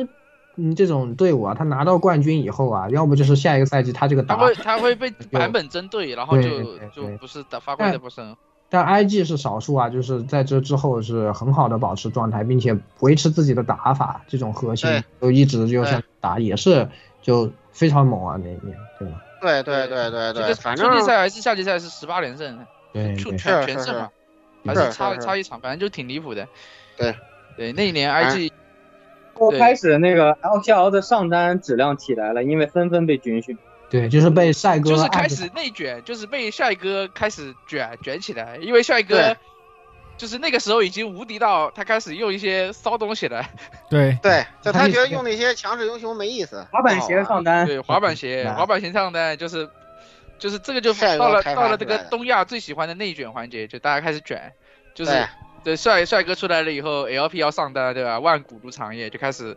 [SPEAKER 7] 嗯这种队伍啊，他拿到冠军以后啊，要不就是下一个赛季他这个
[SPEAKER 4] 他
[SPEAKER 7] 打
[SPEAKER 4] 会他会被版本针对，然后
[SPEAKER 7] 对
[SPEAKER 4] 就
[SPEAKER 7] 对
[SPEAKER 4] 就
[SPEAKER 7] 对
[SPEAKER 4] 不是打发挥的不是很好。
[SPEAKER 7] 但 IG 是少数啊，就是在这之后是很好的保持状态，并且维持自己的打法，这种核心
[SPEAKER 9] 对
[SPEAKER 7] 就一直就像
[SPEAKER 9] 对
[SPEAKER 7] 打也是就非常猛啊那一年，对吧？
[SPEAKER 9] 对对对对
[SPEAKER 4] 这
[SPEAKER 9] 对，
[SPEAKER 4] 个
[SPEAKER 9] 反
[SPEAKER 4] 春
[SPEAKER 9] 正
[SPEAKER 4] 季赛还是夏季赛是十八连胜，
[SPEAKER 7] 对
[SPEAKER 4] 全
[SPEAKER 7] 对
[SPEAKER 4] 全
[SPEAKER 9] 是
[SPEAKER 4] 全
[SPEAKER 9] 是
[SPEAKER 4] 胜嘛，
[SPEAKER 7] 是
[SPEAKER 4] 还
[SPEAKER 9] 是
[SPEAKER 4] 是
[SPEAKER 9] 是
[SPEAKER 4] 差
[SPEAKER 9] 是
[SPEAKER 4] 差一场，反正就挺离谱的。
[SPEAKER 9] 对
[SPEAKER 4] 对，那一年
[SPEAKER 9] 哎
[SPEAKER 4] IG
[SPEAKER 6] 我开始那个 LPL 的上单质量起来了，因为纷纷被军训。
[SPEAKER 7] 对，就是被帅哥
[SPEAKER 4] 就是
[SPEAKER 7] 按
[SPEAKER 4] 开
[SPEAKER 7] 着
[SPEAKER 4] 始内卷，就是被帅哥开始卷卷起来，因为帅哥
[SPEAKER 9] 对
[SPEAKER 4] 就是那个时候已经无敌到他开始用一些骚东西了，
[SPEAKER 8] 对，
[SPEAKER 9] 对，就
[SPEAKER 7] 他
[SPEAKER 9] 他
[SPEAKER 7] 一
[SPEAKER 9] 觉得
[SPEAKER 7] 直
[SPEAKER 9] 用那些强势英雄没意思，哦
[SPEAKER 6] 滑板鞋上 单，
[SPEAKER 4] 哦啊对，滑板鞋，
[SPEAKER 7] 嗯
[SPEAKER 4] 滑板鞋上单就是就是这个就
[SPEAKER 9] 帅哥
[SPEAKER 4] 到了
[SPEAKER 9] 开发
[SPEAKER 4] 到了
[SPEAKER 9] 出
[SPEAKER 4] 这个
[SPEAKER 9] 来的
[SPEAKER 4] 东亚最喜欢的内卷环节，就大家开始卷，就是
[SPEAKER 9] 对
[SPEAKER 4] 对帅帅哥出来了以后，LP 要上单对吧？万古如长夜就开始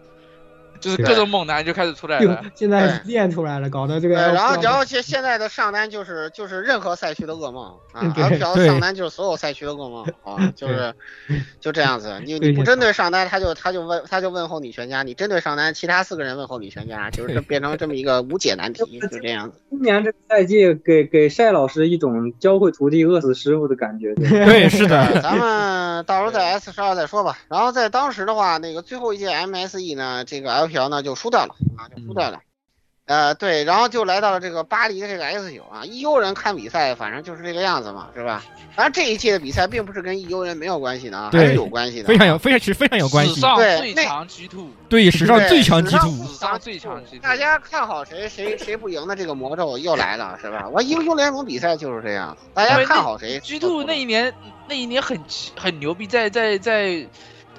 [SPEAKER 4] 就是各种猛男就开始出来了。
[SPEAKER 7] 现在 S 店出来了，搞得这个
[SPEAKER 9] 对，
[SPEAKER 7] LPL。
[SPEAKER 9] 然后然后现现在的上单就是就是任何赛区的噩梦啊
[SPEAKER 7] 嗯对
[SPEAKER 9] ，LPL
[SPEAKER 8] 对
[SPEAKER 9] 上单就是所有赛区的噩梦啊，就是就这样子，你
[SPEAKER 7] 对
[SPEAKER 9] 你不
[SPEAKER 7] 对
[SPEAKER 9] 针对上单，他就他就问他就问候你全家，你针对上单，其他四个人问候你全家，就是这变成这么一个无解难题，就这样子。
[SPEAKER 6] 今年这个赛季给给晒老师一种教会徒弟饿死师傅的感觉。对
[SPEAKER 8] 对，是 的，
[SPEAKER 9] 咱们到时候在 S 十二再说吧。然后在当时的话，那个最后一届 MSE 呢，这个 LPL 呢就输掉了啊，就输掉了。呃，对，然后就来到了这个巴黎的这个 S 九啊，EU 人看比赛，反正就是这个样子嘛，是吧？当然这一届的比赛并不是跟 EU 人没有关系的啊，
[SPEAKER 8] 对
[SPEAKER 9] 还是有关系的啊。
[SPEAKER 8] 非常有，非常其实非常有关
[SPEAKER 4] 史
[SPEAKER 8] 系。
[SPEAKER 4] 上
[SPEAKER 9] 对
[SPEAKER 4] 最
[SPEAKER 9] 那
[SPEAKER 4] 强 G two，
[SPEAKER 8] 对，史上
[SPEAKER 9] 对
[SPEAKER 8] 最强 G
[SPEAKER 9] 史上
[SPEAKER 8] two，
[SPEAKER 4] 史上最强 G two，
[SPEAKER 9] 大家看好谁，谁谁不赢的这个魔咒又来了，是吧？我英雄联盟比赛就是这样，大家看好谁。
[SPEAKER 4] G two 那一年那一年很奇很牛逼，在在在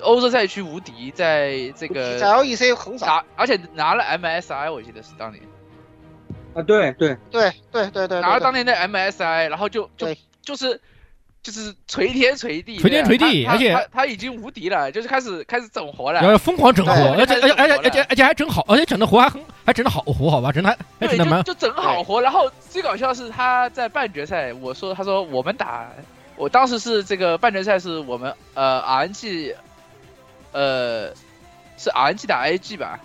[SPEAKER 4] 欧洲赛区无敌，在
[SPEAKER 9] 在 E
[SPEAKER 4] 这个
[SPEAKER 9] LEC 横扫，
[SPEAKER 4] 拿而且拿了 MSI，我记得是当年
[SPEAKER 6] 啊，对对，
[SPEAKER 9] 对对对对，
[SPEAKER 4] 拿了
[SPEAKER 9] 对
[SPEAKER 4] 当年的 MSI，然后就就
[SPEAKER 9] 对
[SPEAKER 4] 就是。就是垂天垂地，
[SPEAKER 8] 垂天垂地
[SPEAKER 4] 他他
[SPEAKER 8] 而且
[SPEAKER 4] 他他已经无敌了，就是开始开始整活了
[SPEAKER 8] 然，后疯狂整活，
[SPEAKER 9] 对
[SPEAKER 8] 而且而且而且而且而且还整好，而且整的活还很还整的好活，好吧，整的还还
[SPEAKER 4] 对，
[SPEAKER 8] 整的蛮
[SPEAKER 4] 就就整好活。然后最搞笑的是他在半决赛，我说他说我们打，我当时是这个半决赛是我们呃 RNG，呃是 RNG 打 IG 吧，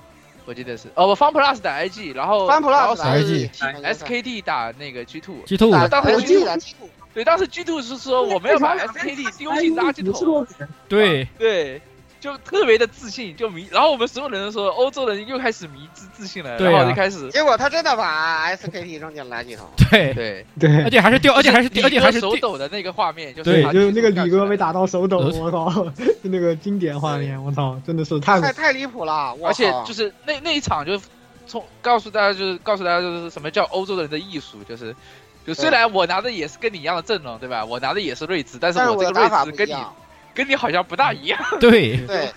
[SPEAKER 4] 我记得是哦不 FunPlus 打 IG，然后
[SPEAKER 9] 翻 plus
[SPEAKER 4] 然后是
[SPEAKER 8] IG
[SPEAKER 4] SKT 打那个 G Two，
[SPEAKER 8] G two
[SPEAKER 9] 打
[SPEAKER 8] 的，
[SPEAKER 4] 当时
[SPEAKER 9] 我
[SPEAKER 4] G
[SPEAKER 9] 记
[SPEAKER 4] two
[SPEAKER 9] 得记住
[SPEAKER 4] 对，当时 G Two 是说我们要把 SKT 丢进垃圾
[SPEAKER 6] 五十
[SPEAKER 4] 桶，
[SPEAKER 6] 多个人
[SPEAKER 8] 对
[SPEAKER 4] 对。就特别的自信，就迷，然后我们所有人都说欧洲人又开始迷之自信了，
[SPEAKER 8] 对啊
[SPEAKER 4] 然后就开始
[SPEAKER 9] 结果他真的把 SKT 扔进垃圾桶。
[SPEAKER 8] 对，
[SPEAKER 4] 对，
[SPEAKER 8] 而
[SPEAKER 7] 对
[SPEAKER 8] 且还是掉，而且还是
[SPEAKER 4] 李
[SPEAKER 8] 而且还是
[SPEAKER 4] 哥手
[SPEAKER 8] 掉
[SPEAKER 4] 抖的那个画面，啊就是
[SPEAKER 8] 对
[SPEAKER 4] 他
[SPEAKER 7] 哎就是
[SPEAKER 4] 踢
[SPEAKER 7] 那个
[SPEAKER 4] 出
[SPEAKER 7] 李哥被
[SPEAKER 4] 杠
[SPEAKER 7] 打到手抖，
[SPEAKER 8] 呃
[SPEAKER 7] 我靠， 就那个经典画面，我操，真的是太
[SPEAKER 9] 太太离谱了，
[SPEAKER 4] 出来，而且就是是那那一场就从告诉大家就是告诉大家就是什么叫欧洲人的艺术，就是就虽然我拿的也是跟你一样的阵容，对吧？我拿的也是睿智，但是
[SPEAKER 9] 但是
[SPEAKER 4] 我
[SPEAKER 9] 我
[SPEAKER 4] 这
[SPEAKER 9] 的
[SPEAKER 4] 个
[SPEAKER 9] 打法
[SPEAKER 4] 睿
[SPEAKER 9] 不
[SPEAKER 4] 智
[SPEAKER 9] 一
[SPEAKER 4] 跟你
[SPEAKER 9] 样。
[SPEAKER 4] 跟你好像不大一样，
[SPEAKER 8] 对
[SPEAKER 9] 对，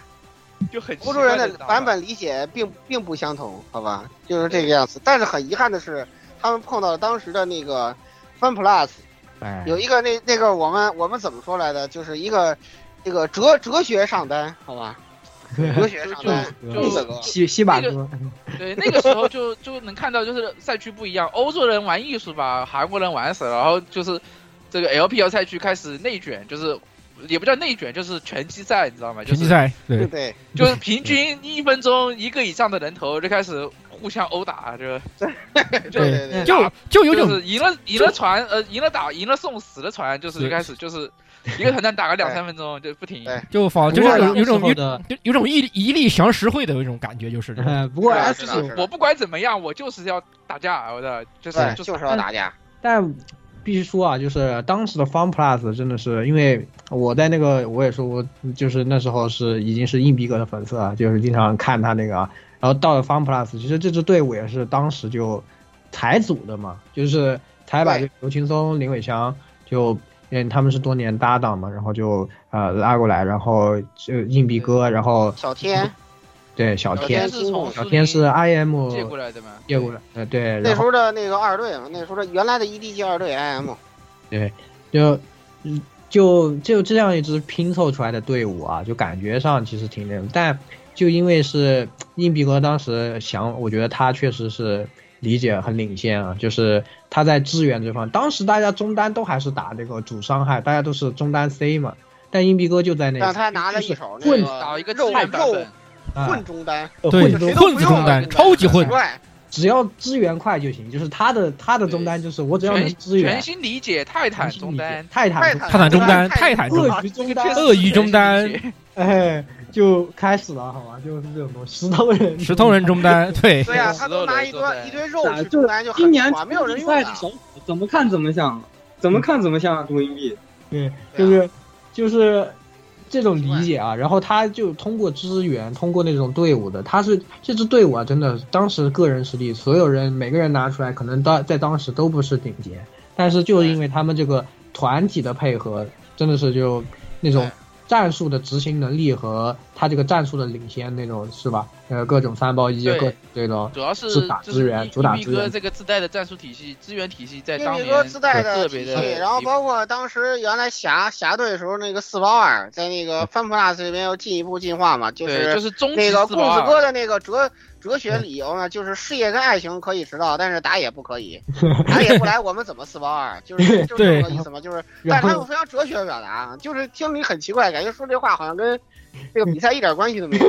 [SPEAKER 4] 就很
[SPEAKER 9] 欧洲人的版本理解并并不相同，好吧，就是这个样子。但是很遗憾的是，他们碰到了当时的那个 Fun Plus，
[SPEAKER 8] 哎
[SPEAKER 9] 有一个那那个我们我们怎么说来的，就是一个这个哲哲学上单，好吧，哲学上单，
[SPEAKER 4] 就
[SPEAKER 9] 这个
[SPEAKER 7] 西西把
[SPEAKER 4] 把那
[SPEAKER 7] 哥，
[SPEAKER 4] 对，那个时候就 就能看到，就是赛区不一样，欧洲人玩艺术吧，韩国人玩死，然后就是这个 LPL 赛区开始内卷，就是也不叫内卷，就是拳击赛，你知道吗？就
[SPEAKER 8] 拳
[SPEAKER 4] 是
[SPEAKER 8] 击赛，嗯
[SPEAKER 9] 对
[SPEAKER 8] 对
[SPEAKER 9] 对
[SPEAKER 4] 就是平均一分钟一个以上的人头就开始互相殴打，就
[SPEAKER 9] 对对对，
[SPEAKER 8] 就 就有
[SPEAKER 4] 就
[SPEAKER 8] 种
[SPEAKER 4] 是赢了赢了传，呃，赢了打赢了送，死了传，就是
[SPEAKER 8] 对
[SPEAKER 4] 一开始就是一个团战打个两三分钟就不停。
[SPEAKER 9] 对
[SPEAKER 8] 就
[SPEAKER 6] 哦
[SPEAKER 8] 仿就是
[SPEAKER 9] 不过
[SPEAKER 8] 有有种有
[SPEAKER 7] 的，
[SPEAKER 8] 就有种一一粒降十惠的有一种感觉，就是这种
[SPEAKER 7] 呃 不过
[SPEAKER 9] 是的
[SPEAKER 7] S
[SPEAKER 9] 是啊的
[SPEAKER 7] 九
[SPEAKER 9] 是的
[SPEAKER 4] 我不管怎么样，我就是要打架，我的就是
[SPEAKER 9] 对，
[SPEAKER 4] 就是
[SPEAKER 9] 就是要打架，
[SPEAKER 7] 但必须说啊，就是当时的 Fun Plus 真的是，因为我在那个我也说，我就是那时候是已经是硬币哥的粉丝了，就是经常看他那个啊。然后到了 Fun Plus，其实这支队伍也是当时就才组的嘛，就是才把
[SPEAKER 9] 对
[SPEAKER 7] 这刘青松、林伟强就。嗯，他们是多年搭档嘛，然后就呃拉过来，然后就硬币哥，然后
[SPEAKER 9] 小天
[SPEAKER 7] 对小
[SPEAKER 9] 小
[SPEAKER 7] 天，
[SPEAKER 9] 天
[SPEAKER 4] 是从
[SPEAKER 7] 小天是 IM
[SPEAKER 4] 借过来的嘛？
[SPEAKER 7] 业务的，呃对，
[SPEAKER 9] 那
[SPEAKER 7] 然
[SPEAKER 9] 时
[SPEAKER 7] 后
[SPEAKER 9] 候的那个二队嘛，那时候的原来的 EDG 二队哎 IM，
[SPEAKER 7] 就嗯就就这样一支拼凑出来的队伍啊，就感觉上其实挺那种，但就因为是硬币哥当时想，我觉得他确实是理解很领先啊，就是他在支援这方面，当时大家中单都还是打这个主伤害，大家都是中单 C 嘛，但硬币哥就在那
[SPEAKER 9] 但他拿了一手那
[SPEAKER 7] 混
[SPEAKER 4] 打一个
[SPEAKER 9] 肉
[SPEAKER 4] 支援版
[SPEAKER 9] 肉
[SPEAKER 4] 本，
[SPEAKER 7] 啊
[SPEAKER 9] 混中单，
[SPEAKER 8] 嗯对
[SPEAKER 7] 混中
[SPEAKER 9] 都
[SPEAKER 8] 混
[SPEAKER 9] 不
[SPEAKER 8] 子
[SPEAKER 9] 用
[SPEAKER 8] 中单，
[SPEAKER 9] 了
[SPEAKER 8] 超级混
[SPEAKER 9] 对，，
[SPEAKER 7] 只要支援快就行，就是他的他的中单就是我只要能
[SPEAKER 4] 全
[SPEAKER 7] 支援
[SPEAKER 4] 全，新理解泰坦中单，
[SPEAKER 7] 泰坦
[SPEAKER 8] 泰
[SPEAKER 9] 泰坦
[SPEAKER 7] 中
[SPEAKER 8] 坦中单泰坦中
[SPEAKER 7] 鳄鱼中单，
[SPEAKER 8] 鳄鱼中
[SPEAKER 4] 全
[SPEAKER 8] 单
[SPEAKER 4] 新理，解
[SPEAKER 7] 哎，就开始了，好吧，就是这种东西，石头人，
[SPEAKER 8] 石头人中单，对
[SPEAKER 9] 对 呀、他都拿一堆
[SPEAKER 4] 对
[SPEAKER 9] 一堆肉
[SPEAKER 6] 打
[SPEAKER 9] 去中单就
[SPEAKER 6] 今
[SPEAKER 9] 很
[SPEAKER 6] 年
[SPEAKER 9] 爽，没有人用
[SPEAKER 6] 赛
[SPEAKER 9] 的
[SPEAKER 6] 的。首虎怎么看怎么像，怎
[SPEAKER 7] 嗯
[SPEAKER 6] 么看怎么像杜英币。
[SPEAKER 7] 对， 就是就是这种理解啊。然后他就通过支援，通过那种队伍的，他是这支队伍啊，真的当时个人实力，所有人每个人拿出来，可能当在当时都不是顶尖，但是就是因为他们这个团体的配合，真的是就那种战术的执行能力和他这个战术的领先那种是吧？呃，各种三包一，
[SPEAKER 4] 对
[SPEAKER 7] 各这种哦
[SPEAKER 4] 主要是
[SPEAKER 7] 主打
[SPEAKER 4] 就是
[SPEAKER 7] 资源
[SPEAKER 4] 一
[SPEAKER 7] 主打
[SPEAKER 4] 一
[SPEAKER 7] 资
[SPEAKER 4] 哥
[SPEAKER 7] 源
[SPEAKER 4] 这个自带的战术体系、资源体系，在
[SPEAKER 9] 英
[SPEAKER 4] 当
[SPEAKER 9] 语
[SPEAKER 4] 年
[SPEAKER 9] 歌自带
[SPEAKER 4] 特
[SPEAKER 9] 的
[SPEAKER 4] 别
[SPEAKER 9] 体
[SPEAKER 4] 的
[SPEAKER 9] 系，，然后包括当时原来侠侠队的时候，那个四包二在那个范普拉斯这边又进一步进化嘛，就
[SPEAKER 4] 嗯对，
[SPEAKER 9] 是
[SPEAKER 4] 就是终极啊
[SPEAKER 9] 那个
[SPEAKER 4] 四
[SPEAKER 9] 公
[SPEAKER 4] 保
[SPEAKER 9] 子
[SPEAKER 4] 二
[SPEAKER 9] 哥的那个哲哲学理由呢，就是事业跟爱情可以迟到，但是打野不可以，打野不来我们怎么四包二？就是就是这
[SPEAKER 8] 对
[SPEAKER 9] 么个意思嘛，就是，但
[SPEAKER 7] 然
[SPEAKER 9] 是他用
[SPEAKER 7] 后
[SPEAKER 9] 非常哲学的表达啊，就是听你很奇怪，感觉说这话好像跟这个比赛一点关系都没有，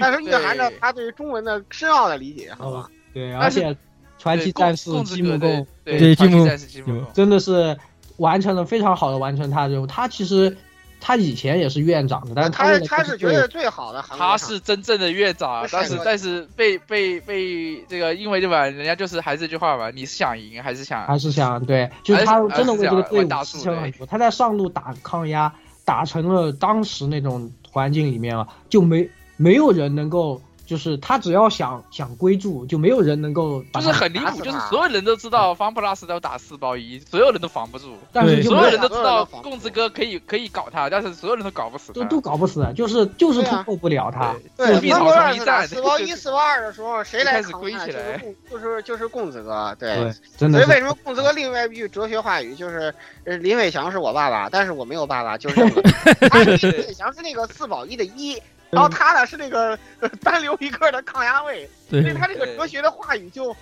[SPEAKER 9] 但是蕴含着
[SPEAKER 4] 对
[SPEAKER 9] 他对于中文的深奥的理解，好
[SPEAKER 7] 哦
[SPEAKER 9] 吧？
[SPEAKER 7] 对，
[SPEAKER 4] 但
[SPEAKER 7] 而
[SPEAKER 4] 是
[SPEAKER 7] 且传
[SPEAKER 4] 对
[SPEAKER 7] 奇
[SPEAKER 4] 贡
[SPEAKER 7] 战士
[SPEAKER 4] 贡子
[SPEAKER 7] 积
[SPEAKER 4] 哥
[SPEAKER 7] 木
[SPEAKER 4] 对
[SPEAKER 7] 够
[SPEAKER 8] 对
[SPEAKER 4] 对
[SPEAKER 8] 积木
[SPEAKER 4] 战士积木
[SPEAKER 8] 积木
[SPEAKER 4] 够
[SPEAKER 7] 真的是完成了非常好的完成他的任务。他其实他以前也是院长的，但是
[SPEAKER 9] 他
[SPEAKER 7] 为
[SPEAKER 9] 是
[SPEAKER 7] 了
[SPEAKER 9] 他是觉
[SPEAKER 7] 队
[SPEAKER 9] 得最好的韩国
[SPEAKER 4] 他
[SPEAKER 9] 唱
[SPEAKER 4] 是真正的院长，
[SPEAKER 9] 是
[SPEAKER 4] 但是
[SPEAKER 9] 的
[SPEAKER 4] 但是被被被这个，因为对吧？人家就是还是这句话吧，你是想赢还是想
[SPEAKER 7] 还是想对，就是他真的为这个队伍牺牲了很多。他在上路打抗压，打成了当时那种环境里面啊，就没没有人能够，就是他只要想想归注，就没有人能够把
[SPEAKER 4] 就
[SPEAKER 7] 他
[SPEAKER 4] 是很离
[SPEAKER 9] 打死
[SPEAKER 4] 谱，就是
[SPEAKER 9] 他
[SPEAKER 4] 所有人都知道方 plus 都打四包一，所有人都防不住，
[SPEAKER 7] 但是
[SPEAKER 8] 对
[SPEAKER 7] 就
[SPEAKER 4] 所
[SPEAKER 7] 没
[SPEAKER 4] 有
[SPEAKER 7] 有
[SPEAKER 4] 人都知道
[SPEAKER 9] 所有人都防不住
[SPEAKER 4] 贡子哥可以可以搞他，但是所有人都搞不死
[SPEAKER 7] 都
[SPEAKER 4] 他。
[SPEAKER 7] 都搞不死，就是就是突破不了他。
[SPEAKER 9] 对，
[SPEAKER 4] 必
[SPEAKER 9] 四
[SPEAKER 4] 草
[SPEAKER 9] 包
[SPEAKER 4] 丛
[SPEAKER 9] 二
[SPEAKER 4] 一
[SPEAKER 9] 是
[SPEAKER 4] 战，
[SPEAKER 9] 四包一、
[SPEAKER 4] 就是
[SPEAKER 9] 四包二的时候，谁来扛
[SPEAKER 4] 就开
[SPEAKER 9] 啊？就
[SPEAKER 4] 始归起
[SPEAKER 9] 是
[SPEAKER 4] 来
[SPEAKER 9] 贡就是就是贡子哥，
[SPEAKER 7] 对
[SPEAKER 9] 对。，
[SPEAKER 7] 真
[SPEAKER 9] 所
[SPEAKER 7] 的
[SPEAKER 9] 以为
[SPEAKER 7] 是
[SPEAKER 9] 什么贡子哥另外一句哲学话语就是，呃，林伟强是我爸爸，但是我没有爸爸，就是这么个。他林伟强是那个四保一的一，然后他呢是那个呃单留一个的抗压位， 所以
[SPEAKER 8] 对，
[SPEAKER 9] 他这个
[SPEAKER 4] 对
[SPEAKER 9] 哲学的话语就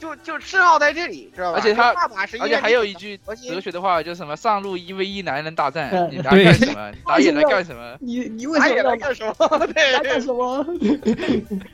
[SPEAKER 9] 就就深奥在这里，知道吧？
[SPEAKER 4] 而且他
[SPEAKER 9] 就爸爸是因
[SPEAKER 4] 而
[SPEAKER 9] 为
[SPEAKER 4] 且还有一
[SPEAKER 9] 林伟强核
[SPEAKER 4] 句哲
[SPEAKER 9] 心，
[SPEAKER 4] 学的话，就是什么上路一 v 一男人大战，
[SPEAKER 7] 嗯
[SPEAKER 4] 你打
[SPEAKER 8] 对
[SPEAKER 4] 干什么？你打野来干什么？
[SPEAKER 7] 你你为
[SPEAKER 9] 他也
[SPEAKER 7] 什么
[SPEAKER 9] 来
[SPEAKER 7] 要
[SPEAKER 9] 干什么？ 对
[SPEAKER 7] 来干什么？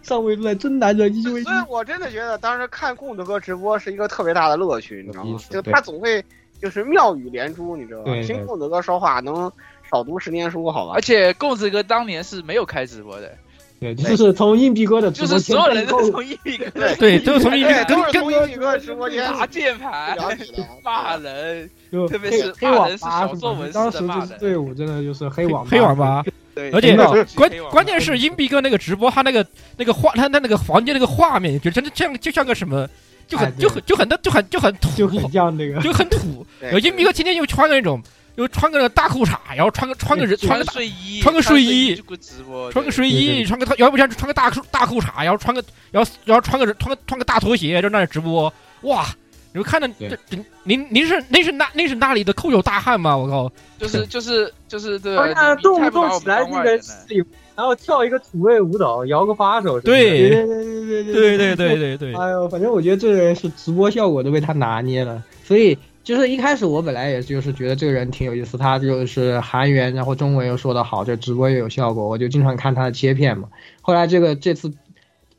[SPEAKER 7] 上位来真男人，因
[SPEAKER 9] 所
[SPEAKER 7] 为
[SPEAKER 9] 以我真的觉得当时看贡德哥直播是一个特别大的乐趣，你知道
[SPEAKER 7] 有意
[SPEAKER 9] 吗？
[SPEAKER 7] 思
[SPEAKER 9] 就
[SPEAKER 7] 对
[SPEAKER 9] 他总会就是妙语连珠，你知道吧
[SPEAKER 7] 对？对
[SPEAKER 9] 听贡德哥说话能少读十年书，好吧
[SPEAKER 4] 而？且贡子哥当年是没有开直播的，
[SPEAKER 7] 对，就是从硬币哥的直
[SPEAKER 4] 就
[SPEAKER 7] 播
[SPEAKER 4] 是
[SPEAKER 7] 间
[SPEAKER 4] 所有人
[SPEAKER 7] 背
[SPEAKER 4] 都
[SPEAKER 7] 后
[SPEAKER 4] 从一 v 哥
[SPEAKER 8] 对，都是从一
[SPEAKER 9] 对，
[SPEAKER 8] 跟
[SPEAKER 9] 都是
[SPEAKER 8] 跟
[SPEAKER 9] 从一哥直播间
[SPEAKER 4] 打键盘、
[SPEAKER 9] 聊起的。
[SPEAKER 4] 骂人，
[SPEAKER 7] 就
[SPEAKER 4] 特别
[SPEAKER 7] 黑
[SPEAKER 4] 是
[SPEAKER 7] 黑
[SPEAKER 4] 骂
[SPEAKER 7] 网
[SPEAKER 4] 人是
[SPEAKER 7] 吧
[SPEAKER 4] 小
[SPEAKER 7] 什
[SPEAKER 4] 作
[SPEAKER 7] 么
[SPEAKER 4] 文
[SPEAKER 7] 的，
[SPEAKER 4] 式
[SPEAKER 7] 当
[SPEAKER 4] 的
[SPEAKER 7] 时
[SPEAKER 4] 骂
[SPEAKER 7] 这
[SPEAKER 4] 人
[SPEAKER 7] 支队伍真的就是黑
[SPEAKER 8] 黑
[SPEAKER 7] 网
[SPEAKER 8] 黑网吧，
[SPEAKER 4] 对，
[SPEAKER 8] 而且
[SPEAKER 4] 真的
[SPEAKER 8] 关
[SPEAKER 4] 黑网吧
[SPEAKER 8] 关键是英比哥那个直播，他那个那个画，他他那个房间那个画面，就真的像就像个什么，就
[SPEAKER 7] 哎
[SPEAKER 8] 很
[SPEAKER 7] 对
[SPEAKER 8] 就很就很就很就很土，
[SPEAKER 7] 就很像那个
[SPEAKER 8] 就很土。
[SPEAKER 9] 对
[SPEAKER 8] 然后英比哥今天又穿个那种，又穿个大裤衩，然后穿个穿个人穿
[SPEAKER 4] 穿
[SPEAKER 8] 个
[SPEAKER 4] 个
[SPEAKER 8] 大
[SPEAKER 4] 睡衣，
[SPEAKER 8] 穿个
[SPEAKER 4] 睡
[SPEAKER 8] 睡衣
[SPEAKER 4] 就直播，
[SPEAKER 8] 穿个
[SPEAKER 4] 对
[SPEAKER 8] 睡
[SPEAKER 7] 对
[SPEAKER 8] 衣，
[SPEAKER 7] 对
[SPEAKER 8] 穿个要不然就穿个大裤大裤衩，然后穿个然后然后穿个穿个穿个大拖鞋，就那儿直播，哇！你们看着
[SPEAKER 7] 对
[SPEAKER 8] 这这您您是您是那您是那里的扣酒大汉吗？我靠！
[SPEAKER 4] 就是就是就是对吧
[SPEAKER 7] 哎
[SPEAKER 6] 好？像
[SPEAKER 4] 你
[SPEAKER 6] 动
[SPEAKER 4] 太
[SPEAKER 6] 不动
[SPEAKER 4] 把我
[SPEAKER 6] 起
[SPEAKER 4] 们
[SPEAKER 6] 来
[SPEAKER 4] 当
[SPEAKER 6] 那
[SPEAKER 4] 外人
[SPEAKER 6] 个
[SPEAKER 4] 了
[SPEAKER 6] 是有，然后跳一个土味舞蹈，摇个把手什么的。
[SPEAKER 8] 对
[SPEAKER 7] 对对对
[SPEAKER 8] 对对对对对，
[SPEAKER 7] 哎呦，反正我觉得这个人是直播效果都被他拿捏了，所以就是一开始我本来也就是觉得这个人挺有意思，他就是韩语，然后中文又说得好，这直播也有效果，我就经常看他的切片嘛。后来这个这次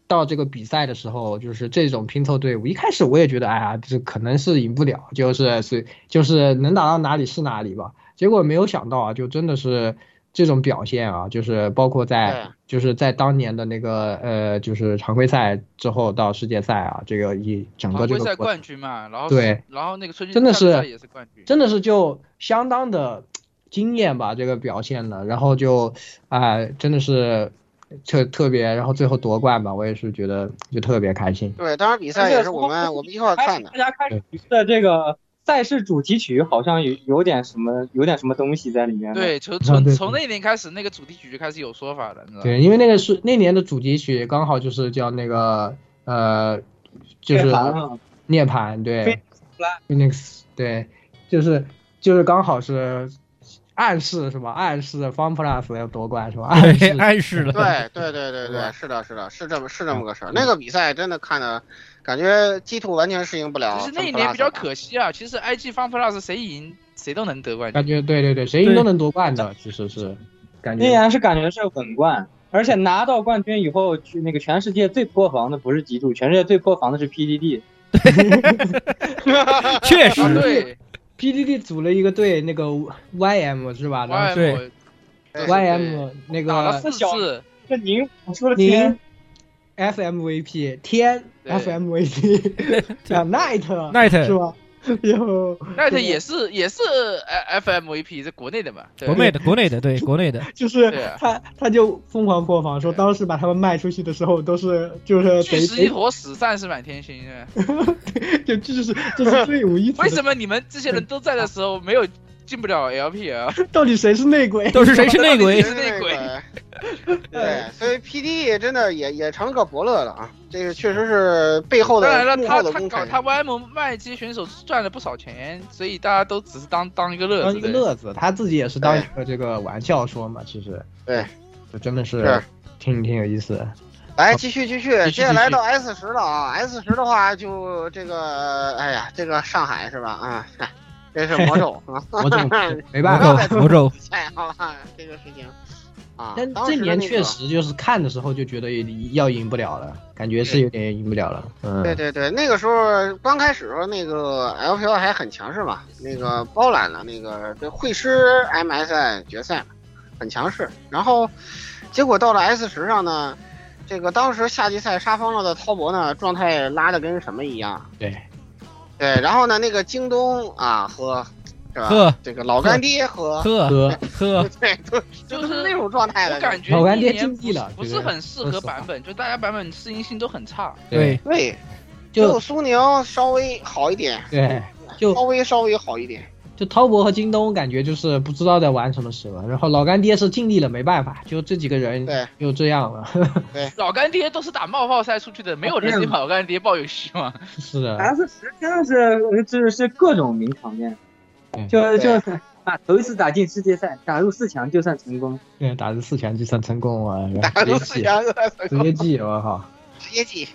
[SPEAKER 7] 到这个比赛的时候，就是这种拼凑队伍，一开始我也觉得，哎呀，这可能是赢不了，就是是就是能打到哪里是哪里吧。结果没有想到啊，就真的是这种表现啊，就是包括在
[SPEAKER 9] 对
[SPEAKER 7] 就是在当年的那个呃，就是常规赛之后到世界赛啊，这个一整
[SPEAKER 4] 常
[SPEAKER 7] 个这
[SPEAKER 4] 规
[SPEAKER 7] 个
[SPEAKER 4] 赛
[SPEAKER 7] 过
[SPEAKER 4] 冠军嘛，然后
[SPEAKER 7] 对，
[SPEAKER 4] 然后那个春季
[SPEAKER 7] 真的
[SPEAKER 4] 大赛
[SPEAKER 7] 是
[SPEAKER 4] 也是冠军，
[SPEAKER 7] 真的是就相当的惊艳吧，这个表现的，然后就啊、真的是特特别，然后最后夺冠吧，我也是觉得就特别开心。
[SPEAKER 9] 对，当时比赛也是我们我们一块儿看的。
[SPEAKER 6] 大家开始的这个赛事主题曲好像有有点什么，有点什么东西在里面。，
[SPEAKER 4] 对，从
[SPEAKER 7] 啊对
[SPEAKER 4] 从
[SPEAKER 7] 对
[SPEAKER 4] 从那年开始，那个主题曲就开始有说法了，你知道吗？
[SPEAKER 7] 对，因为那个是那年的主题曲，刚好就是叫那个呃，就是
[SPEAKER 6] 啊，
[SPEAKER 7] 涅槃，
[SPEAKER 6] 非
[SPEAKER 7] 对，Phoenix，对，就是就是刚好是暗示是吧？暗示 Fun Plus 要夺冠是吧？暗
[SPEAKER 8] 对
[SPEAKER 7] 示
[SPEAKER 8] 暗示了，
[SPEAKER 9] 对对对对对，是的，是的，是这么是
[SPEAKER 4] 嗯
[SPEAKER 9] 这么个事儿。那个比赛真的看的，感觉 G two 完全适应不了。
[SPEAKER 4] 其实那一年比较，可惜啊，其实 IG Fun Plus 谁赢谁都能得冠
[SPEAKER 7] 感
[SPEAKER 4] 军，
[SPEAKER 7] 觉对对对，谁赢都能夺冠的，其实是
[SPEAKER 8] 嗯
[SPEAKER 7] 感
[SPEAKER 6] 依
[SPEAKER 7] 觉
[SPEAKER 6] 然是感觉是稳冠，而且拿到冠军以后，去那个全世界最破防的不是极度，全世界最破防的是 PDD。
[SPEAKER 8] 确实
[SPEAKER 4] 啊对
[SPEAKER 7] PDD 组了一个队，那个 YM 是吧？然后
[SPEAKER 8] 对
[SPEAKER 9] 对
[SPEAKER 4] ，YM
[SPEAKER 7] YM 那
[SPEAKER 4] 打了
[SPEAKER 7] 个
[SPEAKER 4] 四次，
[SPEAKER 6] 这您我说的
[SPEAKER 7] 您
[SPEAKER 6] 天，
[SPEAKER 7] FMVP 天
[SPEAKER 4] 对
[SPEAKER 7] FMVP 啊 Night
[SPEAKER 8] Knight
[SPEAKER 7] 是吧？ 然后
[SPEAKER 4] 那他也是也是呃 FMVP 在国内的嘛，对
[SPEAKER 8] 国内的国内的对国内的，
[SPEAKER 7] 就是
[SPEAKER 4] 对啊
[SPEAKER 7] 他他就疯狂破防，说
[SPEAKER 4] 对啊
[SPEAKER 7] 当时把他们卖出去的时候都是就是
[SPEAKER 4] 巨
[SPEAKER 7] 贼
[SPEAKER 4] 石一
[SPEAKER 7] 贼
[SPEAKER 4] 坨屎，战士满天星，是吧
[SPEAKER 7] 就就是这是队伍一
[SPEAKER 4] 为什么你们这些人都在的时候没有？进不了 LPL，
[SPEAKER 7] 到底谁是内鬼？
[SPEAKER 8] 都是谁是内鬼
[SPEAKER 4] 谁是内鬼？
[SPEAKER 9] 对，所以 PD 真的也也成个伯乐了啊！这个确实是背后的
[SPEAKER 4] 嗯当然了，
[SPEAKER 9] 幕
[SPEAKER 4] 他
[SPEAKER 9] 后的
[SPEAKER 4] 他
[SPEAKER 9] 功
[SPEAKER 4] 搞
[SPEAKER 9] 臣。
[SPEAKER 4] 他 YM 麦基选手赚了不少钱，所以大家都只是当当一个乐
[SPEAKER 7] 当
[SPEAKER 4] 子
[SPEAKER 7] 一个
[SPEAKER 4] 的。
[SPEAKER 7] 乐子，他自己也是当一个这个玩笑说嘛，其实
[SPEAKER 9] 对，
[SPEAKER 7] 就真的是
[SPEAKER 9] 是
[SPEAKER 7] 挺挺有意思的。
[SPEAKER 9] 来继续继续，
[SPEAKER 7] 继续
[SPEAKER 9] 接下来
[SPEAKER 7] 继续
[SPEAKER 9] 到 S 十了啊！S 十的话就这个，哎呀，这个上海是吧？啊，哎这是魔 咒啊，
[SPEAKER 7] 我 总没
[SPEAKER 8] 魔
[SPEAKER 7] 办法，
[SPEAKER 8] 咒魔 咒，
[SPEAKER 9] 哎，好吧，这个事情啊，
[SPEAKER 7] 但
[SPEAKER 9] 当
[SPEAKER 7] 这
[SPEAKER 9] 时的
[SPEAKER 7] 年
[SPEAKER 9] 那个
[SPEAKER 7] 确实就是看的时候就觉得要赢不了了，感觉是有点赢不了了。
[SPEAKER 9] 对
[SPEAKER 7] 嗯，
[SPEAKER 9] 对对，那个时候刚开始的时候，那个 LPL 还很强势嘛，那个包揽了那个这会师 MSI 决赛嘛，很强势。然后结果到了 S 十上呢，这个当时夏季赛杀疯了的滔博呢，状态拉的跟什么一样。
[SPEAKER 7] 对
[SPEAKER 9] 对，然后呢，那个京东啊和是吧
[SPEAKER 8] 呵，
[SPEAKER 9] 这个老干爹和
[SPEAKER 8] 呵
[SPEAKER 7] 哥，
[SPEAKER 8] 呵，
[SPEAKER 9] 对都都是那种状态
[SPEAKER 4] 我
[SPEAKER 9] 的，
[SPEAKER 4] 感觉
[SPEAKER 7] 老干
[SPEAKER 4] 一
[SPEAKER 7] 爹
[SPEAKER 4] 年
[SPEAKER 7] 竞技了
[SPEAKER 4] 不
[SPEAKER 7] 这
[SPEAKER 4] 是
[SPEAKER 7] 个
[SPEAKER 4] 很适合版本，就大家版本适应性都很差。
[SPEAKER 8] 对，
[SPEAKER 9] 对，
[SPEAKER 7] 就
[SPEAKER 9] 就苏宁稍微好一点，
[SPEAKER 7] 对，就
[SPEAKER 9] 稍微稍微好一点。
[SPEAKER 7] 就滔博和京东感觉就是不知道在玩什么事了。然后老干爹是尽力了，没办法，就这几个人
[SPEAKER 9] 对
[SPEAKER 7] 就这样了。
[SPEAKER 4] 老干爹都是打冒泡赛出去的，没有人对老干爹抱有希望。
[SPEAKER 7] 是
[SPEAKER 9] 啊
[SPEAKER 7] 的，
[SPEAKER 6] S 十真的是就是是各种名场面
[SPEAKER 7] 嗯，
[SPEAKER 6] 就
[SPEAKER 9] 对
[SPEAKER 6] 就是啊，头一次打进世界赛，打入四强就算成功。
[SPEAKER 7] 对，打入四强就算成功了，然
[SPEAKER 9] 打
[SPEAKER 7] 后
[SPEAKER 9] 入
[SPEAKER 7] 直
[SPEAKER 9] 四
[SPEAKER 7] 接
[SPEAKER 9] 强，
[SPEAKER 7] 记，直接记，我靠，
[SPEAKER 9] 直接 记。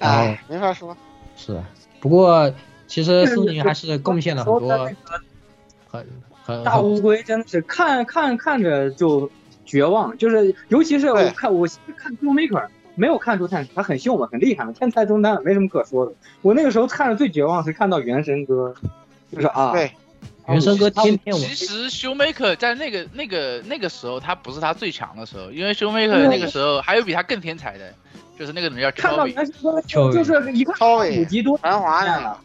[SPEAKER 7] 哎
[SPEAKER 9] 哎，没法说。
[SPEAKER 7] 是。不过其实苏宁还是贡献了很
[SPEAKER 6] 说的
[SPEAKER 7] 多
[SPEAKER 6] 那个
[SPEAKER 7] 很很
[SPEAKER 6] 大
[SPEAKER 7] 很
[SPEAKER 6] 乌龟真的是看看看着就绝望，就是尤其是
[SPEAKER 9] 对
[SPEAKER 6] 我看我看 d o Maker 没有看出他他很秀嘛，很厉害嘛，天才中单没什么可说的。我那个时候看着最绝望是看到原神哥，就是啊，
[SPEAKER 9] 对，
[SPEAKER 7] 原生哥天天玩
[SPEAKER 4] 其实 Showmaker 在那个那个那个时候，他不是他最强的时候，因为 Showmaker 那个时候还有比他更天才的，就是那个人叫
[SPEAKER 6] 看到
[SPEAKER 4] Chloe。
[SPEAKER 6] 原神哥就就是一看
[SPEAKER 9] 超
[SPEAKER 6] 五
[SPEAKER 9] 伟
[SPEAKER 6] 级多
[SPEAKER 9] 繁华呢
[SPEAKER 6] 看了。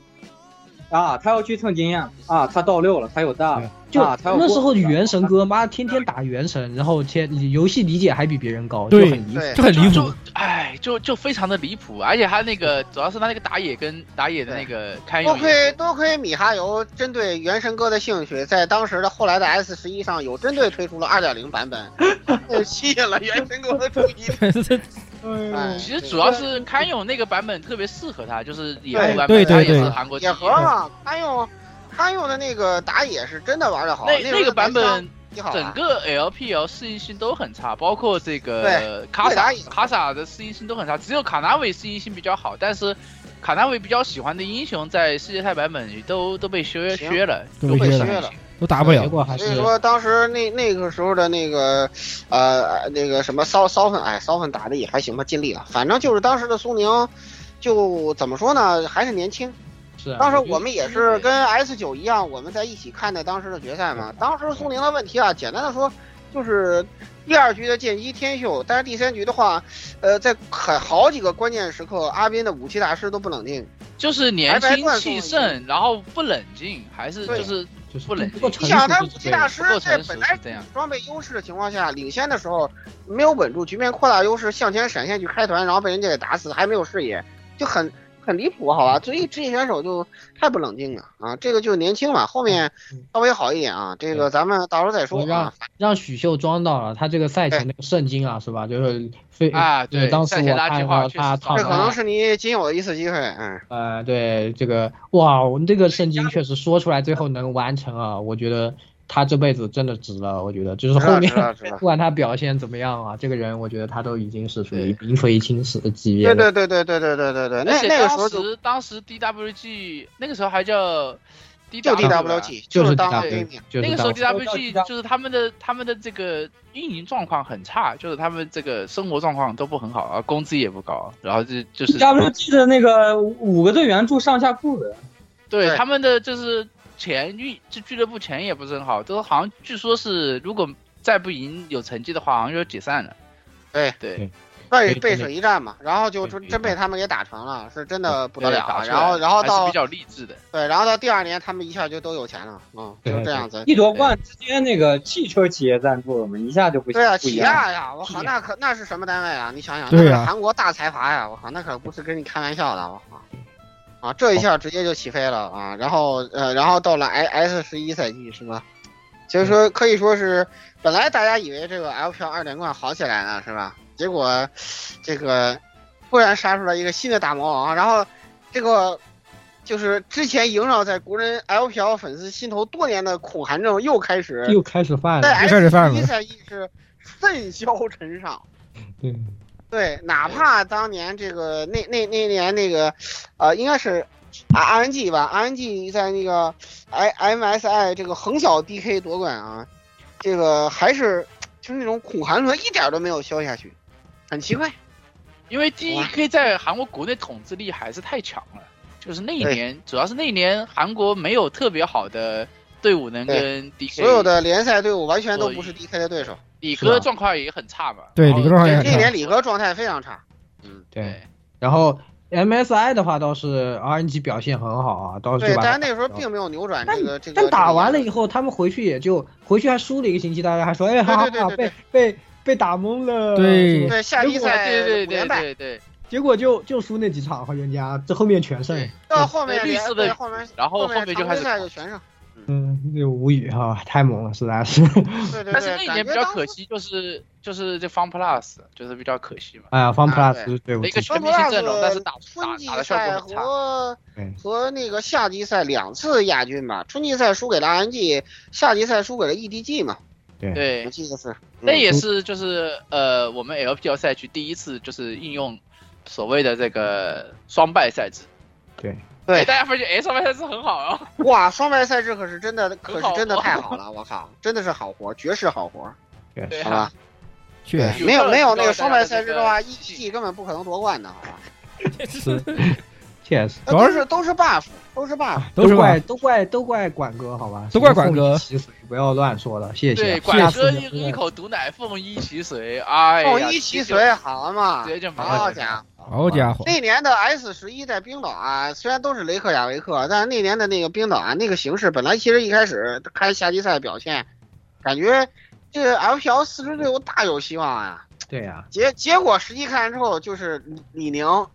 [SPEAKER 6] 啊，他要去蹭经验啊，他到六了，他有大了，
[SPEAKER 7] 就
[SPEAKER 6] 啊、他有
[SPEAKER 7] 那时候原神
[SPEAKER 6] 哥
[SPEAKER 7] 哥妈天天打原神，然后天游戏理解还比别人高，
[SPEAKER 8] 对
[SPEAKER 7] 就很离谱。
[SPEAKER 9] 对
[SPEAKER 8] 就，很离
[SPEAKER 4] 就
[SPEAKER 8] 谱
[SPEAKER 4] 就。哎，就就非常的离谱，而且他那个主要是他那个打野跟打野的那个开
[SPEAKER 9] 多
[SPEAKER 4] 用也
[SPEAKER 9] 亏多亏米哈游针对原神哥的兴趣，在当时的后来的 S 十一上有针对推出了二点零版本， 呃吸引了原神哥的注意。哎
[SPEAKER 4] 其实主要是康永那个版本特别适合他，就是野
[SPEAKER 9] 对
[SPEAKER 4] 服版
[SPEAKER 8] 对
[SPEAKER 4] 本，他
[SPEAKER 8] 对
[SPEAKER 4] 也是
[SPEAKER 8] 对
[SPEAKER 4] 韩国第一
[SPEAKER 9] 野盒嘛，他用他用的那个打野是真的玩的好，
[SPEAKER 4] 那
[SPEAKER 9] 时候
[SPEAKER 4] 那个版
[SPEAKER 9] 男
[SPEAKER 4] 本
[SPEAKER 9] 枪挺好
[SPEAKER 4] 整
[SPEAKER 9] 玩。
[SPEAKER 4] 个 LPL 适应性都很差，包括这个
[SPEAKER 9] 对
[SPEAKER 4] 卡
[SPEAKER 9] 对打
[SPEAKER 4] 萨
[SPEAKER 9] 野
[SPEAKER 4] 卡萨的适应性都很差，只有卡纳维适应性比较好，但是卡纳维比较喜欢的英雄在世界赛版本里都都被削
[SPEAKER 9] 行
[SPEAKER 4] 削了，
[SPEAKER 8] 都
[SPEAKER 4] 就
[SPEAKER 8] 被
[SPEAKER 9] 被
[SPEAKER 8] 削
[SPEAKER 9] 削
[SPEAKER 8] 了
[SPEAKER 9] 了，
[SPEAKER 8] 都打不
[SPEAKER 7] 结
[SPEAKER 8] 了。
[SPEAKER 7] 果还
[SPEAKER 9] 所
[SPEAKER 7] 是
[SPEAKER 9] 以说当时那那个时候的那个，呃，那个什么骚骚粉，哎，骚粉打的也还行吧，尽力了。反正就是当时的苏宁，就怎么说呢，还是年轻。
[SPEAKER 7] 是啊
[SPEAKER 9] 当时我们也是跟 S 九一样，我们在一起看的当时的决赛嘛。当时苏宁的问题啊，简单的说，就是第二局的剑姬天秀，但是第三局的话，呃，在很好几个关键时刻，阿斌的武器大师都不冷静。
[SPEAKER 4] 就是年
[SPEAKER 9] 白白
[SPEAKER 4] 轻
[SPEAKER 9] 灌
[SPEAKER 4] 气
[SPEAKER 9] 送
[SPEAKER 4] 盛，然后不冷静，还是
[SPEAKER 9] 对
[SPEAKER 4] 就是
[SPEAKER 7] 就是
[SPEAKER 4] 不冷
[SPEAKER 7] 不够
[SPEAKER 9] 你
[SPEAKER 7] 成熟
[SPEAKER 4] 静
[SPEAKER 9] 想，他
[SPEAKER 7] 就
[SPEAKER 9] 武
[SPEAKER 7] 是
[SPEAKER 9] 器
[SPEAKER 7] 这
[SPEAKER 9] 大
[SPEAKER 7] 样
[SPEAKER 9] 师
[SPEAKER 4] 不够
[SPEAKER 9] 在
[SPEAKER 4] 成熟
[SPEAKER 9] 本
[SPEAKER 4] 是
[SPEAKER 9] 来
[SPEAKER 4] 这样。
[SPEAKER 9] 装备优势的情况下，领先的时候没有稳住，局面扩大优势，向前闪现去开团，然后被人家给打死，还没有视野，就很很离谱，好吧？所以职业选手就太不冷静了啊！这个就年轻嘛，后面
[SPEAKER 4] 嗯
[SPEAKER 9] 稍微好一点啊。这个咱们到时候再说
[SPEAKER 7] 我让
[SPEAKER 9] 啊。
[SPEAKER 7] 让许秀装到了，他这个赛前那个圣经啊，是吧？就是非
[SPEAKER 4] 啊
[SPEAKER 7] 就是
[SPEAKER 4] 对
[SPEAKER 7] 当时
[SPEAKER 4] 赛前
[SPEAKER 7] 我
[SPEAKER 4] 垃圾
[SPEAKER 7] 看
[SPEAKER 4] 话
[SPEAKER 7] 到
[SPEAKER 4] 确
[SPEAKER 7] 他
[SPEAKER 4] 实
[SPEAKER 7] 躺
[SPEAKER 9] 这
[SPEAKER 7] 在
[SPEAKER 9] 可能是你仅有的一次机会，嗯，
[SPEAKER 7] 呃，对这个哇，我们这个圣经确实说出来，最后能完成啊，我觉得他这辈子真的值了。我觉得就是
[SPEAKER 9] 值
[SPEAKER 7] 后
[SPEAKER 9] 了，
[SPEAKER 7] 面。
[SPEAKER 9] 值了，值了
[SPEAKER 7] 不管他表现怎么样啊，这个人我觉得他都已经是属于名垂青史的级别
[SPEAKER 9] 对
[SPEAKER 7] 了。
[SPEAKER 9] 对对对对对对对对，
[SPEAKER 4] 而
[SPEAKER 9] 那
[SPEAKER 4] 且
[SPEAKER 9] 那个时
[SPEAKER 4] 当
[SPEAKER 9] 候就
[SPEAKER 4] 时当时 DWG 那个时候还叫 DWG
[SPEAKER 9] 就
[SPEAKER 4] 吧
[SPEAKER 9] DWG，
[SPEAKER 7] 就是是
[SPEAKER 9] 当
[SPEAKER 7] DWG
[SPEAKER 9] 对面。
[SPEAKER 7] 就是
[SPEAKER 4] 那个时候
[SPEAKER 7] 当
[SPEAKER 4] DWG 就是他们的他们的这个运营状况很差，就是他们这个生活状况都不很好，啊，工资也不高，然后就就是
[SPEAKER 6] WG 的那个五个队员住上下铺的，
[SPEAKER 4] 对
[SPEAKER 9] 对
[SPEAKER 4] 他们的就是钱运这俱乐部钱也不是很好，都好像据说是如果再不赢有成绩的话，好像就解散了。
[SPEAKER 9] 对
[SPEAKER 7] 对
[SPEAKER 4] 对
[SPEAKER 9] 背
[SPEAKER 7] 对
[SPEAKER 9] 背
[SPEAKER 7] 对
[SPEAKER 9] 水一战嘛，然后就
[SPEAKER 7] 对
[SPEAKER 9] 真
[SPEAKER 7] 对
[SPEAKER 9] 真被
[SPEAKER 7] 对
[SPEAKER 9] 他们给打成了，是真的不
[SPEAKER 4] 不
[SPEAKER 9] 得了啊。然后然后
[SPEAKER 4] 还是
[SPEAKER 9] 到
[SPEAKER 4] 比较励志的，
[SPEAKER 9] 对，然后到第二年他们一下就都有钱了，嗯，就
[SPEAKER 7] 对
[SPEAKER 9] 是这样子。
[SPEAKER 6] 一夺冠直接那个汽车企业赞助我们一下就不
[SPEAKER 9] 对啊，
[SPEAKER 6] 不
[SPEAKER 9] 起
[SPEAKER 6] 一样。
[SPEAKER 9] 亚呀，我靠，
[SPEAKER 6] 起
[SPEAKER 9] 那可那是什么单位啊？你想想，
[SPEAKER 8] 对
[SPEAKER 9] 那是
[SPEAKER 8] 啊
[SPEAKER 9] 韩国大财阀呀，我靠，那可不是跟你开玩笑的，我靠。啊，这一下直接就起飞了啊！然后呃，然后到了 S S 十一赛季是吧？所以说可以说是，本来大家以为这个 LPL 二连冠好起来了是吧？结果这个突然杀出来一个新的大魔王，然后这个就是之前萦绕在国人 LPL 粉丝心头多年的恐韩症又开始
[SPEAKER 7] 又开始犯
[SPEAKER 9] 在
[SPEAKER 7] 了，
[SPEAKER 8] 又开始
[SPEAKER 9] S
[SPEAKER 8] 犯
[SPEAKER 9] 十一
[SPEAKER 8] 了
[SPEAKER 9] 赛季是甚嚣尘上。
[SPEAKER 7] 对，
[SPEAKER 9] 对，哪怕当年这个那那那年那个，呃，应该是 R N G 吧，R N G 在那个 I M S I 这个横扫 D K 夺冠啊，这个还是就是那种恐韩轮一点儿都没有消下去，很奇怪。
[SPEAKER 4] 因为 DEK 在韩国国内统治力还是太强了，就是那一年，主要是那一年韩国没有特别好的队伍能跟 DK，
[SPEAKER 9] 所有的联赛队伍完全都不是 D K 的对手，
[SPEAKER 4] 李
[SPEAKER 7] 是
[SPEAKER 4] 哥
[SPEAKER 7] 吧
[SPEAKER 4] 状况也很差嘛，
[SPEAKER 8] 对
[SPEAKER 4] 然后
[SPEAKER 8] 李哥状况也
[SPEAKER 9] 这
[SPEAKER 8] 很
[SPEAKER 4] 对
[SPEAKER 8] 差
[SPEAKER 9] 年李哥状态非常差。嗯，
[SPEAKER 7] 对，然后 MSI 的话倒是 RNG 表现很好啊，倒是
[SPEAKER 9] 对，
[SPEAKER 7] 就把
[SPEAKER 9] 但
[SPEAKER 7] 它
[SPEAKER 9] 是那时候并没有扭转
[SPEAKER 7] 但
[SPEAKER 9] 这个这个。
[SPEAKER 7] 但打完了
[SPEAKER 9] 这
[SPEAKER 7] 以
[SPEAKER 9] 个
[SPEAKER 7] 后，他们回去也就回去还输了一个星期，大家还说哎哈哈
[SPEAKER 9] 对对
[SPEAKER 7] 哈
[SPEAKER 9] 对
[SPEAKER 7] 被
[SPEAKER 9] 对
[SPEAKER 7] 被被打懵了，
[SPEAKER 8] 对
[SPEAKER 9] 对夏季赛
[SPEAKER 4] 对对
[SPEAKER 9] 五连
[SPEAKER 4] 对
[SPEAKER 9] 败，
[SPEAKER 4] 对对，
[SPEAKER 7] 结果就就输那几场和人家，这后面全胜，
[SPEAKER 9] 到后面
[SPEAKER 4] 绿
[SPEAKER 9] 联
[SPEAKER 4] 色的
[SPEAKER 9] 对后面
[SPEAKER 4] 然后
[SPEAKER 9] 后
[SPEAKER 4] 后面就开始
[SPEAKER 9] 常规赛就全胜。
[SPEAKER 7] 嗯，就无语哈、太猛了，实在是，
[SPEAKER 9] 对对对，
[SPEAKER 4] 但是那一
[SPEAKER 9] 感
[SPEAKER 4] 年比
[SPEAKER 9] 觉
[SPEAKER 4] 较
[SPEAKER 9] 当
[SPEAKER 4] 可
[SPEAKER 9] 时
[SPEAKER 4] 惜，就是就是这 Fun Plus，就是比较可惜嘛。
[SPEAKER 7] 哎呀，Fun
[SPEAKER 9] 啊
[SPEAKER 7] Plus 队伍
[SPEAKER 4] 一个
[SPEAKER 7] 真是
[SPEAKER 4] 全明星阵容，但是打
[SPEAKER 9] 春
[SPEAKER 4] 打
[SPEAKER 9] 季
[SPEAKER 4] 打的效果
[SPEAKER 9] 赛
[SPEAKER 4] 很差。
[SPEAKER 9] 和
[SPEAKER 7] 对
[SPEAKER 9] 和那个夏季赛两次亚军吧，春季赛输给了 RNG，夏季赛输给了 EDG 嘛，我
[SPEAKER 8] 哎
[SPEAKER 4] 对，
[SPEAKER 9] 记得是。
[SPEAKER 4] 那
[SPEAKER 9] 嗯
[SPEAKER 4] 也是就是呃，我们 LPL 赛区第一次就是应用所谓的这个双败赛制。
[SPEAKER 7] 对
[SPEAKER 9] 对
[SPEAKER 4] 哎大家发现哎，双败赛制很好哦。
[SPEAKER 9] 哇，双排赛制可是真的，可是真的
[SPEAKER 4] 很
[SPEAKER 9] 太
[SPEAKER 4] 好
[SPEAKER 9] 好了，我靠，真的是好活，绝世好活，
[SPEAKER 4] 对
[SPEAKER 9] 好吧
[SPEAKER 4] 啊，？
[SPEAKER 8] 确
[SPEAKER 4] 实
[SPEAKER 9] 没有没有那
[SPEAKER 4] 有
[SPEAKER 9] 个
[SPEAKER 4] 了
[SPEAKER 9] 双排赛
[SPEAKER 4] 这
[SPEAKER 9] 制
[SPEAKER 4] 个
[SPEAKER 9] 的话
[SPEAKER 4] 信息
[SPEAKER 9] ，EDG 根本不可能夺冠的，好吧？
[SPEAKER 8] 实
[SPEAKER 7] 确实。
[SPEAKER 9] 呃
[SPEAKER 8] 主要
[SPEAKER 9] 都是都是 buff，都是 buff，
[SPEAKER 8] 都是吧
[SPEAKER 7] 怪？都怪都怪管哥，好吧？
[SPEAKER 8] 都怪管哥
[SPEAKER 7] 什么凤梨汽水不要乱说了，谢谢
[SPEAKER 4] 对，
[SPEAKER 7] 啊。
[SPEAKER 4] 管
[SPEAKER 7] 下
[SPEAKER 4] 哥
[SPEAKER 7] 次
[SPEAKER 4] 一一口毒奶，凤衣其随，哎呀，
[SPEAKER 9] 凤一其随，好嘛
[SPEAKER 4] 直接就，麻
[SPEAKER 9] 好
[SPEAKER 4] 烦
[SPEAKER 9] 家伙！
[SPEAKER 8] 好家伙，
[SPEAKER 9] 那年的 S 十一在冰岛啊，虽然都是雷克雅维克，但是那年的那个冰岛啊，那个形势本来其实一开始开夏季赛表现，感觉这个 LPL 四支队伍大有希望啊。
[SPEAKER 7] 对呀、
[SPEAKER 9] 结结果实际看之后，就是李李宁，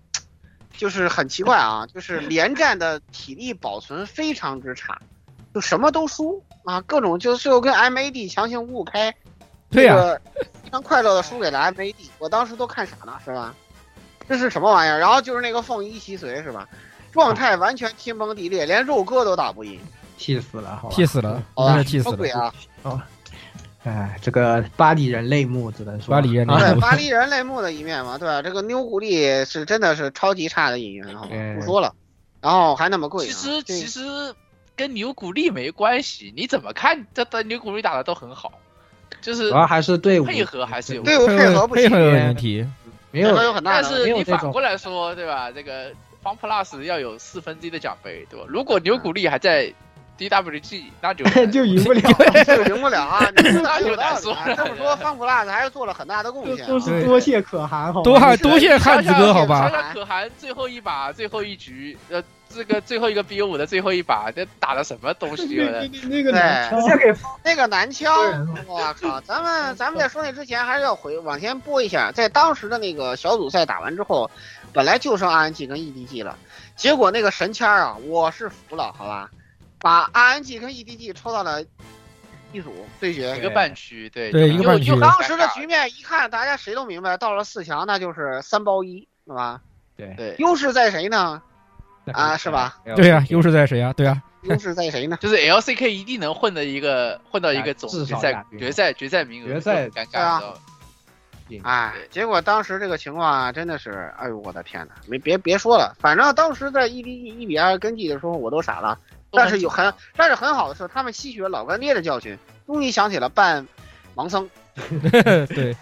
[SPEAKER 9] 就是很奇怪啊，就是连战的体力保存非常之差，就什么都输啊，各种就最后跟 MAD 强行五五开，
[SPEAKER 8] 对
[SPEAKER 7] 啊
[SPEAKER 8] 呀，
[SPEAKER 9] 呀，非常快乐的输给了 MAD，我当时都看傻了，是吧？这是什么玩意儿？然后就是那个凤衣其随，是吧？状态完全天崩地裂，连肉哥都打不赢，
[SPEAKER 7] 气死了，好吧？
[SPEAKER 8] 气死了，
[SPEAKER 9] 好
[SPEAKER 8] 真
[SPEAKER 9] 吧？
[SPEAKER 8] 是哦气
[SPEAKER 9] 什
[SPEAKER 8] 死
[SPEAKER 9] 么鬼
[SPEAKER 8] 了，
[SPEAKER 9] 啊！
[SPEAKER 7] 哎，这个巴黎人泪目，只能说
[SPEAKER 8] 巴黎人
[SPEAKER 7] 啊
[SPEAKER 8] 泪
[SPEAKER 9] 对，
[SPEAKER 8] 目
[SPEAKER 9] 巴黎人类目的一面嘛，对吧？这个妞古力是真的是超级差的演员，好吧，
[SPEAKER 7] 嗯
[SPEAKER 8] 哎
[SPEAKER 9] 不说了。然后还那么贵啊、
[SPEAKER 4] 其实
[SPEAKER 9] 这
[SPEAKER 4] 其实跟牛骨力没关系，你怎么看？这这牛骨力打的都很好，就是
[SPEAKER 7] 主要还是队伍
[SPEAKER 4] 配合还是有。
[SPEAKER 9] 队伍配合不
[SPEAKER 8] 配
[SPEAKER 9] 行
[SPEAKER 8] 合，有问题，
[SPEAKER 7] 没
[SPEAKER 9] 配
[SPEAKER 7] 有
[SPEAKER 9] 合有很大
[SPEAKER 4] 但
[SPEAKER 9] 的
[SPEAKER 4] 是
[SPEAKER 9] 问题。
[SPEAKER 7] 没有
[SPEAKER 4] 你
[SPEAKER 7] 这种
[SPEAKER 4] 反过来说，对吧？这个 Fun Plus 要有四分之一的奖杯，对吧？如果牛骨力还在 DWG，那就
[SPEAKER 7] 就赢不了，
[SPEAKER 9] 就赢不了 啊！你说的有道理啊，
[SPEAKER 4] 那就难说了
[SPEAKER 9] 这么说，方普拉斯还是做了很大的贡
[SPEAKER 7] 就
[SPEAKER 9] 献啊。
[SPEAKER 7] 都是多谢可汗，好吧？
[SPEAKER 8] 多汉多 谢汉子哥，好
[SPEAKER 4] 想
[SPEAKER 8] 吧？
[SPEAKER 4] 想可汗最后一把、最后一局，呃，这个最后一个 BO 五的最后一把，这打的什么东西？
[SPEAKER 7] 那那那那个
[SPEAKER 9] 对
[SPEAKER 7] 男枪
[SPEAKER 6] 献给
[SPEAKER 9] 那个南枪
[SPEAKER 7] 对然后，
[SPEAKER 9] 我靠！咱们咱们在说那之前，还是要回往前播一下，在当时的那个小组赛打完之后，本来就剩 RNG 跟 EDG 了，结果那个神签儿啊，我是服了，好吧，把 RNG 跟 EDG 抽到了一组对决
[SPEAKER 4] 一。个半区，对
[SPEAKER 8] 对一个半区
[SPEAKER 4] 就
[SPEAKER 9] 当时的局面一看，大家谁都明白，到了四强那就是三包一，是吧？
[SPEAKER 7] 对
[SPEAKER 4] 对
[SPEAKER 9] 优势在谁呢？啊是吧？
[SPEAKER 8] 对呀，优势在谁呀？啊对呀，
[SPEAKER 9] 优势在谁呢？
[SPEAKER 4] 就是 LCK 一定能混的一个混到一个总
[SPEAKER 7] 至
[SPEAKER 4] 决
[SPEAKER 7] 少
[SPEAKER 4] 赛
[SPEAKER 7] 亚军
[SPEAKER 4] 决赛决赛名额，
[SPEAKER 7] 决赛
[SPEAKER 4] 就很尴
[SPEAKER 9] 对啊
[SPEAKER 4] 尬，你知道吗
[SPEAKER 7] 嗯
[SPEAKER 9] 哎，结果当时这个情况啊，真的是，哎呦我的天哪！没别别说了，反正当时在一比一、一比二跟进的时候，我都傻了。但是有很，但是很好的是，他们吸取了老干爹的教训，终于想起了办盲僧
[SPEAKER 8] 对，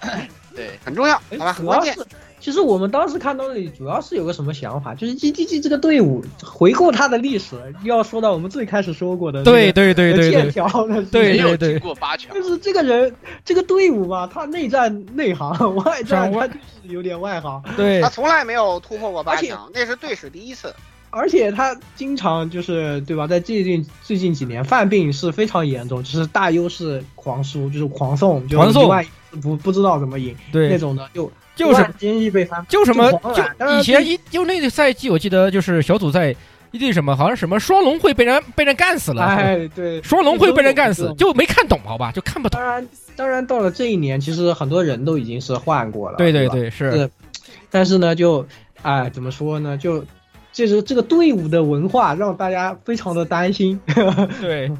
[SPEAKER 4] 对，
[SPEAKER 9] 很重要，
[SPEAKER 7] 哎
[SPEAKER 9] 好吧？很
[SPEAKER 7] 主
[SPEAKER 9] 关
[SPEAKER 7] 要
[SPEAKER 9] 键
[SPEAKER 7] 是，其实我们当时看到那里，主要是有个什么想法，就是 EDG 这个队伍回顾它的历史，要说到我们最开始说过的那个
[SPEAKER 8] 对对对对
[SPEAKER 7] 剑
[SPEAKER 8] 对，
[SPEAKER 7] 条的事情
[SPEAKER 8] 对
[SPEAKER 4] 没有
[SPEAKER 8] 对
[SPEAKER 4] 进过八强
[SPEAKER 7] 就，是这个人，这个队伍吧，他内战内行， 外战
[SPEAKER 8] 掌握
[SPEAKER 7] 他就是有点外行，
[SPEAKER 8] 对
[SPEAKER 9] 他从来没有突破过八
[SPEAKER 7] 哎而且
[SPEAKER 9] 强，那是队史第一次。
[SPEAKER 7] 而且他经常就是对吧，在最近最近几年犯病是非常严重，就是大优势狂输，就是狂送，就
[SPEAKER 8] 狂送
[SPEAKER 7] 一万一不不知道怎么赢那
[SPEAKER 8] 对，
[SPEAKER 7] 种的，就
[SPEAKER 8] 就是
[SPEAKER 7] 坚毅被翻盘，
[SPEAKER 8] 就什么
[SPEAKER 7] 就狂揽当
[SPEAKER 8] 就
[SPEAKER 7] 然
[SPEAKER 8] 以前一就那个赛季，我记得就是小组赛一句什么，好像什么双龙会被人被人干死了，
[SPEAKER 7] 哎，对，
[SPEAKER 8] 双龙会被人干
[SPEAKER 7] 这
[SPEAKER 8] 死
[SPEAKER 7] 种，
[SPEAKER 8] 就没看懂好吧，就看不懂。
[SPEAKER 7] 当然，当然到了这一年，其实很多人都已经是换过了，
[SPEAKER 8] 对对
[SPEAKER 7] 吧
[SPEAKER 8] 对，是
[SPEAKER 7] 是，但是呢，就哎，怎么说呢？就这是这个队伍的文化让大家非常的担心。
[SPEAKER 8] 对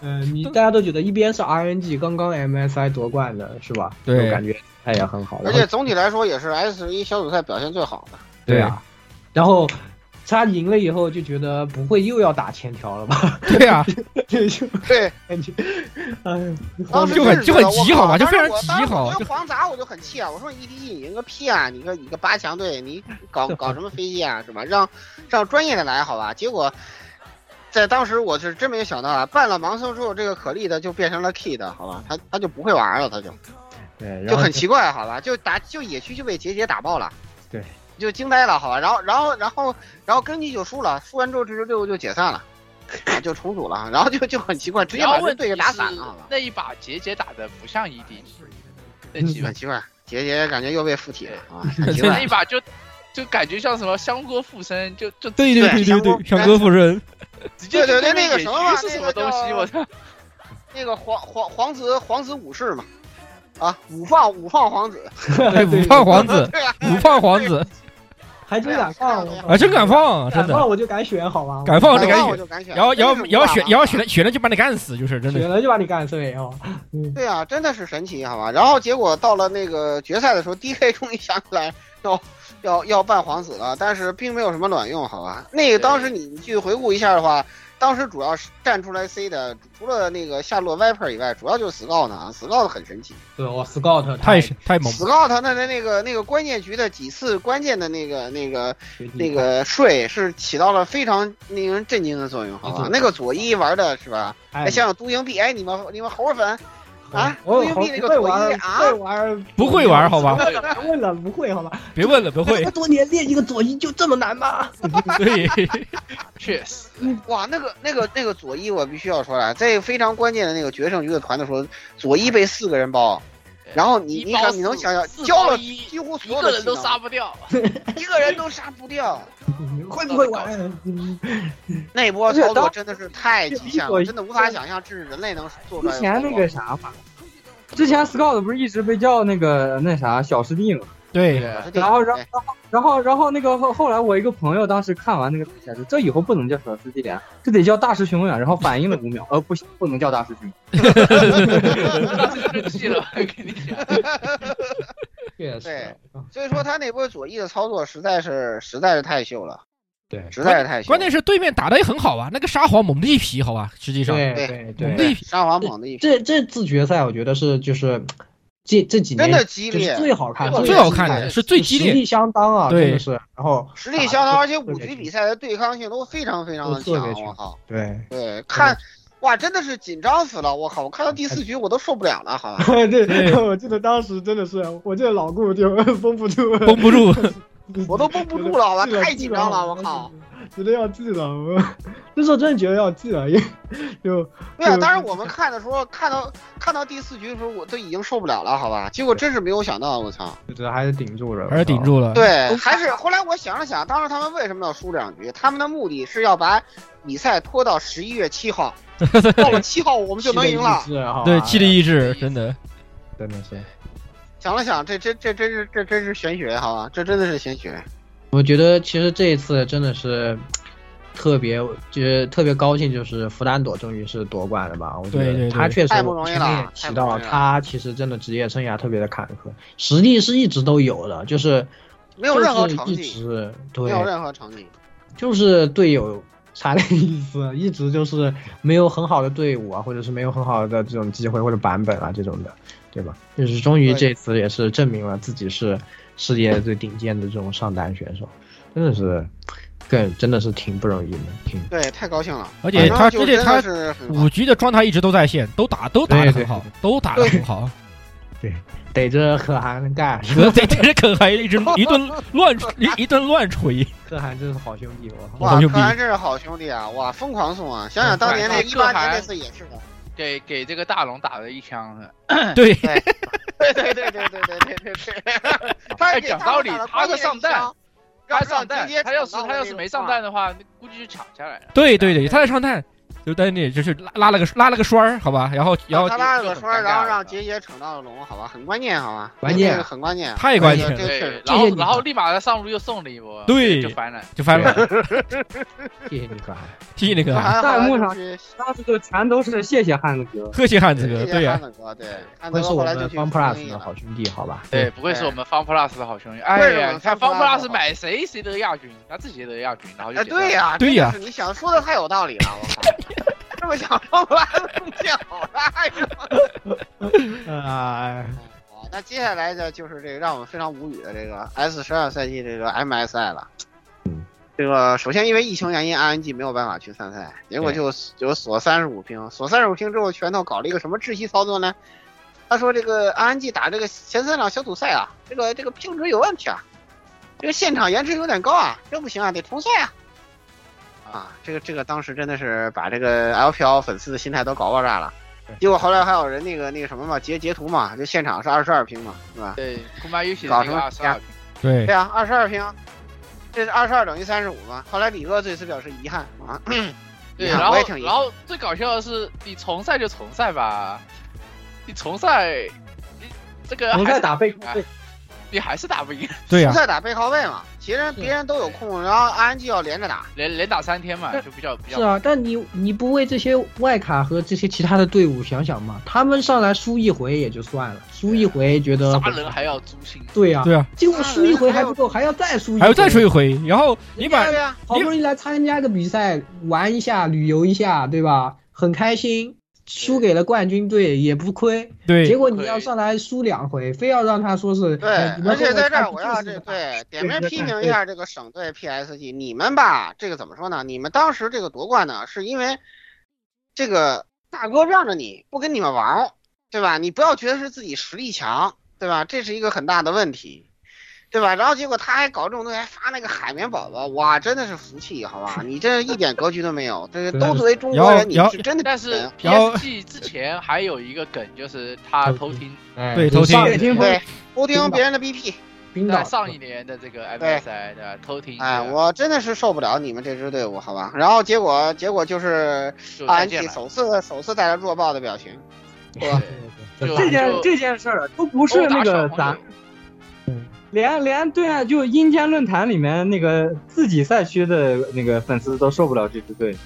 [SPEAKER 7] 嗯、你大家都觉得一边是 RNG 刚刚 MSI 夺冠的是吧？
[SPEAKER 8] 对
[SPEAKER 7] 就感觉哎呀很好。
[SPEAKER 9] 而
[SPEAKER 7] 然后
[SPEAKER 9] 且总体来说也是 S 一小组赛表现最好 的。
[SPEAKER 7] 对啊，然后他赢了以后就觉得不会又要打千条了吧？
[SPEAKER 8] 对啊，
[SPEAKER 7] 就就
[SPEAKER 9] 对，
[SPEAKER 7] 感觉，哎，
[SPEAKER 9] 当时
[SPEAKER 8] 就很
[SPEAKER 9] 是
[SPEAKER 8] 就
[SPEAKER 9] 觉得
[SPEAKER 8] 很
[SPEAKER 9] 我
[SPEAKER 8] 急
[SPEAKER 9] 靠
[SPEAKER 8] 好吧就
[SPEAKER 9] 当时
[SPEAKER 8] 非常
[SPEAKER 9] 我当
[SPEAKER 8] 急
[SPEAKER 9] 时
[SPEAKER 8] 好
[SPEAKER 9] 我
[SPEAKER 8] 就
[SPEAKER 9] 跟黄杂我就很气啊！我说你第一你赢个屁啊！你个你个八强队，你 搞搞什么飞机啊？是吧？让让专业的来好吧？结果在当时我是真没有想到啊，办了盲僧之后，这个可丽的就变成了 K 的好吧？他他就不会玩了，他就
[SPEAKER 7] 对，然后
[SPEAKER 9] 就很奇怪好吧？就打就野区就被杰杰打爆了，
[SPEAKER 7] 对，
[SPEAKER 9] 就惊呆了好吧？然后然后然后然后根基就输了，输完之后这支队伍就解散了。啊，就重组了，然后就就很奇怪， 直接把
[SPEAKER 4] 然
[SPEAKER 9] 这
[SPEAKER 4] 后问
[SPEAKER 9] 队
[SPEAKER 4] 题
[SPEAKER 9] 给
[SPEAKER 4] 是
[SPEAKER 9] 打散了，好吧？嗯
[SPEAKER 4] 那一把杰杰打的不像 ED，那 几把
[SPEAKER 9] 很奇怪，杰杰感觉又被附体了啊，很奇
[SPEAKER 4] 那
[SPEAKER 9] 怪
[SPEAKER 4] 一。把就就感觉像什么香锅附身，就就
[SPEAKER 8] 对
[SPEAKER 9] 对
[SPEAKER 8] 对
[SPEAKER 9] 香
[SPEAKER 8] 对
[SPEAKER 9] 锅
[SPEAKER 8] 对，想哥夫人，
[SPEAKER 4] 直接
[SPEAKER 9] 对对对
[SPEAKER 4] 就
[SPEAKER 9] 那个
[SPEAKER 4] 野
[SPEAKER 9] 什么嘛
[SPEAKER 4] 菊是
[SPEAKER 9] 那
[SPEAKER 4] 什
[SPEAKER 9] 个
[SPEAKER 4] 么东西？
[SPEAKER 9] 叫
[SPEAKER 4] 我操！
[SPEAKER 9] 那个皇皇皇子皇子武士嘛，啊，五放五放皇子，
[SPEAKER 8] 对五胖皇子，
[SPEAKER 9] 对啊，
[SPEAKER 8] 五胖皇子
[SPEAKER 7] 还真敢放
[SPEAKER 9] 对啊
[SPEAKER 8] 啊，真敢放，真
[SPEAKER 7] 敢
[SPEAKER 8] 的
[SPEAKER 7] 放我就敢选好吗？
[SPEAKER 8] 敢放
[SPEAKER 9] 反
[SPEAKER 8] 就敢
[SPEAKER 9] 啊正我
[SPEAKER 8] 选，
[SPEAKER 9] 就敢选，
[SPEAKER 8] 然后然后
[SPEAKER 9] 真是啊
[SPEAKER 8] 然后
[SPEAKER 9] 无法
[SPEAKER 8] 选
[SPEAKER 9] 了
[SPEAKER 8] 然后选了选了就把你干死，就是真
[SPEAKER 7] 选
[SPEAKER 8] 的，
[SPEAKER 7] 了就把你干碎哦。嗯，
[SPEAKER 9] 对啊，真的是神奇，好吧。然后结果到了那个决赛的时候，DK 终于想起来要要要办皇子了，但是并没有什么卵用，好吧。那个当时你去回顾一下的话，当时主要是站出来 C 的，除了那个夏洛 Viper 以外，主要就是 Scout 啊，Scout 很神奇。
[SPEAKER 7] 对我 Scout
[SPEAKER 8] 太太猛了，
[SPEAKER 9] Scout 那的那个那个关键局的几次关键的那个那个
[SPEAKER 7] 学弟
[SPEAKER 9] 那个税是起到了非常令人震惊的作用，好
[SPEAKER 7] 没
[SPEAKER 9] 吧
[SPEAKER 7] 错？
[SPEAKER 9] 那个左一玩的是吧？
[SPEAKER 7] 哎
[SPEAKER 9] 哎，想想都营币，哎，你们你们猴粉啊，
[SPEAKER 7] 我
[SPEAKER 9] 都
[SPEAKER 7] 有
[SPEAKER 9] 营
[SPEAKER 7] 哦好
[SPEAKER 9] 币那个
[SPEAKER 7] 不会
[SPEAKER 9] 左一
[SPEAKER 7] 玩，
[SPEAKER 9] 啊
[SPEAKER 7] 不，会玩，
[SPEAKER 8] 不会玩好吧？
[SPEAKER 7] 别问了，不会好吧？
[SPEAKER 8] 别问了，不
[SPEAKER 7] 这
[SPEAKER 8] 会
[SPEAKER 7] 么，多年练一个左一就这么 难吗？
[SPEAKER 8] 对，
[SPEAKER 4] 确实，
[SPEAKER 9] 哇，那个那个那个左一，我必须要说了，在非常关键的那个决胜局的团的时候，左一被四个人包，然后 你你想你能想象，
[SPEAKER 4] 交
[SPEAKER 9] 交了
[SPEAKER 4] 一
[SPEAKER 9] 几乎
[SPEAKER 4] 一
[SPEAKER 9] 所有
[SPEAKER 4] 个
[SPEAKER 9] 的
[SPEAKER 4] 人都杀不掉，
[SPEAKER 9] 一个人都杀不掉，
[SPEAKER 7] 会不会 玩？
[SPEAKER 9] 那一波操作真的是太极限
[SPEAKER 6] 而
[SPEAKER 9] 了，
[SPEAKER 6] 且
[SPEAKER 9] 真的无法想象，这是人类能做出
[SPEAKER 6] 之
[SPEAKER 9] 来的操作。
[SPEAKER 6] 前那个啥嘛，之前 Scout 不是一直被叫那个那啥小师弟嘛，
[SPEAKER 8] 对，
[SPEAKER 6] 然后然后然后然后那个后后来我一个朋友当时看完那个比赛说，这以后不能叫小师弟了，这得叫大师兄呀。然后反应了五秒，呃，不行，不能叫大师兄。
[SPEAKER 4] 当 时就气了，我跟你讲，
[SPEAKER 7] 确实
[SPEAKER 9] 对， 所以说他那波左翼的操作实在是实在是太秀了，
[SPEAKER 7] 对
[SPEAKER 9] 实在是太秀了。
[SPEAKER 8] 关键是对面打的也很好啊，那个沙皇猛的一批好吧，实际上
[SPEAKER 7] 对
[SPEAKER 9] 对
[SPEAKER 7] 对
[SPEAKER 8] 猛
[SPEAKER 7] 对，
[SPEAKER 8] 的一批，
[SPEAKER 9] 沙皇猛的一批，
[SPEAKER 7] 这这次决赛我觉得是就是这这几年
[SPEAKER 9] 真的激
[SPEAKER 7] 就是
[SPEAKER 9] 烈，
[SPEAKER 7] 最好看，
[SPEAKER 9] 对
[SPEAKER 8] 最好看的是最激
[SPEAKER 7] 实
[SPEAKER 8] 烈，
[SPEAKER 7] 力相当啊，
[SPEAKER 8] 对
[SPEAKER 7] 真的是。然后
[SPEAKER 9] 实力相当，而且
[SPEAKER 7] 特别
[SPEAKER 9] 五局比赛的对抗性都非常非常的
[SPEAKER 7] 都特别
[SPEAKER 9] 强。
[SPEAKER 7] 强
[SPEAKER 9] 我靠，
[SPEAKER 7] 对
[SPEAKER 9] 对，看，哇，真的是紧张死了！我靠，我看到第四局我都受不了了， 好吧。
[SPEAKER 7] 对，我记得当时真的是，我记得老顾就绷不住了，
[SPEAKER 8] 绷不住，
[SPEAKER 9] 我都绷不住了，好吧，
[SPEAKER 7] 记了
[SPEAKER 9] 太紧张了，我！
[SPEAKER 7] 记了
[SPEAKER 9] 靠！
[SPEAKER 7] 觉得要记了，我那时候真的觉得要记了，因为就
[SPEAKER 9] 对啊，
[SPEAKER 7] 就
[SPEAKER 9] 当时我们看的时候，看到看到第四局的时候，我都已经受不了了，好吧？结果真是没有想到，我操！
[SPEAKER 7] 就是还是顶住了，
[SPEAKER 8] 还是顶住了，
[SPEAKER 9] 对，还是后来我想了想，当时他们为什么要输两局？他们的目的是要把比赛拖到十一月 七号，到了七号我们就能赢了。
[SPEAKER 7] 了
[SPEAKER 8] 对，气力意志真的，
[SPEAKER 7] 真的是。
[SPEAKER 9] 想了想，这这这真是这真是玄学，好吧？这真的是玄学。
[SPEAKER 7] 我觉得其实这一次真的是特别，就是特别高兴，就是弗兰朵终于是夺冠了吧？我觉
[SPEAKER 8] 对对
[SPEAKER 7] 得
[SPEAKER 8] 对
[SPEAKER 7] 他确实
[SPEAKER 9] 太不容易了
[SPEAKER 7] 我前面也提
[SPEAKER 9] 太不
[SPEAKER 7] 到
[SPEAKER 9] 容易了
[SPEAKER 7] 他其实真的职业生涯特别的坎坷，实力是一直都有的，就是
[SPEAKER 9] 没有任何
[SPEAKER 7] 就是
[SPEAKER 9] 成
[SPEAKER 7] 一
[SPEAKER 9] 绩
[SPEAKER 7] 直
[SPEAKER 9] 没
[SPEAKER 7] 对，
[SPEAKER 9] 有任何成绩。
[SPEAKER 7] 就是队友差点意思，一直就是没有很好的队伍啊，或者是没有很好的这种机会或者版本啊这种的，对吧？就是终于
[SPEAKER 9] 对
[SPEAKER 7] 这次也是证明了自己是世界最顶尖的这种上单选手，真的是，更真的是挺不容易的，挺
[SPEAKER 9] 对，太高兴了。
[SPEAKER 8] 而且他
[SPEAKER 9] 反
[SPEAKER 8] 而
[SPEAKER 9] 正就
[SPEAKER 8] 且他
[SPEAKER 9] 真的是很好
[SPEAKER 8] 五局的状态一直都在线，都打都打得很好
[SPEAKER 7] 对，
[SPEAKER 8] 都打得很好，
[SPEAKER 7] 逮着可汗干，
[SPEAKER 8] 可这这可还一直一顿 乱一一顿乱锤，
[SPEAKER 7] 可汗真是好兄弟， 我
[SPEAKER 8] 好
[SPEAKER 9] 哇，
[SPEAKER 8] 牛逼嗯
[SPEAKER 9] 可汗真是好兄弟啊！哇，疯狂送啊！想想当年那一
[SPEAKER 4] 可
[SPEAKER 9] 八年
[SPEAKER 4] 汗
[SPEAKER 9] 那次也是的。
[SPEAKER 4] 给给这个大龙打了一枪的。
[SPEAKER 8] 对，
[SPEAKER 9] 对对对对对对对对对，他
[SPEAKER 4] 哎讲道理
[SPEAKER 9] 他
[SPEAKER 4] 他个上弹，
[SPEAKER 9] 要
[SPEAKER 4] 他上弹
[SPEAKER 9] 直接，
[SPEAKER 4] 他要是
[SPEAKER 9] 抢到
[SPEAKER 4] 他要
[SPEAKER 9] 那
[SPEAKER 4] 是
[SPEAKER 9] 个
[SPEAKER 4] 没上
[SPEAKER 9] 话
[SPEAKER 4] 弹的话，那估计就抢下来了。
[SPEAKER 8] 对对对，他在上弹，就在那里就是拉拉了个拉了个栓儿，好吧，然后然后
[SPEAKER 9] 他拉了
[SPEAKER 4] 就
[SPEAKER 9] 个
[SPEAKER 4] 很
[SPEAKER 9] 栓，然
[SPEAKER 4] 尴尬嗯
[SPEAKER 9] 后让杰杰抢到了龙，好吧，很关键，好吧，
[SPEAKER 7] 关键
[SPEAKER 9] 这个很关 键，
[SPEAKER 8] 太关键
[SPEAKER 9] 这
[SPEAKER 8] 了
[SPEAKER 9] 个这个确
[SPEAKER 4] 对
[SPEAKER 9] 实，
[SPEAKER 4] 然
[SPEAKER 7] 谢
[SPEAKER 4] 后
[SPEAKER 7] 谢你
[SPEAKER 4] 然后立马上路又送了一波，
[SPEAKER 8] 对
[SPEAKER 4] 就翻了。
[SPEAKER 8] 就翻了，
[SPEAKER 7] 谢谢你哥，
[SPEAKER 8] 谢谢那
[SPEAKER 9] 这
[SPEAKER 8] 个啊
[SPEAKER 9] 还
[SPEAKER 6] 弹幕上
[SPEAKER 9] 后来就是
[SPEAKER 6] 当时就全都是谢谢汉子哥，
[SPEAKER 8] 贺谢汉子哥，
[SPEAKER 9] 谢
[SPEAKER 8] 对
[SPEAKER 9] 谢
[SPEAKER 8] 呀
[SPEAKER 9] 汉，子哥，对，汉
[SPEAKER 7] 不
[SPEAKER 9] 子哥
[SPEAKER 7] 愧是我
[SPEAKER 9] 后来就
[SPEAKER 7] 们
[SPEAKER 9] 去
[SPEAKER 7] 方
[SPEAKER 9] 顺
[SPEAKER 7] plus
[SPEAKER 9] 利
[SPEAKER 7] 的
[SPEAKER 9] 了
[SPEAKER 7] 好兄弟，好吧？
[SPEAKER 4] 对，不愧是我们 Fun Plus 的好兄弟。哎
[SPEAKER 9] 对我
[SPEAKER 4] 呀，
[SPEAKER 9] 们
[SPEAKER 4] 你看
[SPEAKER 9] Fun
[SPEAKER 4] Fun
[SPEAKER 9] Plus 的
[SPEAKER 4] Plus 买谁谁得亚军，他自己也得亚军，然后就
[SPEAKER 9] 哎，
[SPEAKER 4] 解散了
[SPEAKER 9] 对呀，
[SPEAKER 8] 对呀
[SPEAKER 9] 真的是你想说的太有道理了，我靠，这么想说完了，中奖了，哎呦
[SPEAKER 7] 啊，
[SPEAKER 9] 好，那接下来呢，就是这个让我们非常无语的这个 S 十二赛季这个 MSI 了。这个首先因为疫情原因，RNG 没有办法去参赛，结果就就锁三十五拼，锁三十五拼之后，拳头搞了一个什么窒息操作呢？他说这个 RNG 打这个前三场小组赛啊，这个这个评值有问题啊，这个现场延迟有点高啊，这不行啊，得重赛啊。啊，这个这个当时真的是把这个 LPL 粉丝的心态都搞爆炸了。结果后来还有人那个那个什么嘛，截截图嘛，就现场是二十二平嘛，是吧？
[SPEAKER 4] 对，库玛尤其
[SPEAKER 9] 搞
[SPEAKER 4] 那
[SPEAKER 9] 什
[SPEAKER 4] 个
[SPEAKER 9] 么
[SPEAKER 4] 二十二平，
[SPEAKER 8] 对
[SPEAKER 9] 对啊，二十二平，这是二十二等于三十五嘛。后来李哥对此表示遗憾啊，
[SPEAKER 4] 对，
[SPEAKER 9] 遗憾
[SPEAKER 4] 然后
[SPEAKER 9] 我也挺遗憾
[SPEAKER 4] 然后最搞笑的是，你重赛就重赛吧，你重赛，你这个
[SPEAKER 6] 我
[SPEAKER 4] 还
[SPEAKER 6] 在
[SPEAKER 4] 是
[SPEAKER 6] 打背靠
[SPEAKER 4] 哎
[SPEAKER 6] 背，
[SPEAKER 4] 你还是打不赢，
[SPEAKER 8] 对啊呀
[SPEAKER 9] 不，再打背靠背嘛，其实别人都有空，然后 RNG 要连着打，
[SPEAKER 4] 连连打三天嘛，就比较比较
[SPEAKER 7] 是。啊，但你你不为这些外卡和这些其他的队伍想想吗？他们上来输一回也就算了，输一回觉得
[SPEAKER 4] 杀人还要诛心，
[SPEAKER 7] 对呀、
[SPEAKER 8] 对啊，
[SPEAKER 7] 结果输一回还不够，还要再输一回，
[SPEAKER 8] 还要再说一回，然后你把
[SPEAKER 9] 对啊，
[SPEAKER 7] 好不容易来参加个比赛，玩一下、旅游一下，对吧？很开心，输给了冠军队也不亏。结
[SPEAKER 8] 对
[SPEAKER 7] 果你要上来输两回，非要让他说 是
[SPEAKER 9] 对，
[SPEAKER 6] 呃
[SPEAKER 7] 哎你们
[SPEAKER 9] 而且在这儿
[SPEAKER 7] 后
[SPEAKER 9] 我
[SPEAKER 7] 面看
[SPEAKER 9] 要
[SPEAKER 7] 不
[SPEAKER 9] 这
[SPEAKER 7] 就是
[SPEAKER 9] 对点名批评一下这个省队 PSG，你们吧，这个怎么说呢？你们当时这个夺冠呢，是因为这个大哥让着你不跟你们玩儿，对吧？你不要觉得是自己实力强，对吧？这是一个很大的问题，对吧？然后结果他还搞这种东西，还发那个海绵宝宝，哇，真的是服气，好吧？你这一点格局都没有，这个都作为中国人，你
[SPEAKER 8] 然后
[SPEAKER 9] 是真的
[SPEAKER 4] 但是
[SPEAKER 8] 然后
[SPEAKER 4] PSG 之前还有一个梗，就是他偷听
[SPEAKER 7] 哎
[SPEAKER 8] 对
[SPEAKER 7] 就
[SPEAKER 8] 偷听
[SPEAKER 7] 上
[SPEAKER 6] 对
[SPEAKER 7] 冰
[SPEAKER 9] 对不听别人的 BP。
[SPEAKER 7] 冰岛
[SPEAKER 4] 在上一年的这个 MSI 的偷听，
[SPEAKER 9] 哎，
[SPEAKER 4] 对吧啊
[SPEAKER 9] 我真的是受不了你们这支队伍，好吧？然后结果结果就是
[SPEAKER 4] 就
[SPEAKER 9] 安
[SPEAKER 4] 再见
[SPEAKER 9] 琪
[SPEAKER 4] 了。
[SPEAKER 9] 首次首次带来弱爆的表情，
[SPEAKER 4] 对
[SPEAKER 7] 对
[SPEAKER 4] 就
[SPEAKER 6] 这件
[SPEAKER 4] 就
[SPEAKER 6] 这件事儿都不是那个
[SPEAKER 4] 殴打小朋友
[SPEAKER 6] 咱连连对啊，就阴间论坛里面那个自己赛区的那个粉丝都受不了这支队。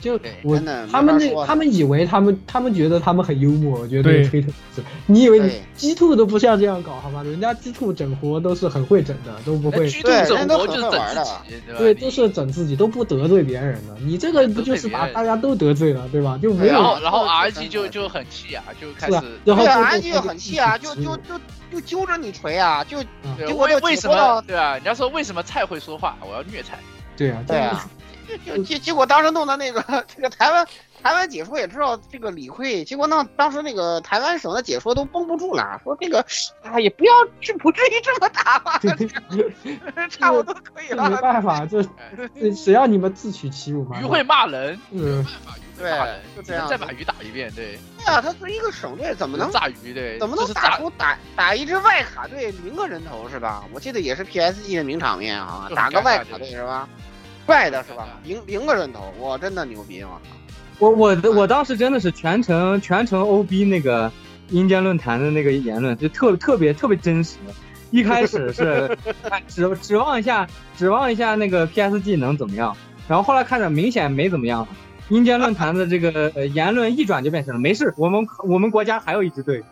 [SPEAKER 7] 就
[SPEAKER 4] 对
[SPEAKER 7] 我
[SPEAKER 9] 真的
[SPEAKER 7] 他们
[SPEAKER 9] 没法
[SPEAKER 7] 那
[SPEAKER 9] 说
[SPEAKER 7] 他们以为他们他们觉得他们很幽默，我觉得
[SPEAKER 8] 对
[SPEAKER 7] 推特是，你以为你
[SPEAKER 9] 对
[SPEAKER 7] G two 都不像这样搞好吗？人家 G two 整活都是很会整的，都不会
[SPEAKER 4] 哎，居度
[SPEAKER 9] 对
[SPEAKER 4] 整活就是
[SPEAKER 9] 人都很会玩
[SPEAKER 4] 整
[SPEAKER 9] 的
[SPEAKER 4] 自己，吧？
[SPEAKER 7] 对，
[SPEAKER 4] 你
[SPEAKER 7] 都是整自己，都不得罪别人的。你这个不就是把大家都得罪了，对吧？就没
[SPEAKER 9] 对
[SPEAKER 7] 有
[SPEAKER 4] 然
[SPEAKER 7] 人
[SPEAKER 4] 后然 后 RG 就就很气啊，就开
[SPEAKER 7] 是吧
[SPEAKER 4] 始？。
[SPEAKER 7] 然
[SPEAKER 9] 对
[SPEAKER 7] 后最
[SPEAKER 9] 啊，
[SPEAKER 7] 后
[SPEAKER 9] 安琪
[SPEAKER 7] 就
[SPEAKER 9] 很气啊，就
[SPEAKER 7] 就
[SPEAKER 9] 就就就揪着你锤啊，就
[SPEAKER 4] 对
[SPEAKER 9] 结果
[SPEAKER 4] 为
[SPEAKER 9] 就
[SPEAKER 4] 为
[SPEAKER 9] 解
[SPEAKER 4] 什
[SPEAKER 9] 脱
[SPEAKER 4] 么
[SPEAKER 9] 了
[SPEAKER 4] 对啊？人家说为什么菜会说话？我要虐菜。
[SPEAKER 7] 对啊，
[SPEAKER 9] 对啊， 就结结果当时弄的那个 这个台湾台湾解说也知道这个理亏，结果弄当时那个台湾省的解说都绷不住了，说这个啊也不要至不至于这么打 吧， 差不多可以
[SPEAKER 7] 这没
[SPEAKER 9] 了。
[SPEAKER 7] 办法，这
[SPEAKER 9] 哎
[SPEAKER 7] 这谁让你们自取其辱嘛？
[SPEAKER 4] 鱼会骂人，
[SPEAKER 7] 嗯，
[SPEAKER 9] 对
[SPEAKER 4] 骂人，
[SPEAKER 9] 就
[SPEAKER 4] 只
[SPEAKER 9] 这样
[SPEAKER 4] 能
[SPEAKER 9] 子
[SPEAKER 4] 再把鱼打一遍，对，
[SPEAKER 9] 对啊，他作为一个省队怎么能
[SPEAKER 4] 炸鱼？对，
[SPEAKER 9] 怎么
[SPEAKER 4] 这
[SPEAKER 9] 能
[SPEAKER 4] 是
[SPEAKER 9] 打
[SPEAKER 4] 炸？
[SPEAKER 9] 出打打一支外卡队零个人头是吧？我记得也是 PSG 的名场面啊，
[SPEAKER 4] 就很
[SPEAKER 9] 打个
[SPEAKER 4] 尴尬
[SPEAKER 9] 外
[SPEAKER 4] 这
[SPEAKER 9] 卡
[SPEAKER 4] 个
[SPEAKER 9] 队是吧？怪的是吧
[SPEAKER 4] 很尴？
[SPEAKER 9] 零零个人头，我真的牛逼啊我操！
[SPEAKER 6] 我我我当时真的是全程全程 OB 那个阴间论坛的那个言论，就特特别特别真实。一开 始是哎指指望一下指望一下那个 PSG 能怎么样，然后后来看着明显没怎么样了。阴间论坛的这个呃言论一转就变成了没事，我们我们国家还有一支队，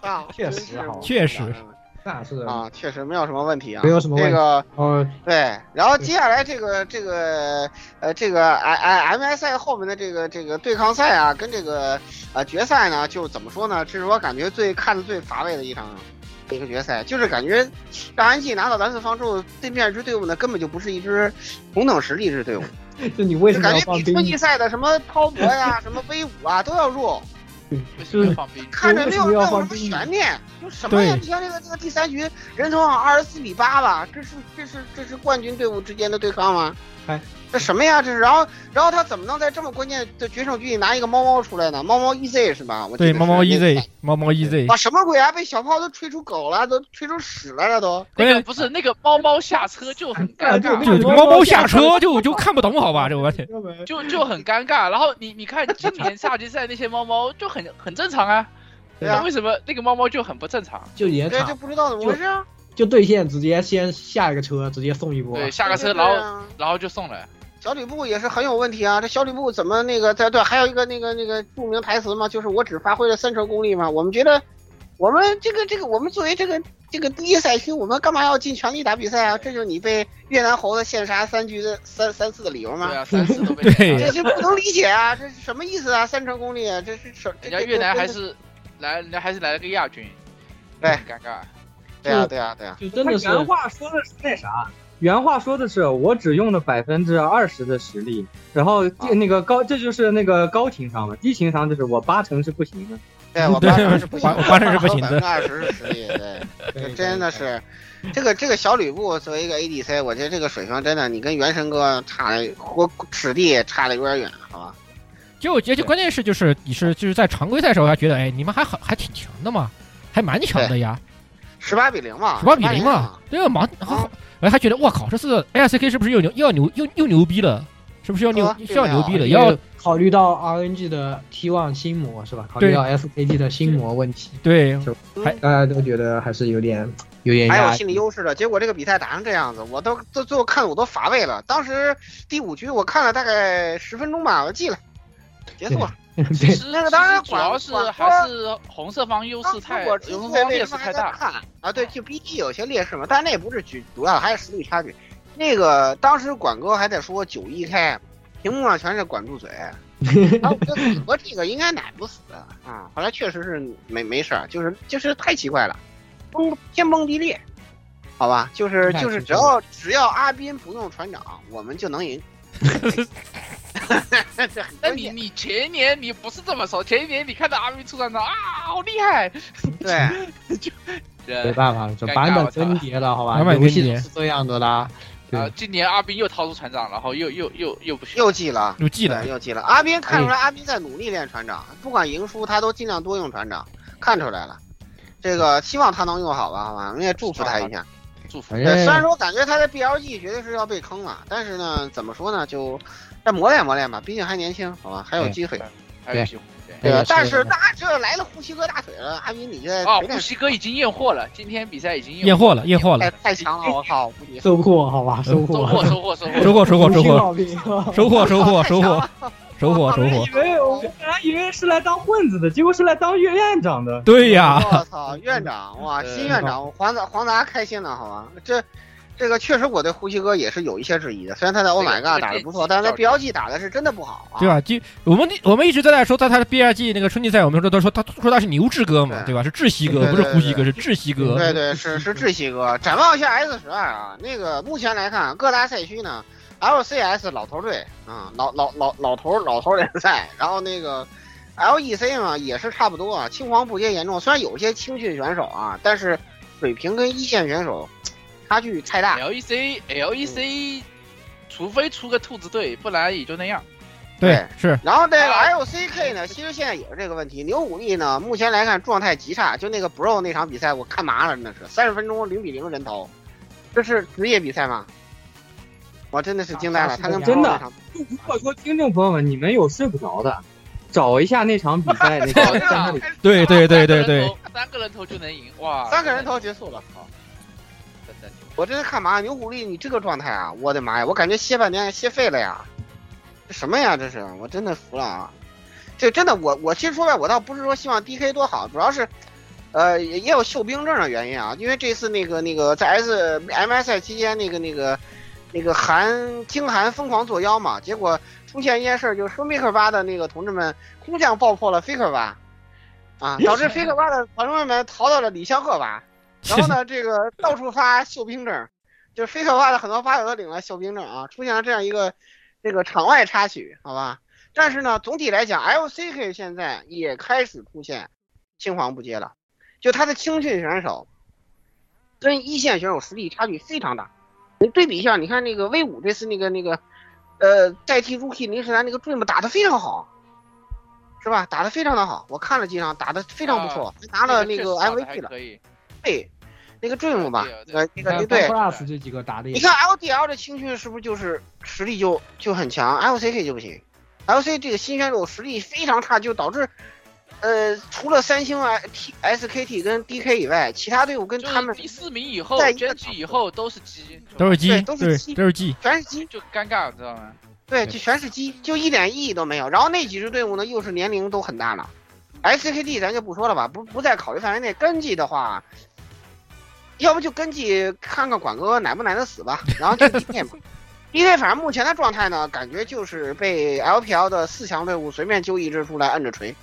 [SPEAKER 9] 操，
[SPEAKER 7] 确实
[SPEAKER 9] 真是
[SPEAKER 7] 好
[SPEAKER 8] 确实
[SPEAKER 7] 那是
[SPEAKER 9] 啊，确实没有什么问题 啊，
[SPEAKER 7] 没有什么问题
[SPEAKER 9] 这个
[SPEAKER 7] 哦，
[SPEAKER 9] 对，然后接下来这个这个呃这个 I I M S I 后面的这个这个对抗赛啊，跟这个呃决赛呢，就怎么说呢？这是我感觉最看的最乏味的一场一个决赛，就是感觉让 N G 拿到蓝四方之后，对面这支队伍呢根本就不是一支同等实力之队伍，
[SPEAKER 7] 就你为
[SPEAKER 9] 就
[SPEAKER 7] 什么
[SPEAKER 9] 感
[SPEAKER 7] 要
[SPEAKER 9] 觉
[SPEAKER 7] 放
[SPEAKER 9] 比
[SPEAKER 7] 冰
[SPEAKER 9] 春？季赛的什么滔搏呀、什么威武啊都要弱，
[SPEAKER 4] 为什么要放冰？
[SPEAKER 9] 看着没有没有什么
[SPEAKER 7] 对
[SPEAKER 9] 悬念，就什么呀？
[SPEAKER 8] 对
[SPEAKER 9] 你像这个这个第三局
[SPEAKER 8] 哎
[SPEAKER 9] 人头好像二十四比八吧，这是这是这是冠军队伍之间的对抗吗？这什么呀？这是然后然后他怎么能在这么关键的决胜局里拿一个猫猫出来呢？猫猫 EZ 是吧？我记得
[SPEAKER 8] 对，
[SPEAKER 9] 是
[SPEAKER 8] 猫 E 猫
[SPEAKER 9] 那个
[SPEAKER 8] EZ，猫猫 EZ，
[SPEAKER 9] 啊，什么鬼啊！被小炮都吹出狗了，都吹出屎来了都。
[SPEAKER 4] 那个不是那个猫猫下车就很尴
[SPEAKER 7] 啊
[SPEAKER 4] 尬，
[SPEAKER 8] 就猫猫下车就就看不懂，好吧，这个完全。
[SPEAKER 4] 就就很尴尬。然后你你看今年夏季赛那些猫猫就很很正常啊，
[SPEAKER 9] 对啊
[SPEAKER 4] 那为什么那个猫猫就很不正常？
[SPEAKER 7] 就也
[SPEAKER 9] 对，就
[SPEAKER 7] 场
[SPEAKER 9] 不知道怎么回事啊。
[SPEAKER 7] 就对线，直接先下一个车，直接送一波。
[SPEAKER 4] 对，下个
[SPEAKER 9] 对
[SPEAKER 4] 车然
[SPEAKER 9] 啊
[SPEAKER 4] 后然后就送了，
[SPEAKER 9] 小吕布也是很有问题啊！这小吕布怎么那个？对对，还有一个那个那个著名台词嘛，就是我只发挥了三成功力嘛。我们觉得，我们这个这个，我们作为这个这个第一赛区，我们干嘛要尽全力打比赛啊？这就是你被越南猴子限杀三局的三三次的理由
[SPEAKER 4] 对
[SPEAKER 9] 吗？
[SPEAKER 4] 啊，三次都被
[SPEAKER 8] 对
[SPEAKER 9] 这这不能理解啊！这是什么意思啊？三成功力，这是什？这
[SPEAKER 4] 人家
[SPEAKER 9] 这
[SPEAKER 4] 越南
[SPEAKER 9] 这
[SPEAKER 4] 还是来人家还是来了个亚军，
[SPEAKER 9] 对
[SPEAKER 4] 很尴尬。
[SPEAKER 9] 对啊对啊对啊！
[SPEAKER 7] 就真
[SPEAKER 6] 他
[SPEAKER 7] 的是
[SPEAKER 6] 原话说的是那啥？原话说的是我只用了百分之二十的实力，然后
[SPEAKER 7] 啊
[SPEAKER 6] 这那个高，这就是那个高情商嘛，低情商就是我八成是不行的。
[SPEAKER 9] 对我
[SPEAKER 8] 对
[SPEAKER 9] 八成是不行的，
[SPEAKER 8] 我八成是不行的
[SPEAKER 9] 百分之二十是实力， 对。这真的是，这个这个小吕布作为一个 ADC，我觉得这个水平真的，你跟元神哥差的或此地差的有点远，好吧？
[SPEAKER 8] 就我觉得关键是就是你是就是在常规赛时候还觉得哎你们还好还挺强的嘛，还蛮强的呀，
[SPEAKER 9] 十八比零嘛，
[SPEAKER 8] 十八比零嘛
[SPEAKER 9] 嘛，，
[SPEAKER 8] 对啊，蛮还还还觉得哇靠，这次 ARCK 是不是又牛又要牛又又牛逼了？是不是要牛
[SPEAKER 9] 啊
[SPEAKER 8] 是要牛逼了？
[SPEAKER 7] 没有
[SPEAKER 8] 要
[SPEAKER 7] 考虑到 RNG 的 T1 心魔是吧？考虑到 FKT 的心魔问题，
[SPEAKER 8] 对
[SPEAKER 7] 大家都觉得还是有点有点
[SPEAKER 9] 嗯还
[SPEAKER 7] 压
[SPEAKER 9] 有
[SPEAKER 7] 抑
[SPEAKER 9] 心理。优势的。结果这个比赛打成这样子，我都最最后看的我都乏味了。当时第五局我看了大概十分钟吧，我记了，结束了。
[SPEAKER 4] 其
[SPEAKER 7] 对，
[SPEAKER 4] 实
[SPEAKER 9] 那个当然
[SPEAKER 4] 其实主要是
[SPEAKER 9] 管管
[SPEAKER 4] 还是红色方优
[SPEAKER 9] 当
[SPEAKER 4] 势
[SPEAKER 9] 时
[SPEAKER 4] 太，
[SPEAKER 9] 我之
[SPEAKER 4] 红
[SPEAKER 9] 所
[SPEAKER 4] 色
[SPEAKER 9] 以
[SPEAKER 4] 方
[SPEAKER 9] 为
[SPEAKER 4] 劣
[SPEAKER 9] 什
[SPEAKER 4] 势
[SPEAKER 9] 么还
[SPEAKER 4] 太
[SPEAKER 9] 在
[SPEAKER 4] 大。
[SPEAKER 9] 看啊，对，就 BG 有些劣势嘛，但那也不是主主要的，还是实力差距。那个当时管哥还在说九一开，屏幕上全是管住嘴。然后我觉得管哥这个应该奶不死啊，后来确实是没没事儿，就是就是太奇怪了，崩天崩地裂，好吧，就是
[SPEAKER 7] 那
[SPEAKER 9] 就是
[SPEAKER 7] 是
[SPEAKER 9] 只要只要阿斌不弄船长，我们就能赢。 这很
[SPEAKER 4] 那
[SPEAKER 9] 关
[SPEAKER 4] 你
[SPEAKER 9] 键，
[SPEAKER 4] 你前年你不是这么说，前一年你看到阿明出战场啊，好厉害，
[SPEAKER 9] 对。
[SPEAKER 7] 没
[SPEAKER 4] 人
[SPEAKER 7] 办法，这
[SPEAKER 4] 尴尬
[SPEAKER 7] 版本
[SPEAKER 4] 我操
[SPEAKER 7] 更迭了，好吧？
[SPEAKER 8] 版本
[SPEAKER 7] 游戏
[SPEAKER 8] 更迭
[SPEAKER 7] 是这样的啦。对
[SPEAKER 4] 啊，今年阿斌又掏出船长，然后又又又又不行，
[SPEAKER 9] 又记了，
[SPEAKER 8] 又记了
[SPEAKER 9] 对又记了。阿斌看出来，阿斌在努力练船长，不管赢输，他都尽量多用船长，看出来了。这个希望他能用好吧，好吧，我们也祝福他一下。
[SPEAKER 4] 祝福
[SPEAKER 7] 反。
[SPEAKER 9] 对，虽然
[SPEAKER 7] 正
[SPEAKER 9] 说感觉他在 BLG 绝对是要被坑了，但是呢，怎么说呢，就再磨练磨练吧，毕竟还年轻，好吧，还有机会。
[SPEAKER 4] 还有一些
[SPEAKER 9] 对
[SPEAKER 7] 哎
[SPEAKER 9] 吧
[SPEAKER 7] 呀？
[SPEAKER 9] 但是
[SPEAKER 7] 是
[SPEAKER 9] 大这来了呼吸哥大腿了，阿斌你这
[SPEAKER 4] 啊，
[SPEAKER 9] 随
[SPEAKER 4] 呼
[SPEAKER 9] 便
[SPEAKER 4] 吸哥已经验货了，今天比赛已经
[SPEAKER 8] 验货了，验货
[SPEAKER 9] 太
[SPEAKER 8] 了，
[SPEAKER 9] 太强了，我靠！不行
[SPEAKER 7] 收获好吧，收
[SPEAKER 4] 收
[SPEAKER 7] 获
[SPEAKER 4] 获，收获收获
[SPEAKER 8] 收获收获收
[SPEAKER 7] 收
[SPEAKER 8] 获 收获收获收获收获
[SPEAKER 9] 太强了
[SPEAKER 8] 收获
[SPEAKER 6] 以，为我本来以为是来当混子的，结果是来当院院长的。
[SPEAKER 8] 对呀，
[SPEAKER 9] 我操，院长哇，
[SPEAKER 4] 呃
[SPEAKER 9] 新院长黄达黄达开心了，好吧？这这个确实我对呼吸哥也是有一些质疑的，虽然他在 Oh My
[SPEAKER 4] 这个
[SPEAKER 9] God 打的不错，
[SPEAKER 4] 这
[SPEAKER 9] 但
[SPEAKER 4] 个
[SPEAKER 9] 是在 BLG 打的是真的不好啊。
[SPEAKER 8] 对吧？就我们我们一直都在说，在他的 B 二季那个春季赛，我们说都说他说他是牛志哥嘛，
[SPEAKER 9] 对
[SPEAKER 8] 对吧？是窒息哥，
[SPEAKER 9] 对
[SPEAKER 8] 不是
[SPEAKER 9] 对
[SPEAKER 8] 呼吸哥，是窒息哥。
[SPEAKER 9] 对对，是是窒息哥。展望一下 S 十二啊，那个目前来看各大赛区呢，LCS 老头队啊、老老老老头老头联赛，然后那个 LEC 嘛也是差不多啊，青黄不接严重。虽然有一些青训选手啊，但是水平跟一线选手差距太大。
[SPEAKER 4] ，LEC LEC，除非出个兔子队，不然也就那样。
[SPEAKER 8] 对，是
[SPEAKER 9] 然后这个
[SPEAKER 4] 啊
[SPEAKER 9] LCK 呢，其实现在也是这个问题。牛武力呢，目前来看状态极差，就那个 Bro 那场比赛我看麻了，真的是三十分钟零比零人头，这是职业比赛吗？我真的是惊呆了，
[SPEAKER 7] 啊
[SPEAKER 9] 他跟 Bro
[SPEAKER 6] 真的
[SPEAKER 9] 那场
[SPEAKER 6] 如果说听众朋友们你们有睡不着的，找一下那场比赛，那个
[SPEAKER 9] 啊
[SPEAKER 6] 在那里
[SPEAKER 8] 对对对对对，
[SPEAKER 4] 三个人头就能赢哇！
[SPEAKER 9] 三个人头结束了，好，
[SPEAKER 4] 真的，
[SPEAKER 9] 我真的看麻了。牛武力你这个状态啊，我的妈呀，我感觉歇半年歇废了呀，这什么呀？这是我真的服了啊！这真的我我其实说白，我倒不是说希望 DK 多好，主要是呃，也也有秀兵症的原因啊，因为这次那个那个在 S M S 赛期间，那个那个那个韩京韩疯狂作妖嘛，结果出现一件事儿，就是说 Maker 八的那个同志们空降爆破了 Faker 八，啊，导致 Faker 八的同志们逃到了李相赫八，然后呢，这个到处发秀兵证，就是 Faker 八的很多发友都领了秀兵证啊，出现了这样一个这个场外插曲，好吧。但是呢，总体来讲，LCK 现在也开始出现青黄不接了。就他的青训选手跟一线选手实力差距非常大。你对比一下，你看那个 V 五这次那个那个呃，代替 Rookie 林世南那个 Dream 打得非常好，是吧？打得非常的好，我看了几场，打得非常不错，还拿了那
[SPEAKER 4] 这
[SPEAKER 9] 个
[SPEAKER 4] 啊确实打得还
[SPEAKER 9] MVP 了。
[SPEAKER 4] 可以。
[SPEAKER 9] 对，那个 Dream 吧，
[SPEAKER 4] 对
[SPEAKER 9] 呃，那个对，
[SPEAKER 7] Plus 这几个打的也
[SPEAKER 9] 你看 LDL 的青训是不是就是实力就就很强，LCK 就不行，LC 这个新选手实力非常差，就导致，呃，除了三星 I T SKT 跟 DK 以外，其他队伍跟
[SPEAKER 4] 就
[SPEAKER 9] 他
[SPEAKER 4] 是
[SPEAKER 9] 们
[SPEAKER 4] 第四名以后
[SPEAKER 9] 在一个
[SPEAKER 4] ，Gen
[SPEAKER 9] 场
[SPEAKER 4] G 以后都是鸡，
[SPEAKER 8] 都是鸡，
[SPEAKER 9] 对
[SPEAKER 8] 对，
[SPEAKER 9] 都是鸡
[SPEAKER 8] 都是鸡。
[SPEAKER 9] 全是鸡，
[SPEAKER 4] 就尴尬，知道吗？
[SPEAKER 9] 对，
[SPEAKER 8] 对
[SPEAKER 9] 就全是鸡，就一点意义都没有。然后那几支队伍呢，又是年龄都很大了，SKT 咱就不说了吧，不不在考虑范围内。根基的话，要不就根基看看管哥哥奶不奶得死吧，然后就 DK 嘛。DK 反正目前的状态呢，感觉就是被 LPL 的四强队伍随便揪一支出来摁着锤，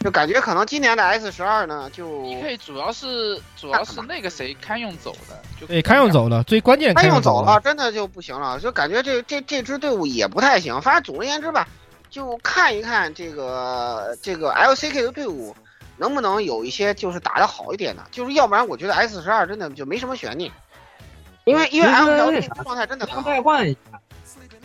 [SPEAKER 9] 就感觉可能今年的 S 十二呢就
[SPEAKER 4] DK 主要是主要是那个谁堪用走的，就
[SPEAKER 8] 对，开用走了，最关键
[SPEAKER 9] 他
[SPEAKER 8] 开
[SPEAKER 9] 用
[SPEAKER 8] 用
[SPEAKER 9] 走
[SPEAKER 8] 了
[SPEAKER 9] 了，。真的就不行了，就感觉这这这支队伍也不太行。反正总而言之吧，就看一看这个这个 LCK 的队伍能不能有一些就是打得好一点的，就是要不然我觉得 S 十二真的就没什么悬念，因为因为
[SPEAKER 6] 其实
[SPEAKER 9] L 这个状态真的
[SPEAKER 6] 等
[SPEAKER 9] 很好。
[SPEAKER 6] 量代换一下，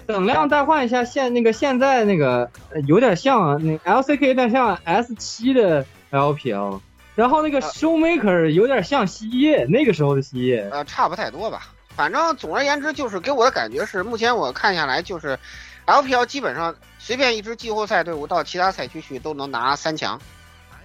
[SPEAKER 6] 等量代换一下现那个现在那个呃有点像啊，那 LCK 有点像 S 七的 LPL，然后那
[SPEAKER 9] 呃
[SPEAKER 6] 个 Showmaker 有点像西叶那个时候的西叶，
[SPEAKER 9] 呃，差不太多吧。反正总而言之，就是给我的感觉是，目前我看下来就是，LPL 基本上随便一支季后赛队伍到其他赛区去都能拿三强，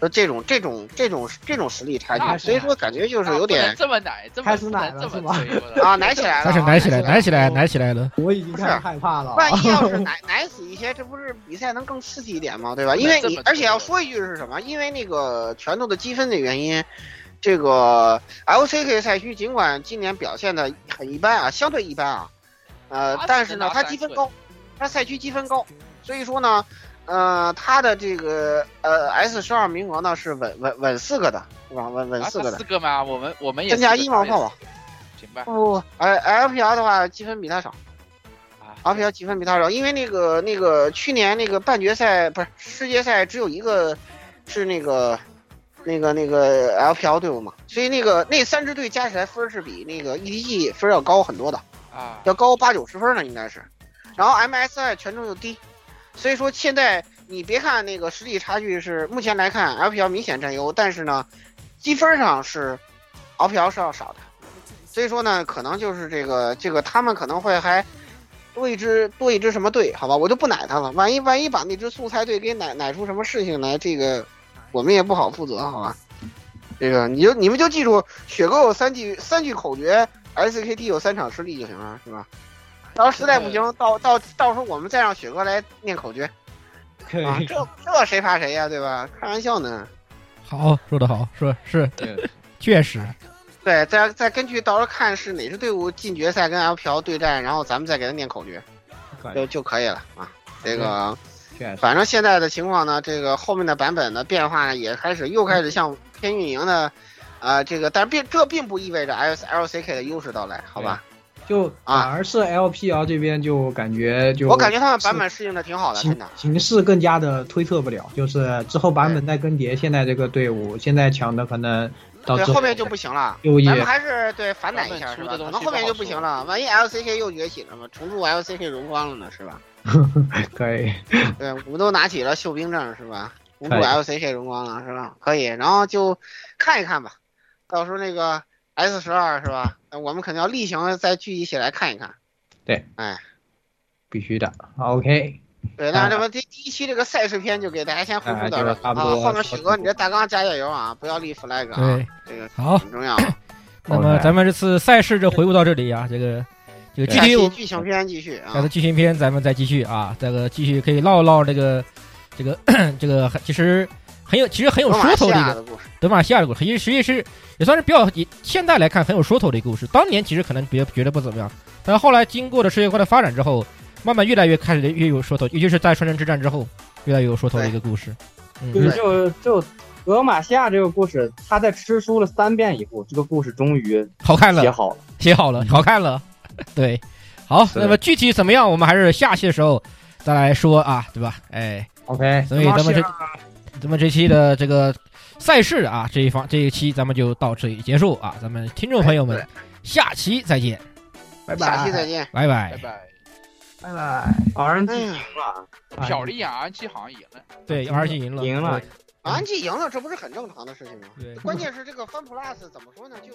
[SPEAKER 9] 呃，这种这种这种这种实力差距，所以说感觉就是有
[SPEAKER 4] 啊不
[SPEAKER 9] 点
[SPEAKER 4] 能这么奶，这
[SPEAKER 7] 开
[SPEAKER 4] 么
[SPEAKER 7] 始
[SPEAKER 4] 不
[SPEAKER 7] 奶了
[SPEAKER 4] 能这
[SPEAKER 7] 是
[SPEAKER 4] 么
[SPEAKER 7] 吧
[SPEAKER 4] 吹，我 的
[SPEAKER 9] 啊，奶起来
[SPEAKER 8] 开
[SPEAKER 9] 了，
[SPEAKER 8] 始
[SPEAKER 9] 啊
[SPEAKER 8] 奶起来，奶起来，
[SPEAKER 9] 了
[SPEAKER 8] 奶起来了。
[SPEAKER 7] 我已经开始害怕了啊。
[SPEAKER 9] 万一 要是奶奶死一些，这不是比赛能更刺激一点吗？对吧？因为
[SPEAKER 4] 这么
[SPEAKER 9] 你
[SPEAKER 4] 多
[SPEAKER 9] 而且要说一句是什么？因为那个拳头的积分的原因，这个 LCK 赛区尽管今年表现的很一般啊，相对一般啊，呃
[SPEAKER 4] 阿斯，
[SPEAKER 9] 但是呢，
[SPEAKER 4] 拿
[SPEAKER 9] 它
[SPEAKER 4] 三
[SPEAKER 9] 积分
[SPEAKER 4] 岁
[SPEAKER 9] 高，它赛区积分高，所以说呢，呃，它的这个呃 S 十二名额呢是稳稳稳四个的，是吧？稳稳
[SPEAKER 4] 啊
[SPEAKER 9] 四个的
[SPEAKER 4] 四。个吗？我们我们也
[SPEAKER 9] 增加
[SPEAKER 4] 四个
[SPEAKER 9] 一毛
[SPEAKER 4] 打也
[SPEAKER 9] 炮吧
[SPEAKER 4] 四个，行吧？
[SPEAKER 9] 哦，哎 LPL 的话积分比他少。
[SPEAKER 4] 啊，
[SPEAKER 9] 阿飘积分比他少，因为那个那个去年那个半决赛不是世界赛只有一个是那个那个那个 LPL 队伍嘛，所以那个那三支队加起来分儿是比那个 EDG 分儿要高很多的，
[SPEAKER 4] 啊，
[SPEAKER 9] 要高八九十分呢应该是，然后 MSI 权重又低，所以说现在你别看那个实力差距是目前来看 LPL 明显占优，但是呢积分上是 LPL 是要少的，所以说呢可能就是这个这个他们可能会还。多一支多一支什么队？好吧，我就不奶他了。万一万一把那支素菜队给奶奶出什么事情来，这个我们也不好负责，好吧？这个你就你们就记住，雪哥有三句三句口诀，SKT 有三场失利就行了，是吧？到时候实在不行，到到到时候我们再让雪哥来念口诀
[SPEAKER 7] 可
[SPEAKER 9] 啊，
[SPEAKER 7] 以，
[SPEAKER 9] 这这谁怕谁呀、对吧？开玩笑呢。
[SPEAKER 8] 好，说得好，说是，确实，
[SPEAKER 9] 对，再再根据到时候看是哪支队伍进决赛跟 LPL 对战，然后咱们再给他念口诀
[SPEAKER 6] 哎
[SPEAKER 7] 可
[SPEAKER 9] 就
[SPEAKER 7] 以，
[SPEAKER 9] 就可以了啊。这个。
[SPEAKER 7] 确实
[SPEAKER 9] 反正现在的情况呢，这个后面的版本的变化呢，也开始又开始向偏运营的，啊、这个，但并这并不意味着 L L C K 的优势到来，好吧？
[SPEAKER 7] 就
[SPEAKER 9] 啊
[SPEAKER 7] 反而是 LPL 这边就感觉就
[SPEAKER 9] 我感觉他们版本适应的挺好的，
[SPEAKER 7] 形
[SPEAKER 9] 真的。
[SPEAKER 7] 形势更加的推测不了，就是之后版本再更迭，现在这个队伍现在强的可能到
[SPEAKER 9] 对，
[SPEAKER 7] 之
[SPEAKER 9] 后面就不行了。
[SPEAKER 7] 就
[SPEAKER 9] 咱们
[SPEAKER 7] 业
[SPEAKER 9] 还是对反奶一下
[SPEAKER 4] 版本
[SPEAKER 9] 是
[SPEAKER 4] 出
[SPEAKER 9] 吧？可
[SPEAKER 4] 的东西
[SPEAKER 9] 能后面就不行
[SPEAKER 4] 不
[SPEAKER 9] 了，万一 L C K 又崛起了嘛，重铸 L C K 荣光了呢，是吧？
[SPEAKER 7] 可以，
[SPEAKER 9] 对，我们都拿起了秀兵证是吧？重铸
[SPEAKER 7] 可以
[SPEAKER 9] L C K 荣光了是吧？可以，然后就看一看吧，到时候那个 S 十二是吧？那我们肯定要例行再聚一起来看一看。
[SPEAKER 7] 必须的。OK，
[SPEAKER 9] 对，那这么第第一期这个赛事篇就给大家先回复到这儿
[SPEAKER 7] 啊哎就是差
[SPEAKER 9] 啊，
[SPEAKER 7] 不多
[SPEAKER 9] 后面许哥你这大纲加加油啊，不要立 flag 啊，
[SPEAKER 8] 对，
[SPEAKER 9] 这个
[SPEAKER 8] 好。
[SPEAKER 9] 很重要。
[SPEAKER 8] 那么咱们这次赛事就回顾到这里啊，这个这个具
[SPEAKER 9] 下
[SPEAKER 8] 体我
[SPEAKER 9] 期啊剧情篇继续
[SPEAKER 8] 下
[SPEAKER 9] 啊
[SPEAKER 8] 次，剧情篇咱们再继续啊，这个继续可以唠一唠这个这个 这个其实很有其实很有
[SPEAKER 9] 罗马
[SPEAKER 8] 说头
[SPEAKER 9] 西
[SPEAKER 8] 的一
[SPEAKER 9] 亚
[SPEAKER 8] 个
[SPEAKER 9] 的故事，
[SPEAKER 8] 德玛西亚的故事，其实实际是也算是比较以现在来看很有说头的一个故事。当年其实可能别觉得不怎么样，但后来经过了世界观的发展之后，慢慢越来越开始越有说头，尤其是在双城之战之后，越来越有说头的一个故事。
[SPEAKER 6] 就是
[SPEAKER 8] 嗯，
[SPEAKER 6] 就就俄马西亚这个故事，他在吃书了三遍以后，这个故事终于
[SPEAKER 8] 好看
[SPEAKER 6] 写
[SPEAKER 8] 了，
[SPEAKER 6] 好了。
[SPEAKER 8] 写好了，好看了，对，好，
[SPEAKER 7] 是
[SPEAKER 8] 那么具体怎么样，我们还是下期的时候再来说啊，对吧？哎，
[SPEAKER 7] OK，
[SPEAKER 8] 所以咱们这咱们这期的这个赛事啊，这一方这一期咱们就到这里结束啊，咱们听众朋友们，下期再见，
[SPEAKER 7] 拜拜，
[SPEAKER 9] 下期再见。
[SPEAKER 8] 拜拜
[SPEAKER 4] 拜拜。
[SPEAKER 6] 拜拜。
[SPEAKER 8] 嗯
[SPEAKER 6] RNG
[SPEAKER 9] 哎
[SPEAKER 6] 赢
[SPEAKER 9] 呀
[SPEAKER 6] 了，
[SPEAKER 4] 瞟了一眼 RNG 啊好像赢了，
[SPEAKER 8] 对，RNG 赢了，
[SPEAKER 6] 赢了
[SPEAKER 9] ，RNG 赢了，这不是很正常的事情吗？
[SPEAKER 8] 对。对
[SPEAKER 9] 关键是这个 Fun Plus 怎么说呢？就